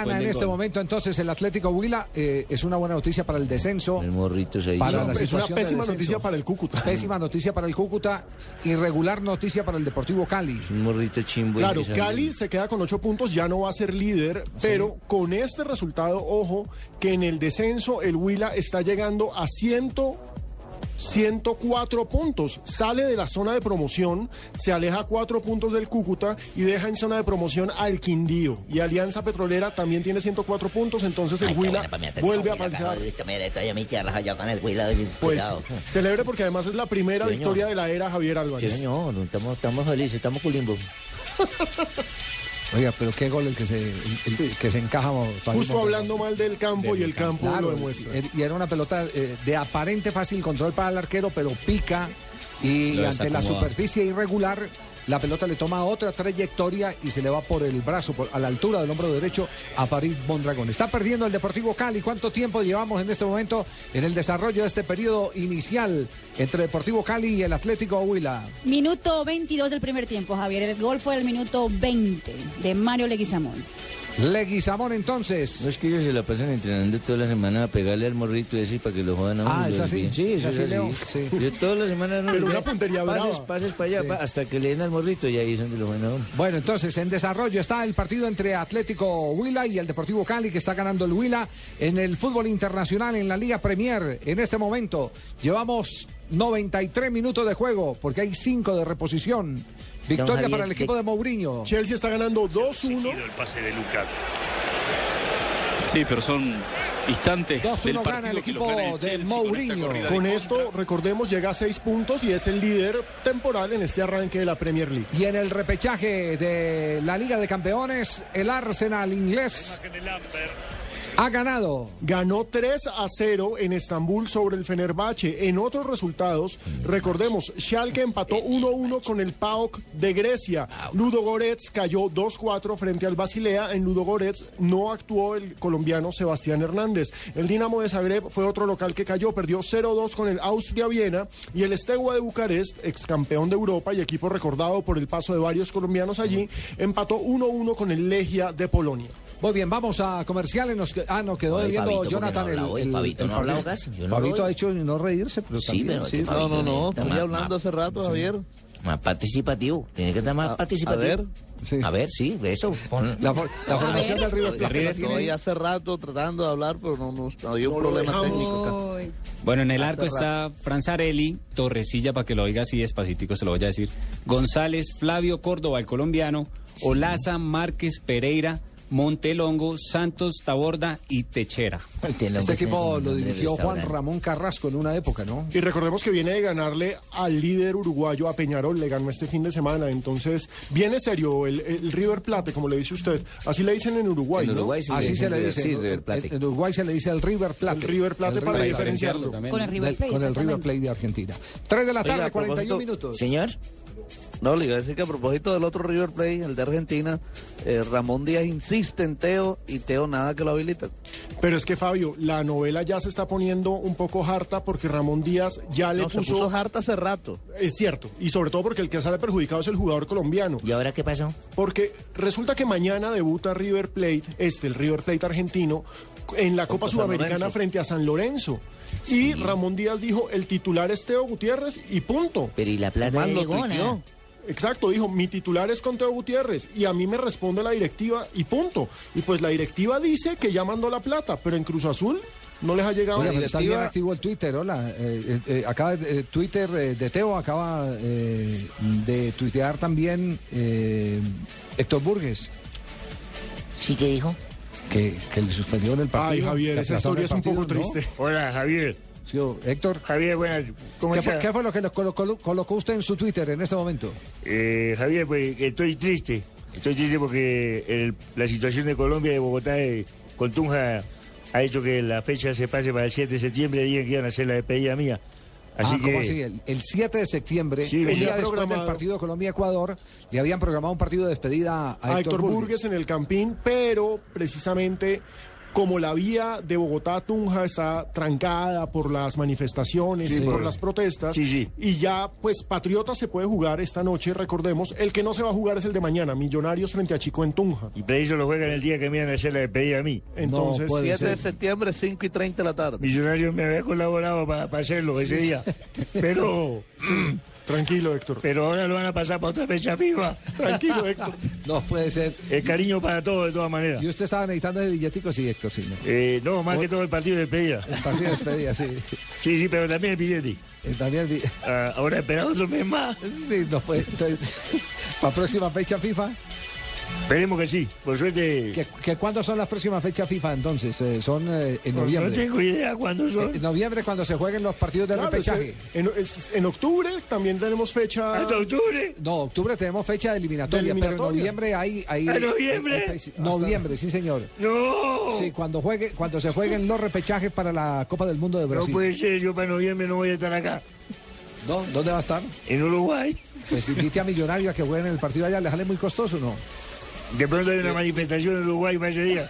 Speaker 6: Gana en este momento entonces el Atlético Huila. eh, es una buena noticia para el descenso.
Speaker 15: El morrito se hizo.
Speaker 6: Para la
Speaker 15: Es una
Speaker 6: situación de
Speaker 15: pésima
Speaker 6: descenso.
Speaker 15: noticia
Speaker 8: para el Cúcuta.
Speaker 6: Pésima noticia para el Cúcuta. Irregular noticia para el Deportivo Cali.
Speaker 15: Un morrito chimbo.
Speaker 8: Claro,
Speaker 15: ingresando.
Speaker 8: Cali se queda con ocho puntos, ya no va a ser líder, pero con este resultado, ojo, que en el descenso el Huila está llegando a 100, 104 puntos. Sale de la zona de promoción, se aleja cuatro puntos del Cúcuta y deja en zona de promoción al Quindío. Y Alianza Petrolera también tiene 104 puntos, entonces el
Speaker 15: Ay, qué
Speaker 8: Huila
Speaker 15: buena pa' mi Atlético
Speaker 8: vuelve a
Speaker 15: Huila,
Speaker 8: pasar.
Speaker 15: carajo, listo, mira, estoy a mi tierra, yo con el Huila. doy-
Speaker 8: Pues
Speaker 15: cuidado.
Speaker 8: celebre porque además es la primera
Speaker 15: Sí, señor.
Speaker 8: victoria de la era Javier Álvarez.
Speaker 15: Sí, señor, estamos, estamos felices, estamos culimbo.
Speaker 6: Oiga, pero qué gol el que se, el- el que se encaja.
Speaker 8: Justo hablando mal del campo y el campo lo demuestra.
Speaker 6: el- Y era una pelota eh, de aparente fácil control para el arquero, pero pica y
Speaker 16: Lo
Speaker 6: ante la
Speaker 16: desacomoda.
Speaker 6: superficie irregular la pelota le toma otra trayectoria y se le va por el brazo, por- a la altura del hombro derecho a Farid Mondragón. Está perdiendo el Deportivo Cali. ¿Cuánto tiempo llevamos en este momento en el desarrollo de este periodo inicial entre Deportivo Cali y el Atlético Huila?
Speaker 9: Minuto 22 del primer tiempo, Javier. El gol fue el minuto 20 de Mario Leguizamón.
Speaker 6: Leguizamón entonces.
Speaker 15: No es que ellos se la pasan entrenando toda la semana a pegarle al morrito ese para que lo jodan a uno.
Speaker 6: Ah, ¿es
Speaker 15: los
Speaker 6: así?
Speaker 15: bien. Sí,
Speaker 6: ¿Es
Speaker 15: eso es
Speaker 6: así,
Speaker 15: así.
Speaker 6: Leo? Sí.
Speaker 15: Yo toda la semana no.
Speaker 6: Pero
Speaker 15: ya,
Speaker 6: una puntería
Speaker 15: pases,
Speaker 6: brava.
Speaker 15: Pases para allá,
Speaker 6: Sí.
Speaker 15: pa- hasta que le den al morrito y ahí es donde lo jodan a uno.
Speaker 6: Bueno, entonces en desarrollo está el partido entre Atlético Huila y el Deportivo Cali que está ganando el Huila en el fútbol internacional en la Liga Premier. En este momento llevamos 93 minutos de juego porque hay 5 de reposición. Victoria
Speaker 8: Javier,
Speaker 6: para el equipo
Speaker 8: de-
Speaker 6: de Mourinho.
Speaker 8: Chelsea está ganando 2-1.
Speaker 1: El pase de Lukaku. Sí, pero son instantes
Speaker 8: 2-1
Speaker 1: del
Speaker 8: gana el
Speaker 1: partido que los
Speaker 8: equipo
Speaker 1: gana el
Speaker 8: de
Speaker 1: Chelsea con esta
Speaker 8: Mourinho.
Speaker 1: corrida de
Speaker 8: Con
Speaker 1: contra.
Speaker 8: esto, recordemos, llega a seis puntos y es el líder temporal en este arranque de la Premier League.
Speaker 6: Y en el repechaje de la Liga de Campeones, el Arsenal inglés ha ganado.
Speaker 8: Ganó 3 a 0 en Estambul sobre el Fenerbahce. En otros resultados, recordemos, Schalke empató 1-1 con el PAOK de Grecia. Ludogorets cayó 2-4 frente al Basilea. En Ludogorets no actuó el colombiano Sebastián Hernández. El Dinamo de Zagreb fue otro local que cayó, perdió 0-2 con el Austria Viena y el Estegua de Bucarest, ex campeón de Europa y equipo recordado por el paso de varios colombianos allí, empató 1-1 con el Legia de Polonia.
Speaker 6: Muy bien, vamos a comerciales. Nos que- ah, nos quedó
Speaker 8: Ay,
Speaker 6: debiendo
Speaker 8: Fabito, ¿por qué no
Speaker 6: Jonathan
Speaker 8: ha hablado
Speaker 6: el,
Speaker 8: hoy?
Speaker 6: el-
Speaker 8: Fabito,
Speaker 6: el
Speaker 8: ¿no ha hablado
Speaker 6: partido.
Speaker 8: casi? Yo no
Speaker 6: Fabito
Speaker 8: doy.
Speaker 6: ha hecho no reírse, pero
Speaker 15: Sí, pero que
Speaker 6: no,
Speaker 15: Fabito
Speaker 6: no, no.
Speaker 15: está
Speaker 6: estoy
Speaker 15: más-
Speaker 6: hablando
Speaker 15: más-
Speaker 6: hace rato,
Speaker 15: sí.
Speaker 6: Javier.
Speaker 15: Más participativo. Tiene que estar más participativo.
Speaker 21: a ver.
Speaker 15: A ver, sí, eso. pon-
Speaker 6: La, for- la formación del River Plate. la tiene-
Speaker 21: Estoy hace rato tratando de hablar, pero no, no, había un problema técnico acá.
Speaker 16: Bueno, en el
Speaker 21: Hace
Speaker 16: arco está Franzarelli, Torrecilla, para que lo oiga así despacitico, se lo voy a decir. González, Flavio Córdoba, el colombiano, Olaza, Márquez, Pereira, Montelongo, Santos, Taborda y Techera.
Speaker 6: Este equipo lo dirigió Juan Ramón Carrasco en una época, ¿no?
Speaker 8: Y recordemos que viene de ganarle al líder uruguayo a Peñarol, le ganó este fin de semana, entonces viene serio el, el River Plate, como le dice usted, así le dicen en Uruguay. ¿no?
Speaker 6: Así se le dice. ¿no? En, en Uruguay se le dice el River Plate. El River
Speaker 8: Plate para diferenciarlo.
Speaker 6: también.
Speaker 8: Con el River
Speaker 6: Del-
Speaker 8: Plate,
Speaker 6: Con el River
Speaker 8: exactamente.
Speaker 6: Plate de Argentina. 3 de la
Speaker 8: Oiga,
Speaker 6: tarde,
Speaker 8: a propósito,
Speaker 6: 41 minutos.
Speaker 15: Señor.
Speaker 21: No, le iba a decir que a propósito del otro River Plate, el de Argentina, eh, Ramón Díaz insiste en Teo y Teo nada que lo habilita.
Speaker 8: Pero es que Fabio, la novela ya se está poniendo un poco harta porque Ramón Díaz ya le
Speaker 21: No, se
Speaker 8: puso.
Speaker 21: puso harta hace rato.
Speaker 8: Es cierto. Y sobre todo porque el que sale perjudicado es el jugador colombiano.
Speaker 15: ¿Y ahora qué pasó?
Speaker 8: Porque resulta que mañana debuta River Plate, este, el River Plate argentino, en la Copa
Speaker 21: Contra San
Speaker 8: Sudamericana
Speaker 21: Lorenzo.
Speaker 8: frente a San Lorenzo. Y Ramón Díaz dijo: el titular es Teo Gutiérrez y punto.
Speaker 15: Pero y la plata
Speaker 8: Además,
Speaker 15: de
Speaker 8: lo
Speaker 15: Legona.
Speaker 8: tuiteó. Exacto, dijo, mi titular es con Teo Gutiérrez y a mí me responde la directiva y punto. Y pues la directiva dice que ya mandó la plata, pero en Cruz Azul no les ha llegado
Speaker 6: Oiga,
Speaker 8: la
Speaker 6: pero está bien
Speaker 8: directiva.
Speaker 6: activo el Twitter, hola. Eh, eh, eh, acaba, eh, Twitter eh, de Teo acaba eh, de tuitear también eh, Héctor Burgues.
Speaker 15: ¿Sí qué dijo?
Speaker 6: Que, que le suspendió en el partido.
Speaker 8: Ay, Javier,
Speaker 6: que
Speaker 8: esa
Speaker 6: aplazaron
Speaker 8: historia
Speaker 6: el
Speaker 8: es un
Speaker 6: partido,
Speaker 8: poco
Speaker 6: ¿no? oh,
Speaker 8: triste.
Speaker 11: Hola, Javier.
Speaker 6: Héctor.
Speaker 11: Javier, buenas. ¿Cómo
Speaker 6: ¿Qué, fue,
Speaker 11: estás?
Speaker 6: qué fue lo que lo colo- colo- colocó usted en su Twitter en este momento?
Speaker 11: Eh, Javier, pues estoy triste. Estoy triste porque el- la situación de Colombia, de Bogotá, eh, con Tunja, ha hecho que la fecha se pase para el 7 de septiembre. Digan que iban a hacer la despedida mía. Así
Speaker 6: Ah,
Speaker 11: que...
Speaker 6: ¿cómo así? El, el 7 de septiembre,
Speaker 11: Sí,
Speaker 6: el
Speaker 11: venía
Speaker 6: día después del
Speaker 11: programado.
Speaker 6: partido de Colombia-Ecuador, le habían programado un partido de despedida a,
Speaker 8: A Héctor Burgues en el Campín, pero precisamente como la vía de Bogotá a Tunja está trancada por las manifestaciones
Speaker 11: Sí,
Speaker 8: y por,
Speaker 11: por-
Speaker 8: las protestas,
Speaker 11: Sí, sí.
Speaker 8: y ya pues Patriota se puede jugar esta noche, recordemos, el que no se va a jugar es el de mañana, Millonarios frente a Chico en Tunja.
Speaker 11: Y preciso lo juegan el día que me iban a hacer la despedida a mí.
Speaker 8: Entonces,
Speaker 21: 7 de septiembre, 5 y 30 de la tarde.
Speaker 11: Millonarios me había colaborado para hacerlo ese día. Pero.
Speaker 8: Tranquilo, Héctor.
Speaker 11: Pero ahora lo van a pasar para otra fecha viva.
Speaker 8: Tranquilo, Héctor.
Speaker 6: No puede ser.
Speaker 11: El cariño para todos, de todas maneras.
Speaker 6: Y usted estaba necesitando de billeticos, sí, Héctor, sí. ¿no?
Speaker 11: Eh, no, más que todo el partido de despedida.
Speaker 6: El partido de despedida, sí.
Speaker 11: Sí, sí, pero también el billete.
Speaker 6: Eh, También vi-
Speaker 11: Ah, ahora espera otro mes más.
Speaker 6: Sí, no puede. entonces, ¿Para próxima fecha FIFA?
Speaker 11: Esperemos que pues sí. Por suerte.
Speaker 6: ¿Que, que ¿Cuándo son las próximas fechas FIFA entonces? Eh, son eh, en
Speaker 11: No,
Speaker 6: noviembre.
Speaker 11: no tengo idea cuándo son.
Speaker 6: en noviembre cuando se jueguen los partidos del
Speaker 8: Claro,
Speaker 6: repechaje.
Speaker 8: es- en, es- en octubre también tenemos fecha.
Speaker 11: ¿Hasta Ah, octubre?
Speaker 6: No, octubre tenemos fecha de eliminatoria,
Speaker 8: De eliminatoria.
Speaker 6: pero en noviembre hay... hay
Speaker 11: ¿Ah, noviembre?
Speaker 6: hay- hay- noviembre, sí señor.
Speaker 11: ¡No!
Speaker 6: Sí, cuando, juegue, cuando se jueguen los repechajes para la Copa del Mundo de
Speaker 11: No
Speaker 6: Brasil.
Speaker 11: puede ser, yo para noviembre no voy a estar acá.
Speaker 6: ¿No? ¿Dónde va a estar?
Speaker 11: En Uruguay.
Speaker 6: Pues invite a Millonarios a que jueguen el partido allá, ¿les sale muy costoso o no?
Speaker 11: De pronto hay una manifestación en Uruguay para ese día.
Speaker 21: Eh,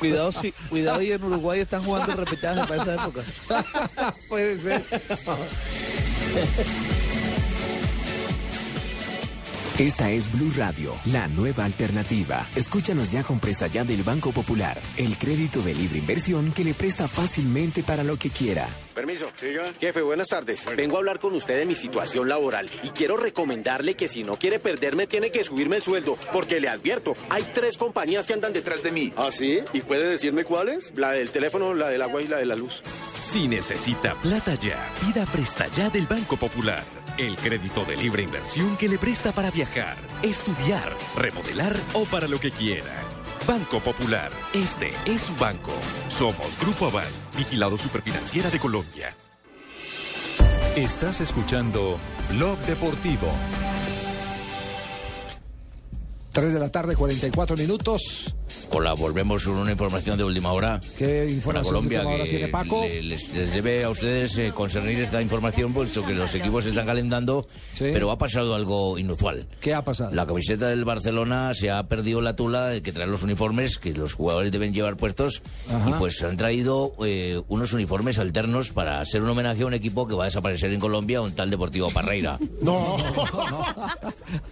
Speaker 21: Cuidado, si, cuidado, y en Uruguay están jugando repetaje para esa época.
Speaker 6: Puede
Speaker 8: Pues,
Speaker 6: ser.
Speaker 13: Esta es Blue Radio, la nueva alternativa. Escúchanos ya con presta ya del Banco Popular, el crédito de libre inversión que le presta fácilmente para lo que quiera.
Speaker 2: Permiso. Jefe, buenas tardes. Vengo a hablar con usted de mi situación laboral y quiero recomendarle que si no quiere perderme tiene que subirme el sueldo, porque le advierto, hay tres compañías que andan detrás de mí. ¿Ah, sí? ¿Y puede decirme cuáles? La del teléfono, la del agua y la de la luz.
Speaker 19: Si necesita plata ya, pida presta ya del Banco Popular. El crédito de libre inversión que le presta para viajar, estudiar, remodelar o para lo que quiera. Banco Popular, este es su banco. Somos Grupo Aval, vigilado superfinanciera de Colombia.
Speaker 3: Estás escuchando Blog Deportivo.
Speaker 6: 3 de la tarde, 44 minutos.
Speaker 7: Hola, volvemos con una información de última hora.
Speaker 6: ¿Qué
Speaker 7: Para
Speaker 6: información
Speaker 7: Colombia,
Speaker 6: de última hora
Speaker 7: que
Speaker 6: tiene Paco?
Speaker 7: le- les, les debe a ustedes eh, concernir esta información, puesto que los equipos se están calentando, pero ha pasado algo inusual.
Speaker 6: ¿Qué ha pasado?
Speaker 7: La camiseta del Barcelona se ha perdido la tula de que traen los uniformes que los jugadores deben llevar puestos,
Speaker 6: Ajá.
Speaker 7: y pues han traído eh, unos uniformes alternos para hacer un homenaje a un equipo que va a desaparecer en Colombia, un tal Deportivo Parreira.
Speaker 6: No.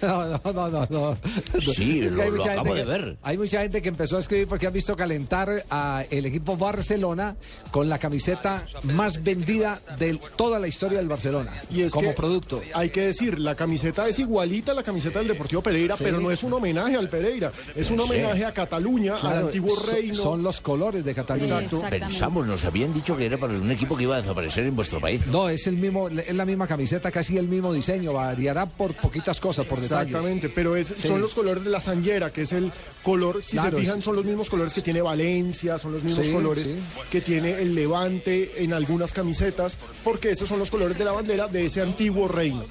Speaker 6: No, no, no, no. no.
Speaker 7: Sí,
Speaker 6: Es que
Speaker 7: lo-
Speaker 6: hay
Speaker 7: lo
Speaker 6: mucha
Speaker 7: acabo
Speaker 6: gente
Speaker 7: de
Speaker 6: que-
Speaker 7: ver.
Speaker 6: Hay mucha gente que empezó a escribir porque han visto calentar a el equipo Barcelona con la camiseta más vendida de toda la historia del Barcelona.
Speaker 8: Y es
Speaker 6: como
Speaker 8: que
Speaker 6: producto.
Speaker 8: Hay que decir, la camiseta es igualita a la camiseta del Deportivo Pereira,
Speaker 6: Sí.
Speaker 8: pero no es un homenaje al Pereira, es un
Speaker 7: Sí.
Speaker 8: homenaje a Cataluña, al
Speaker 7: Claro,
Speaker 8: antiguo
Speaker 7: so-
Speaker 8: reino.
Speaker 6: Son los colores de Cataluña.
Speaker 7: Pensamos, nos habían dicho que era para un equipo que iba a desaparecer en vuestro país.
Speaker 6: No, es el mismo, es la misma camiseta, casi el mismo diseño, variará por poquitas cosas, por detalles.
Speaker 8: Exactamente, pero es-
Speaker 6: Sí.
Speaker 8: son los colores de la Sangera, que es el color, si
Speaker 6: Claro,
Speaker 8: se fijan,
Speaker 6: es-
Speaker 8: son los mismos colores que tiene Valencia, son los mismos
Speaker 6: Sí,
Speaker 8: colores
Speaker 6: sí.
Speaker 8: que tiene el Levante en algunas camisetas, porque esos son los colores de la bandera de ese antiguo reino.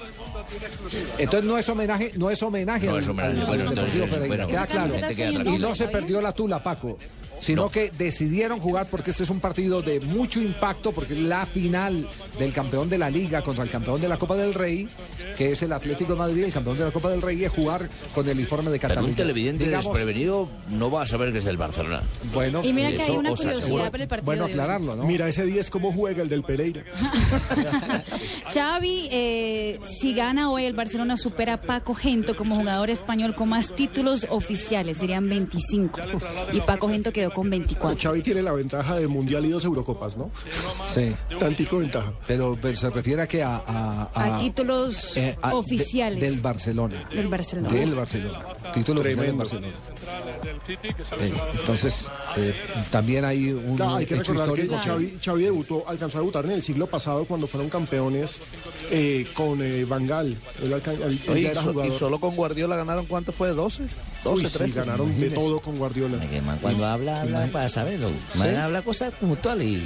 Speaker 6: Entonces no es homenaje, no es homenaje
Speaker 8: No
Speaker 6: al,
Speaker 8: es homenaje,
Speaker 6: al-
Speaker 8: bueno,
Speaker 6: al
Speaker 8: entonces,
Speaker 6: Deportivo Pereira.
Speaker 8: bueno,
Speaker 6: queda
Speaker 8: entonces,
Speaker 6: claro.
Speaker 8: gente queda
Speaker 6: y
Speaker 8: tranquila.
Speaker 6: no se perdió la tula, Paco. sino que decidieron jugar porque este es un partido de mucho impacto, porque es la final del campeón de la liga contra el campeón de la Copa del Rey, que es el Atlético de Madrid, el campeón de la Copa del Rey, es jugar con el informe de
Speaker 7: Pero
Speaker 6: Cataluña.
Speaker 7: un televidente
Speaker 6: Digamos-
Speaker 7: desprevenido no va a saber que es del Barcelona.
Speaker 6: Bueno,
Speaker 9: Y mira que
Speaker 7: eso
Speaker 9: hay una
Speaker 7: os aseguro.
Speaker 9: curiosidad para el partido de hoy.
Speaker 8: Mira ese 10 cómo juega el del Pereira.
Speaker 9: Xavi, eh, si gana hoy el Barcelona supera a Paco Gento como jugador español con más títulos oficiales, serían 25. Y Paco Gento quedó con 24.
Speaker 8: Pues Xavi tiene la ventaja del Mundial y dos Eurocopas, ¿no?
Speaker 6: Sí.
Speaker 8: Tantico ventaja.
Speaker 6: Pero, pero se refiere a que a... a- a-
Speaker 9: A títulos
Speaker 6: Ah, eh, a- de-
Speaker 9: oficiales
Speaker 6: del Barcelona.
Speaker 9: del Barcelona.
Speaker 6: Del Barcelona. Título oficial del
Speaker 8: Tremendo.
Speaker 6: Barcelona. Eh, entonces, eh, también hay un
Speaker 8: No, hay que
Speaker 6: hecho
Speaker 8: recordar que
Speaker 6: histórico.
Speaker 8: Xavi, Xavi debutó, alcanzó a debutar en el siglo pasado cuando fueron campeones eh, con eh, Van Gaal. Él alca- él- él
Speaker 21: Oye,
Speaker 8: ya
Speaker 21: y,
Speaker 8: era
Speaker 21: so- y
Speaker 8: jugador.
Speaker 21: solo con Guardiola ganaron, ¿cuánto fue? ¿12? 12,
Speaker 8: Uy, sí,
Speaker 21: 13.
Speaker 8: ganaron de todo con Guardiola.
Speaker 15: Cuando habla, habla para saberlo. Man, habla cosas puntuales y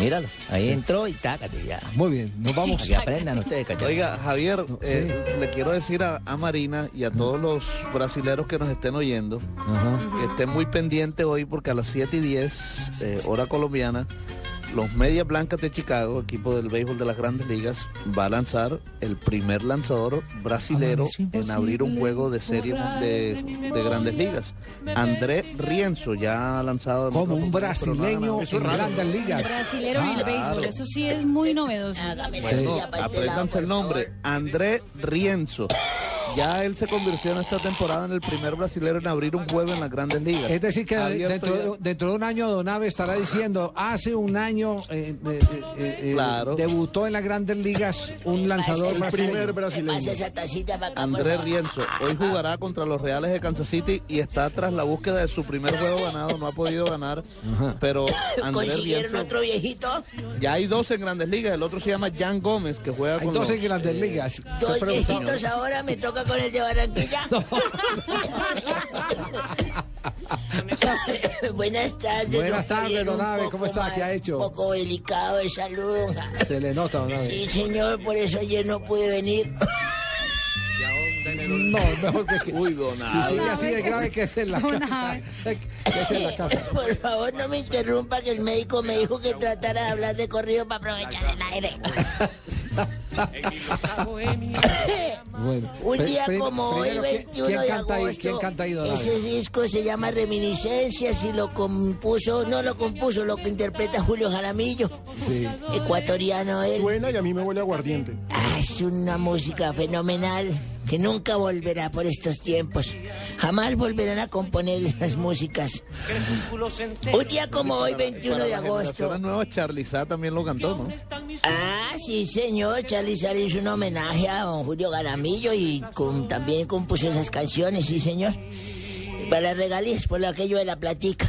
Speaker 15: míralo. Ahí
Speaker 21: Sí.
Speaker 15: entró y tácate ya.
Speaker 6: Muy bien, nos
Speaker 21: vamos.
Speaker 15: Para que aprendan ustedes, cachorros.
Speaker 21: Oiga, Javier, eh, le quiero decir a, a Marina y a todos los brasileros que nos estén oyendo que estén muy pendientes hoy porque a las 7 y 10, eh, hora colombiana, los Medias Blancas de Chicago, equipo del béisbol de las grandes ligas, va a lanzar el primer lanzador
Speaker 15: Ah,
Speaker 21: brasilero en abrir un juego de serie de, de grandes ligas. André Rienzo ya ha lanzado... Como un
Speaker 6: brasileño en grandes ligas.
Speaker 9: Brasilero
Speaker 6: Ah,
Speaker 9: en el béisbol, eso sí es muy novedoso.
Speaker 21: Bueno, apréndanse el nombre, André Rienzo. Ya él se convirtió en esta temporada en el primer brasilero en abrir un juego en las grandes ligas.
Speaker 6: Es decir, que
Speaker 21: Abierto
Speaker 6: dentro,
Speaker 21: ya-
Speaker 6: de- dentro de un año Donave estará diciendo, hace un año eh, eh, eh, eh, debutó en las grandes ligas un lanzador brasileño.
Speaker 21: Andrés Rienzo hoy jugará contra los Reales de Kansas City y está tras la búsqueda de su primer juego ganado, no ha podido ganar, pero Andrés
Speaker 15: ¿Consiguieron
Speaker 21: Rienzo
Speaker 15: otro viejito?
Speaker 21: ya hay dos en Grandes Ligas, el otro se llama Jan Gómez que juega
Speaker 6: Hay
Speaker 21: con
Speaker 6: dos
Speaker 21: los,
Speaker 6: en grandes
Speaker 21: eh,
Speaker 6: ligas.
Speaker 15: Dos
Speaker 21: Te preguntaba.
Speaker 15: viejitos ahora me toca con el de Barranquilla. Buenas tardes. don
Speaker 6: Buenas tardes,
Speaker 15: Javier,
Speaker 6: don
Speaker 15: un
Speaker 6: Abe,
Speaker 15: poco
Speaker 6: ¿cómo está? ¿Qué ha
Speaker 15: mal,
Speaker 6: hecho?
Speaker 15: Un poco delicado de salud.
Speaker 6: Se le nota Donave.
Speaker 15: Sí, señor, por eso ayer no pude venir.
Speaker 6: No, mejor que...
Speaker 21: Uy, Don
Speaker 6: Si sigue así de grave que es en la casa. eh, Que es en la casa.
Speaker 15: Por favor, no me interrumpa que el médico me dijo que tratara de hablar de corrido para aprovechar el aire.
Speaker 6: Bueno.
Speaker 15: Un
Speaker 6: Pe-
Speaker 15: día
Speaker 6: prim-
Speaker 15: como hoy,
Speaker 6: primero, ¿quién-
Speaker 15: 21
Speaker 6: ¿quién
Speaker 15: de
Speaker 6: canta ahí?
Speaker 15: agosto,
Speaker 6: ¿Quién canta ahí, Donave?
Speaker 15: ese disco se llama Reminiscencias y lo compuso, no lo compuso, lo que interpreta Julio Jaramillo,
Speaker 6: Sí.
Speaker 15: ecuatoriano él.
Speaker 8: Suena y a mí me huele a aguardiente.
Speaker 15: Ah, es una música fenomenal que nunca volverá por estos tiempos. Jamás volverán a componer esas músicas. Un día como hoy, 21
Speaker 21: para
Speaker 15: de
Speaker 21: las
Speaker 15: agosto.
Speaker 21: generaciones nuevas, Charlizá también lo cantó, ¿no?
Speaker 15: Ah, sí, señor. Charlie Sally hizo un homenaje a don Julio Garamillo y con- también compuso esas canciones, sí, señor. Para las regalías, por aquello de la platica.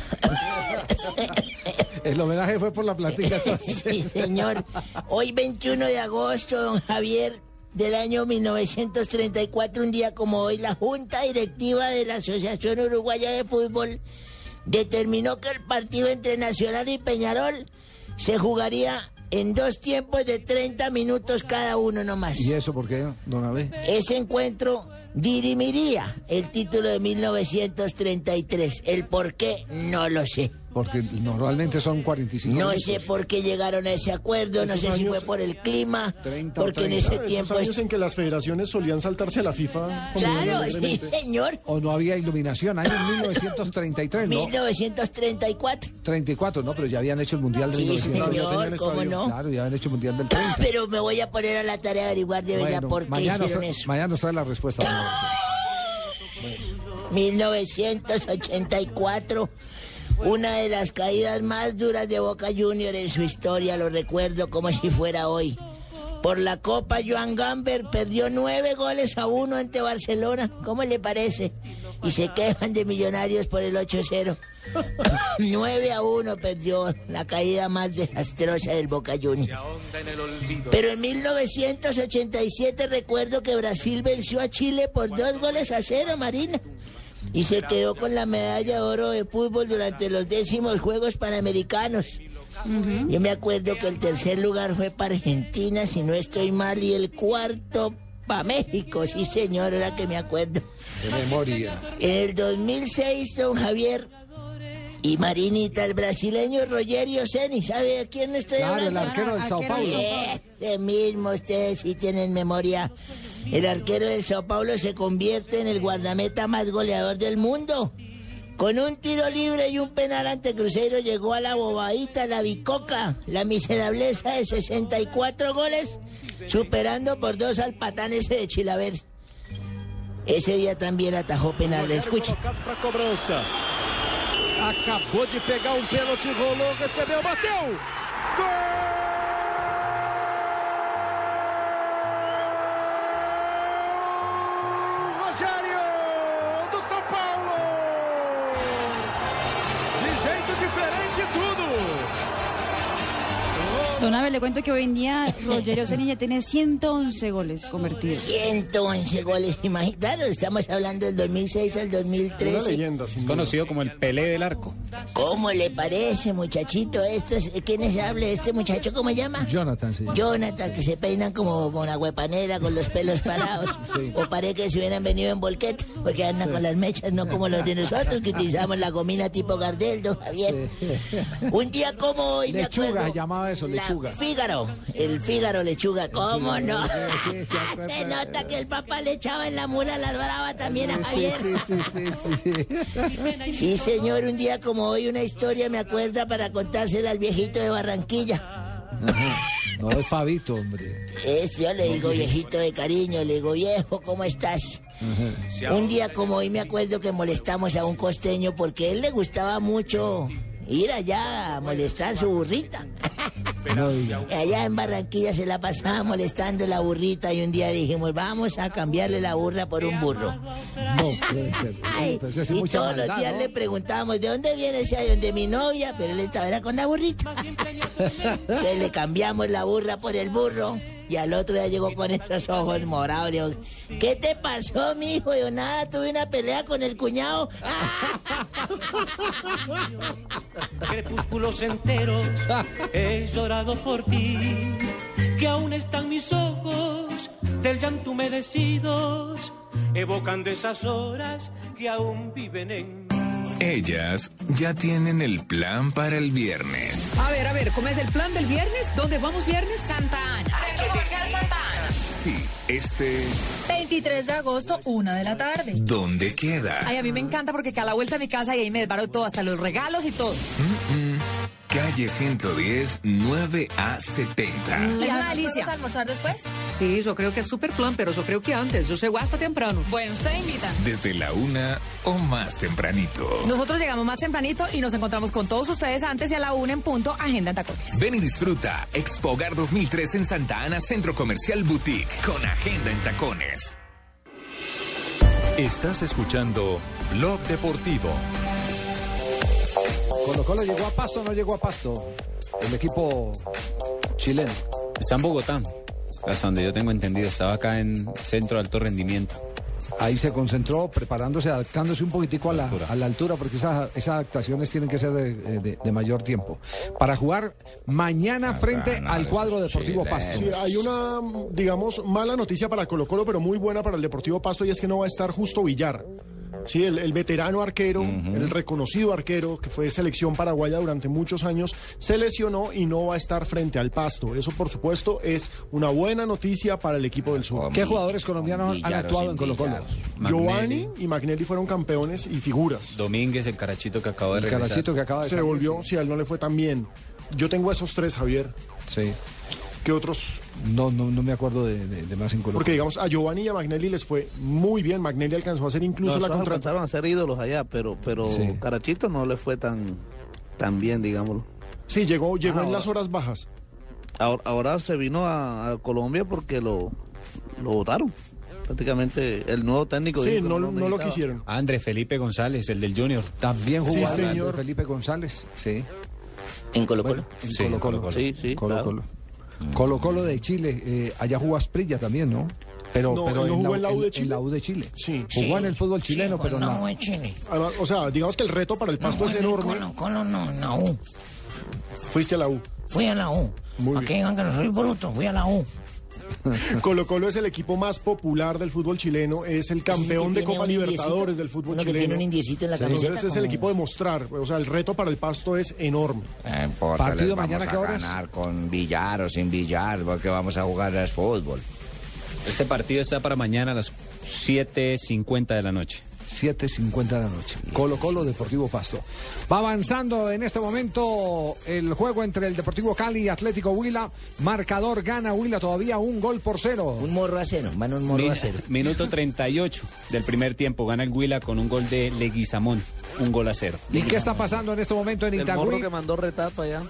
Speaker 6: El homenaje fue por la platica.
Speaker 15: Sí, señor. Hoy 21 de agosto, don Javier, del año 1934, un día como hoy, la Junta Directiva de la Asociación Uruguaya de Fútbol determinó que el partido entre Nacional y Peñarol se jugaría en dos tiempos de 30 minutos cada uno nomás.
Speaker 6: ¿Y eso por qué, Donave?
Speaker 15: Ese encuentro dirimiría el título de 1933. El por qué, no lo sé.
Speaker 6: Porque normalmente son 45
Speaker 15: No
Speaker 6: minutos.
Speaker 15: sé por qué llegaron a ese acuerdo, no
Speaker 8: Esos
Speaker 15: sé si
Speaker 8: años-
Speaker 15: fue por el clima,
Speaker 8: 30 o
Speaker 15: porque en
Speaker 8: 30.
Speaker 15: ese
Speaker 8: Esos
Speaker 15: tiempo...
Speaker 8: años en que las federaciones solían saltarse a la FIFA. como
Speaker 15: Claro, sí,
Speaker 8: lamentablemente.
Speaker 15: señor.
Speaker 6: O no había iluminación, ahí en 1933, ¿no?
Speaker 15: 1934.
Speaker 6: 34, no, pero ya habían hecho el Mundial del
Speaker 15: Sí,
Speaker 6: 1934.
Speaker 15: señor, Claro, ¿cómo no?
Speaker 6: Claro, ya habían hecho el Mundial del 30.
Speaker 15: Pero me voy a poner a la tarea de averiguar de verdad
Speaker 6: Bueno,
Speaker 15: por qué
Speaker 6: mañana,
Speaker 15: hicieron
Speaker 6: nos-
Speaker 15: eso.
Speaker 6: mañana nos trae la respuesta. don
Speaker 15: 1984. Una de las caídas más duras de Boca Junior en su historia, lo recuerdo como si fuera hoy. Por la Copa, Joan Gamber perdió nueve goles a uno ante Barcelona. ¿Cómo le parece? Y se quejan de millonarios por el 8-0. 9 a 1 perdió la caída más desastrosa del Boca Juniors. Pero en 1987 recuerdo que Brasil venció a Chile por dos goles a cero, Marina. Y se quedó con la medalla de oro de fútbol durante los décimos Juegos Panamericanos. Yo me acuerdo que el tercer lugar fue para Argentina, si no estoy mal, y el cuarto para México. Sí, señor, ahora que me acuerdo.
Speaker 6: Jorge. De memoria.
Speaker 15: En el 2006, don Javier, Y Marinita, el brasileño Rogerio Ceni, ¿sabe a quién le estoy
Speaker 6: Claro,
Speaker 15: hablando?
Speaker 6: el arquero del Sao Arquero del Paulo. Sao
Speaker 15: Ese mismo, ustedes sí tienen memoria. El arquero del Sao Paulo se convierte en el guardameta más goleador del mundo. Con un tiro libre y un penal ante Cruzeiro llegó a la bobadita, la bicoca, la miserableza de 64 goles, superando por dos al patán ese de Chilaver. Ese día también atajó penal, escuche.
Speaker 10: Para cobrança. Acabou de pegar um pênalti, rolou, recebeu, bateu! Gol! Rogério do São Paulo! De jeito diferente tudo!
Speaker 9: Don Abel, le cuento que hoy en día Rogerio Ceni ya tiene 111 goles convertidos.
Speaker 15: 111 goles, imagínate. Claro, estamos hablando del 2006 al 2013.
Speaker 16: Es conocido como el Pelé del arco.
Speaker 15: ¿Cómo le parece, muchachito? Estos, ¿Quién es hable? ¿Este muchacho cómo se llama?
Speaker 6: Jonathan, sí.
Speaker 15: Jonathan, que se peinan como con la huepanera, con los pelos parados. O parece que se hubieran venido en volqueta, porque andan con las mechas, no como los de nosotros, que utilizamos la gomina tipo Gardel, don Javier. Un día como hoy, me
Speaker 6: Lechuga,
Speaker 15: acuerdo,
Speaker 6: llamaba eso,
Speaker 15: la
Speaker 6: lechuga.
Speaker 15: Fígaro, el Fígaro lechuga, ¿cómo
Speaker 6: Fígaro,
Speaker 15: no?
Speaker 6: sí, sí, sí,
Speaker 15: Se nota que el papá le echaba en la mula las bravas también a Javier. Sí, señor, un día como hoy una historia me acuerda para contársela al viejito de Barranquilla.
Speaker 6: No es Fabito, hombre.
Speaker 15: Es, yo le digo viejito de cariño, le digo viejo, ¿cómo estás? Un día como hoy me acuerdo que molestamos a un costeño porque a él le gustaba mucho ir allá a molestar su burrita. Allá en Barranquilla se la pasaba molestando la burrita y un día dijimos, vamos a cambiarle la burra por un burro.
Speaker 6: No, puede ser.
Speaker 15: Ay,
Speaker 6: Pero eso es
Speaker 15: y
Speaker 6: mucha
Speaker 15: todos
Speaker 6: maldad,
Speaker 15: los días
Speaker 6: ¿no?
Speaker 15: le preguntábamos, ¿de dónde viene ese avión? De mi novia, pero él estaba era con la burrita. Entonces le cambiamos la burra por el burro. Y al otro día llegó con esos ojos morados. Le digo, ¿qué te pasó, mijo? Yo nada, tuve una pelea con el cuñado.
Speaker 12: Crepúsculos enteros he llorado por ti, que aún están mis ojos del llanto humedecidos, evocando esas horas que aún viven en
Speaker 20: Ellas ya tienen el plan para el viernes.
Speaker 14: A ver, a ver, ¿cómo es el plan del viernes? ¿Dónde vamos viernes? Santa Ana. Centro Comercial Santa Ana.
Speaker 20: Sí, este...
Speaker 14: 23 de agosto, una de la tarde.
Speaker 20: ¿Dónde queda?
Speaker 14: Ay, a mí me encanta porque cada vuelta a mi casa y ahí me deparo todo, hasta los regalos y todo.
Speaker 20: Mm, Calle 110, 9A70.
Speaker 14: Es una delicia. ¿Podemos almorzar después? Sí, yo creo que es súper plan, pero yo creo que antes. Yo llego hasta temprano. Bueno, ustedes invitan.
Speaker 20: Desde la una o más tempranito.
Speaker 14: Nosotros llegamos más tempranito y nos encontramos con todos ustedes antes y a la una en punto, Agenda en Tacones.
Speaker 20: Ven y disfruta Expo Hogar 2003 en Santa Ana Centro Comercial Boutique con agenda en tacones.
Speaker 3: Estás escuchando Blog Deportivo.
Speaker 6: Colo Colo llegó a Pasto, o no llegó a Pasto. El equipo chileno.
Speaker 16: Está en Bogotá, hasta donde yo tengo entendido. Estaba acá en centro de alto rendimiento.
Speaker 6: Ahí se concentró preparándose, adaptándose un poquitico a la, a la altura, porque esas, esas adaptaciones tienen que ser de, de- de mayor tiempo. Para jugar mañana frente al cuadro deportivo Pasto.
Speaker 8: Sí, hay una, digamos, mala noticia para Colo Colo, pero muy buena para el Deportivo Pasto, y es que no va a estar justo Villar. Sí, el, el veterano arquero, el reconocido arquero que fue selección paraguaya durante muchos años, se lesionó y no va a estar frente al pasto. Eso, por supuesto, es una buena noticia para el equipo del sur.
Speaker 6: ¿Qué jugadores colombianos han actuado en Colo Colo?
Speaker 8: Giovanni y Magnelli fueron campeones y figuras.
Speaker 16: Domínguez, el carachito que acabo de
Speaker 6: El
Speaker 16: regresar.
Speaker 6: carachito que acaba de
Speaker 8: se
Speaker 6: salir,
Speaker 8: volvió, si a él no le fue tan bien. Yo tengo esos tres, Javier.
Speaker 6: Sí.
Speaker 8: ¿Qué otros?
Speaker 6: No, no, no me acuerdo de, de- de más en Colo
Speaker 8: Porque digamos, a Giovanni y a Magnelli les fue muy bien. Magnelli alcanzó a hacer incluso
Speaker 21: No,
Speaker 8: la
Speaker 21: esos
Speaker 8: contratación.
Speaker 21: alcanzaron a ser ídolos allá, pero, pero
Speaker 8: Sí.
Speaker 21: Carachito no le fue tan, tan bien, digámoslo.
Speaker 8: Sí, llegó, llegó
Speaker 21: Ah,
Speaker 8: en
Speaker 21: ahora.
Speaker 8: las horas bajas.
Speaker 21: Ahora, ahora se vino a, a Colombia porque lo, lo votaron. Prácticamente el nuevo técnico. dijo que necesitaba.
Speaker 16: André Felipe González, el del Junior.
Speaker 6: También
Speaker 21: jugó Sí, Andrés
Speaker 6: señor. Felipe González, sí.
Speaker 21: ¿En Colo
Speaker 6: Colo? en
Speaker 16: Sí,
Speaker 6: Colo Colo.
Speaker 16: Colo-Colo. Sí, sí,
Speaker 6: Colo
Speaker 16: claro.
Speaker 6: Colo. Colo Colo de Chile, eh, allá jugó Asprilla también, ¿no? Pero,
Speaker 8: No,
Speaker 6: pero
Speaker 8: ¿él no jugó en la U de
Speaker 6: en la U de Chile.
Speaker 8: Sí.
Speaker 6: Jugó en el fútbol chileno, pero no.
Speaker 8: Además, o sea, digamos que el reto para el Pasto es enorme.
Speaker 15: no, no, U.
Speaker 8: Fuiste a la U.
Speaker 15: Fui a la U.
Speaker 8: Muy
Speaker 15: ¿Para qué digan que no soy bruto? Fui a la U.
Speaker 8: Colo Colo es el equipo más popular del fútbol chileno, es el campeón de
Speaker 15: tiene
Speaker 8: Copa
Speaker 15: un indiecito,
Speaker 8: Libertadores del fútbol
Speaker 15: uno que
Speaker 8: chileno.
Speaker 15: tiene un indiecito en la camiseta,
Speaker 8: Entonces es el
Speaker 15: como-
Speaker 8: equipo de mostrar, o sea, el reto para el Pasto es enorme.
Speaker 7: No importa,
Speaker 8: Partido
Speaker 7: les vamos
Speaker 8: mañana,
Speaker 7: a
Speaker 8: ¿qué horas?
Speaker 7: ganar con billar o sin billar, porque vamos a jugar al fútbol.
Speaker 16: Este partido está para mañana a las 7.50 de la noche.
Speaker 6: 7.50 de la noche. Colo Colo Deportivo Pasto. Va avanzando en este momento el juego entre el Deportivo Cali y Atlético Huila. Marcador gana Huila todavía un gol por cero.
Speaker 15: Un morro a cero, van un
Speaker 16: Min- Minuto 38 del primer tiempo. Gana el Huila con un gol de Leguizamón. Un gol a cero.
Speaker 6: ¿Y qué está pasando en este momento en
Speaker 16: El
Speaker 6: Itagüí?
Speaker 16: morro
Speaker 21: que mandó
Speaker 6: Ah,
Speaker 21: retapa ya.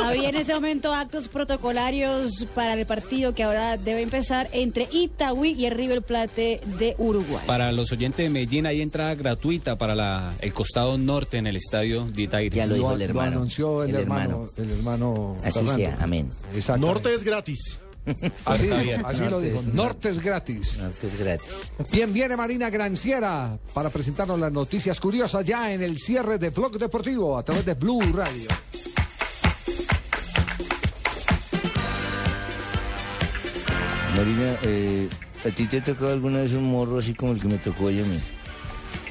Speaker 9: Había en ese momento actos protocolarios para el partido que ahora debe empezar entre Itagüí y el River Plate de Uruguay.
Speaker 16: Para los oyentes de Medellín hay entrada gratuita para la- el costado norte en el estadio de Itaires.
Speaker 6: Lo- lo anunció el, hermano, El hermano.
Speaker 16: Así
Speaker 6: Fernando.
Speaker 16: sea, amén.
Speaker 6: Exactamente.
Speaker 8: Norte es gratis.
Speaker 6: Así,
Speaker 8: Está bien.
Speaker 6: así lo
Speaker 8: Norte
Speaker 6: dijo.
Speaker 8: es-
Speaker 6: Norte es gratis.
Speaker 15: Norte es gratis.
Speaker 6: Bien, viene Marina Granciera para presentarnos las noticias curiosas ya en el cierre de Blog Deportivo a través de Blue Radio.
Speaker 15: Marina, eh, ¿a ti te ha tocado alguna vez un morro así como el que me tocó hoy a mí?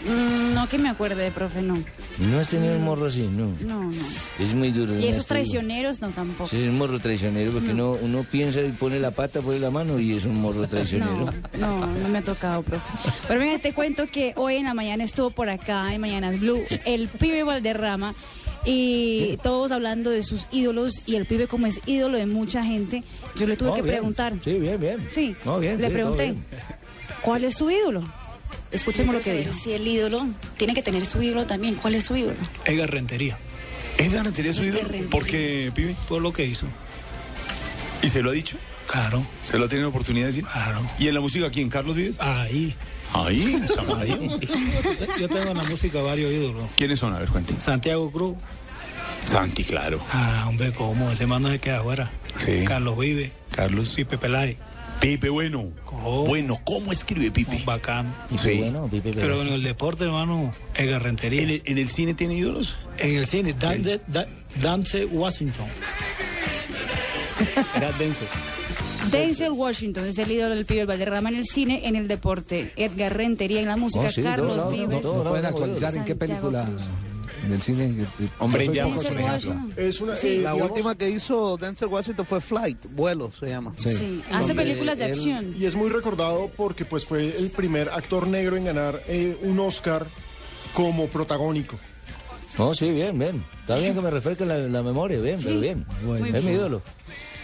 Speaker 9: Mm, no que me acuerde, profe, no.
Speaker 15: ¿No has tenido un morro así? No.
Speaker 9: No, no.
Speaker 15: Es muy duro.
Speaker 9: Y Mm.
Speaker 15: no
Speaker 9: esos
Speaker 15: es duro.
Speaker 9: traicioneros, no tampoco.
Speaker 15: Sí, es un morro traicionero, porque
Speaker 9: No.
Speaker 15: uno, uno piensa y pone la pata, pone la mano y es un morro traicionero.
Speaker 9: No, no me ha tocado, profe. Pero venga, te cuento que hoy en la mañana estuvo por acá, en Mañanas Blue, el pibe Valderrama. Y todos hablando de sus ídolos. Y el pibe, como es ídolo de mucha gente, yo le tuve
Speaker 15: Oh,
Speaker 9: que
Speaker 15: bien.
Speaker 9: preguntar.
Speaker 15: Sí, bien, bien.
Speaker 9: Sí,
Speaker 15: No, bien, sí,
Speaker 9: le
Speaker 15: todo
Speaker 9: pregunté,
Speaker 15: bien.
Speaker 9: ¿cuál es tu ídolo? Escuchemos lo que dijo. Si el ídolo tiene que tener su ídolo también, ¿cuál es su ídolo?
Speaker 17: Edgar Rentería. ¿Edgar Rentería es su ídolo? ¿Por qué, pibe? Por lo que hizo. ¿Y se lo ha dicho? Claro. ¿Se lo ha tenido oportunidad de decir? Claro. ¿Y en la música quién? ¿Carlos Vives? Ahí. Ahí, en San María.
Speaker 4: Yo tengo en la música varios ídolos.
Speaker 17: ¿Quiénes son? A ver, cuenten.
Speaker 4: Santiago Cruz.
Speaker 17: Santi, claro.
Speaker 4: Ah, hombre, cómo, ese man no se queda afuera. Carlos Vive.
Speaker 17: Carlos.
Speaker 4: Pipe Peláez.
Speaker 17: Pipe, bueno. Bueno, ¿cómo escribe Pipe?
Speaker 4: Bacán.
Speaker 17: Sí. bueno, Pipe
Speaker 4: Pero en el deporte, hermano, es garrentería.
Speaker 17: ¿En el, en el cine tiene ídolos?
Speaker 4: En el cine, Dan- Dan- Dance Washington.
Speaker 16: Era denso.
Speaker 9: Denzel Washington es el ídolo del pibe Valderrama en el cine, en el deporte. Edgar Rentería en la música,
Speaker 6: Oh, sí,
Speaker 9: Carlos
Speaker 6: no, no,
Speaker 9: Vives.
Speaker 6: no, no, no pueden actualizar en qué película en el cine. eh, yo soy poco con ejemplo.
Speaker 8: Es una, eh,
Speaker 9: Sí.
Speaker 21: la
Speaker 9: digamos-
Speaker 21: última que hizo Denzel Washington fue Flight, vuelo se llama.
Speaker 9: Sí. Hace
Speaker 8: Donde
Speaker 9: películas de
Speaker 8: él-
Speaker 9: acción.
Speaker 8: Y es muy recordado porque pues fue el primer actor negro en ganar eh, un Oscar como protagónico.
Speaker 15: No, Oh, sí, bien, bien. Está bien que me refresquen la, la memoria, bien,
Speaker 9: Sí.
Speaker 15: pero bien.
Speaker 9: Muy
Speaker 15: es
Speaker 9: bien.
Speaker 15: mi ídolo.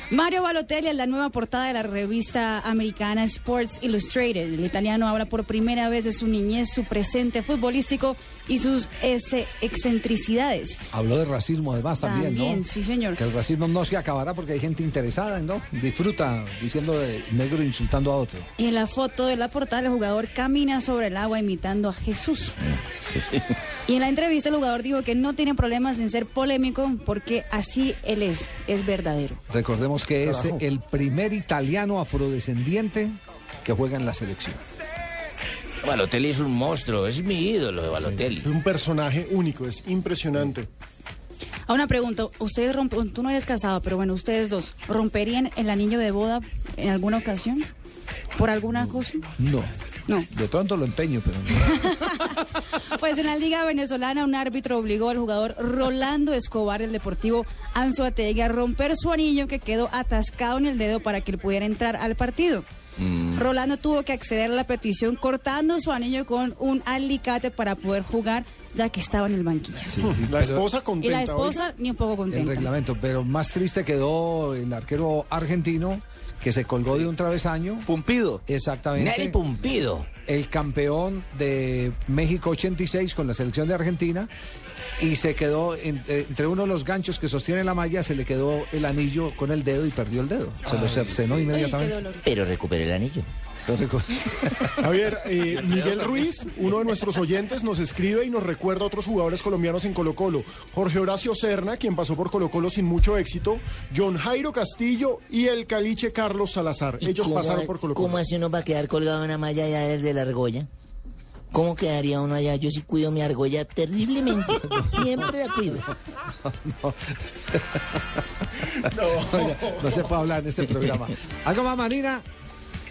Speaker 9: Mario Balotelli es la nueva portada de la revista americana Sports Illustrated. El italiano habla por primera vez de su niñez, su presente futbolístico y sus ese- excentricidades.
Speaker 6: Habló de racismo además también,
Speaker 9: También,
Speaker 6: ¿no?
Speaker 9: sí, señor.
Speaker 6: Que el racismo no se acabará porque hay gente interesada, ¿no? Disfruta diciendo de negro e insultando a otro.
Speaker 9: Y en la foto de la portada, el jugador camina sobre el agua imitando a Jesús. Y en la entrevista, el jugador dijo que no tiene problemas en ser polémico porque así él es, es verdadero.
Speaker 6: Recordemos que es
Speaker 9: Carajo.
Speaker 6: el primer italiano afrodescendiente que juega en la selección.
Speaker 7: Balotelli es un monstruo, es mi ídolo de Balotelli.
Speaker 8: Es un personaje único, es impresionante.
Speaker 9: A Ah, una pregunta, ustedes rompen, tú no eres casado, pero bueno, ustedes dos, ¿romperían el anillo de boda en alguna ocasión? ¿Por alguna cosa?
Speaker 6: No.
Speaker 9: No.
Speaker 6: De pronto lo empeño, pero no.
Speaker 9: Pues en la Liga Venezolana, un árbitro obligó al jugador Rolando Escobar del Deportivo Anzuategui a romper su anillo que quedó atascado en el dedo para que él pudiera entrar al partido. Rolando tuvo que acceder a la petición cortando su anillo con un alicate para poder jugar, ya que estaba en el banquillo.
Speaker 8: La esposa
Speaker 9: y la
Speaker 8: contenta.
Speaker 9: esposa ni un poco
Speaker 6: el
Speaker 9: contenta.
Speaker 6: reglamento. Pero más triste quedó el arquero argentino que se colgó de un travesaño.
Speaker 21: Pumpido.
Speaker 6: Exactamente.
Speaker 7: Nery Pumpido.
Speaker 6: El campeón de México 86 con la selección de Argentina. Y se quedó en- eh, entre uno de los ganchos que sostiene la malla, se le quedó el anillo con el dedo y perdió el dedo. Se lo cercenó inmediatamente.
Speaker 7: Pero recuperé el anillo.
Speaker 8: Javier, eh, Miguel Ruiz, uno de nuestros oyentes, nos escribe y nos recuerda a otros jugadores colombianos en Colo Colo. Jorge Horacio Serna, quien pasó por Colo Colo sin mucho éxito, John Jairo Castillo y el caliche Carlos Salazar.
Speaker 15: ¿Y
Speaker 8: Ellos
Speaker 15: cómo
Speaker 8: pasaron
Speaker 15: ha-
Speaker 8: por Colo Colo.
Speaker 15: ¿Cómo hace uno para quedar colgado en una malla ya desde la argolla?
Speaker 18: ¿Cómo quedaría uno allá? Yo sí cuido mi argolla terriblemente. Siempre la cuido.
Speaker 6: No, ya, no se puede hablar en este programa. ¿Algo más, Marina?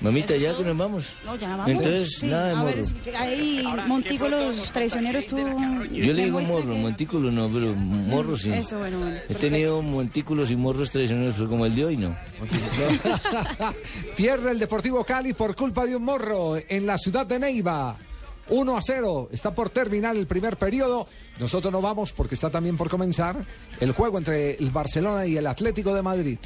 Speaker 18: Mamita, ya que nos vamos.
Speaker 9: No, ya vamos.
Speaker 18: Entonces,
Speaker 9: Sí,
Speaker 18: nada de
Speaker 9: a ver,
Speaker 18: morro.
Speaker 9: es que ahí, Montigo, los traicioneros, tú...
Speaker 18: Yo le digo
Speaker 9: demuestra
Speaker 18: morro,
Speaker 9: que-
Speaker 18: montículo no, pero morro sí.
Speaker 9: Eso, bueno, bueno.
Speaker 18: He tenido montículos y morros tradicionales pero como el de hoy, no.
Speaker 6: Pierde el Deportivo Cali por culpa de un morro en la ciudad de Neiva. 1 a 0, está por terminar el primer periodo. Nosotros no vamos porque está también por comenzar el juego entre el Barcelona y el Atlético de Madrid.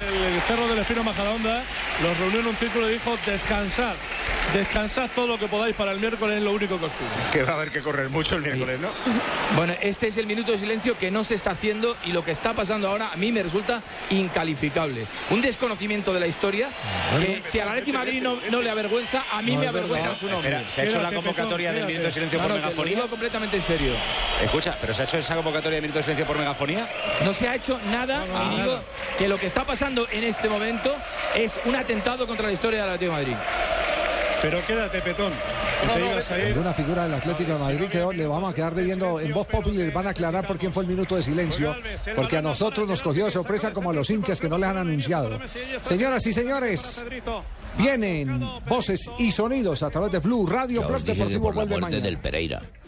Speaker 4: El perro del Espino Majadahonda los reunió en un círculo y dijo descansad, descansad todo lo que podáis para el miércoles es lo único que os pido.
Speaker 16: Que va a haber que correr mucho el miércoles, ¿no?
Speaker 26: Bueno, este es el minuto de silencio que no se está haciendo y lo que está pasando ahora a mí me resulta incalificable. Un desconocimiento de la historia que si a la décima Madrid no, no le avergüenza, a mí
Speaker 16: No,
Speaker 26: me
Speaker 16: es verdad.
Speaker 26: avergüenza su nombre.
Speaker 16: Espera, se ha hecho la convocatoria del minuto de silencio por
Speaker 26: No, no, te lo
Speaker 16: megafonía.
Speaker 26: digo completamente en serio.
Speaker 16: Escucha, pero se ha hecho esa convocatoria de minuto de silencio por megafonía.
Speaker 26: No se ha hecho nada
Speaker 16: no,
Speaker 26: y digo
Speaker 16: nada.
Speaker 26: que lo que está pasando en este momento es un atentado contra la historia del Atlético de Madrid. Pero quédate, petón.
Speaker 6: Alguna figura del Atlético de Madrid que hoy le vamos a quedar debiendo en voz popular. Van a aclarar por quién fue el minuto de silencio, porque a nosotros nos cogió de sorpresa como a los hinchas que no les han anunciado. Señoras y señores, vienen voces y sonidos a través de Blue Radio.
Speaker 7: Ya
Speaker 6: Blog
Speaker 7: os dije que
Speaker 6: Deportivo
Speaker 7: por la
Speaker 6: vuelve
Speaker 7: muerte
Speaker 6: mañana.
Speaker 7: del Pereira.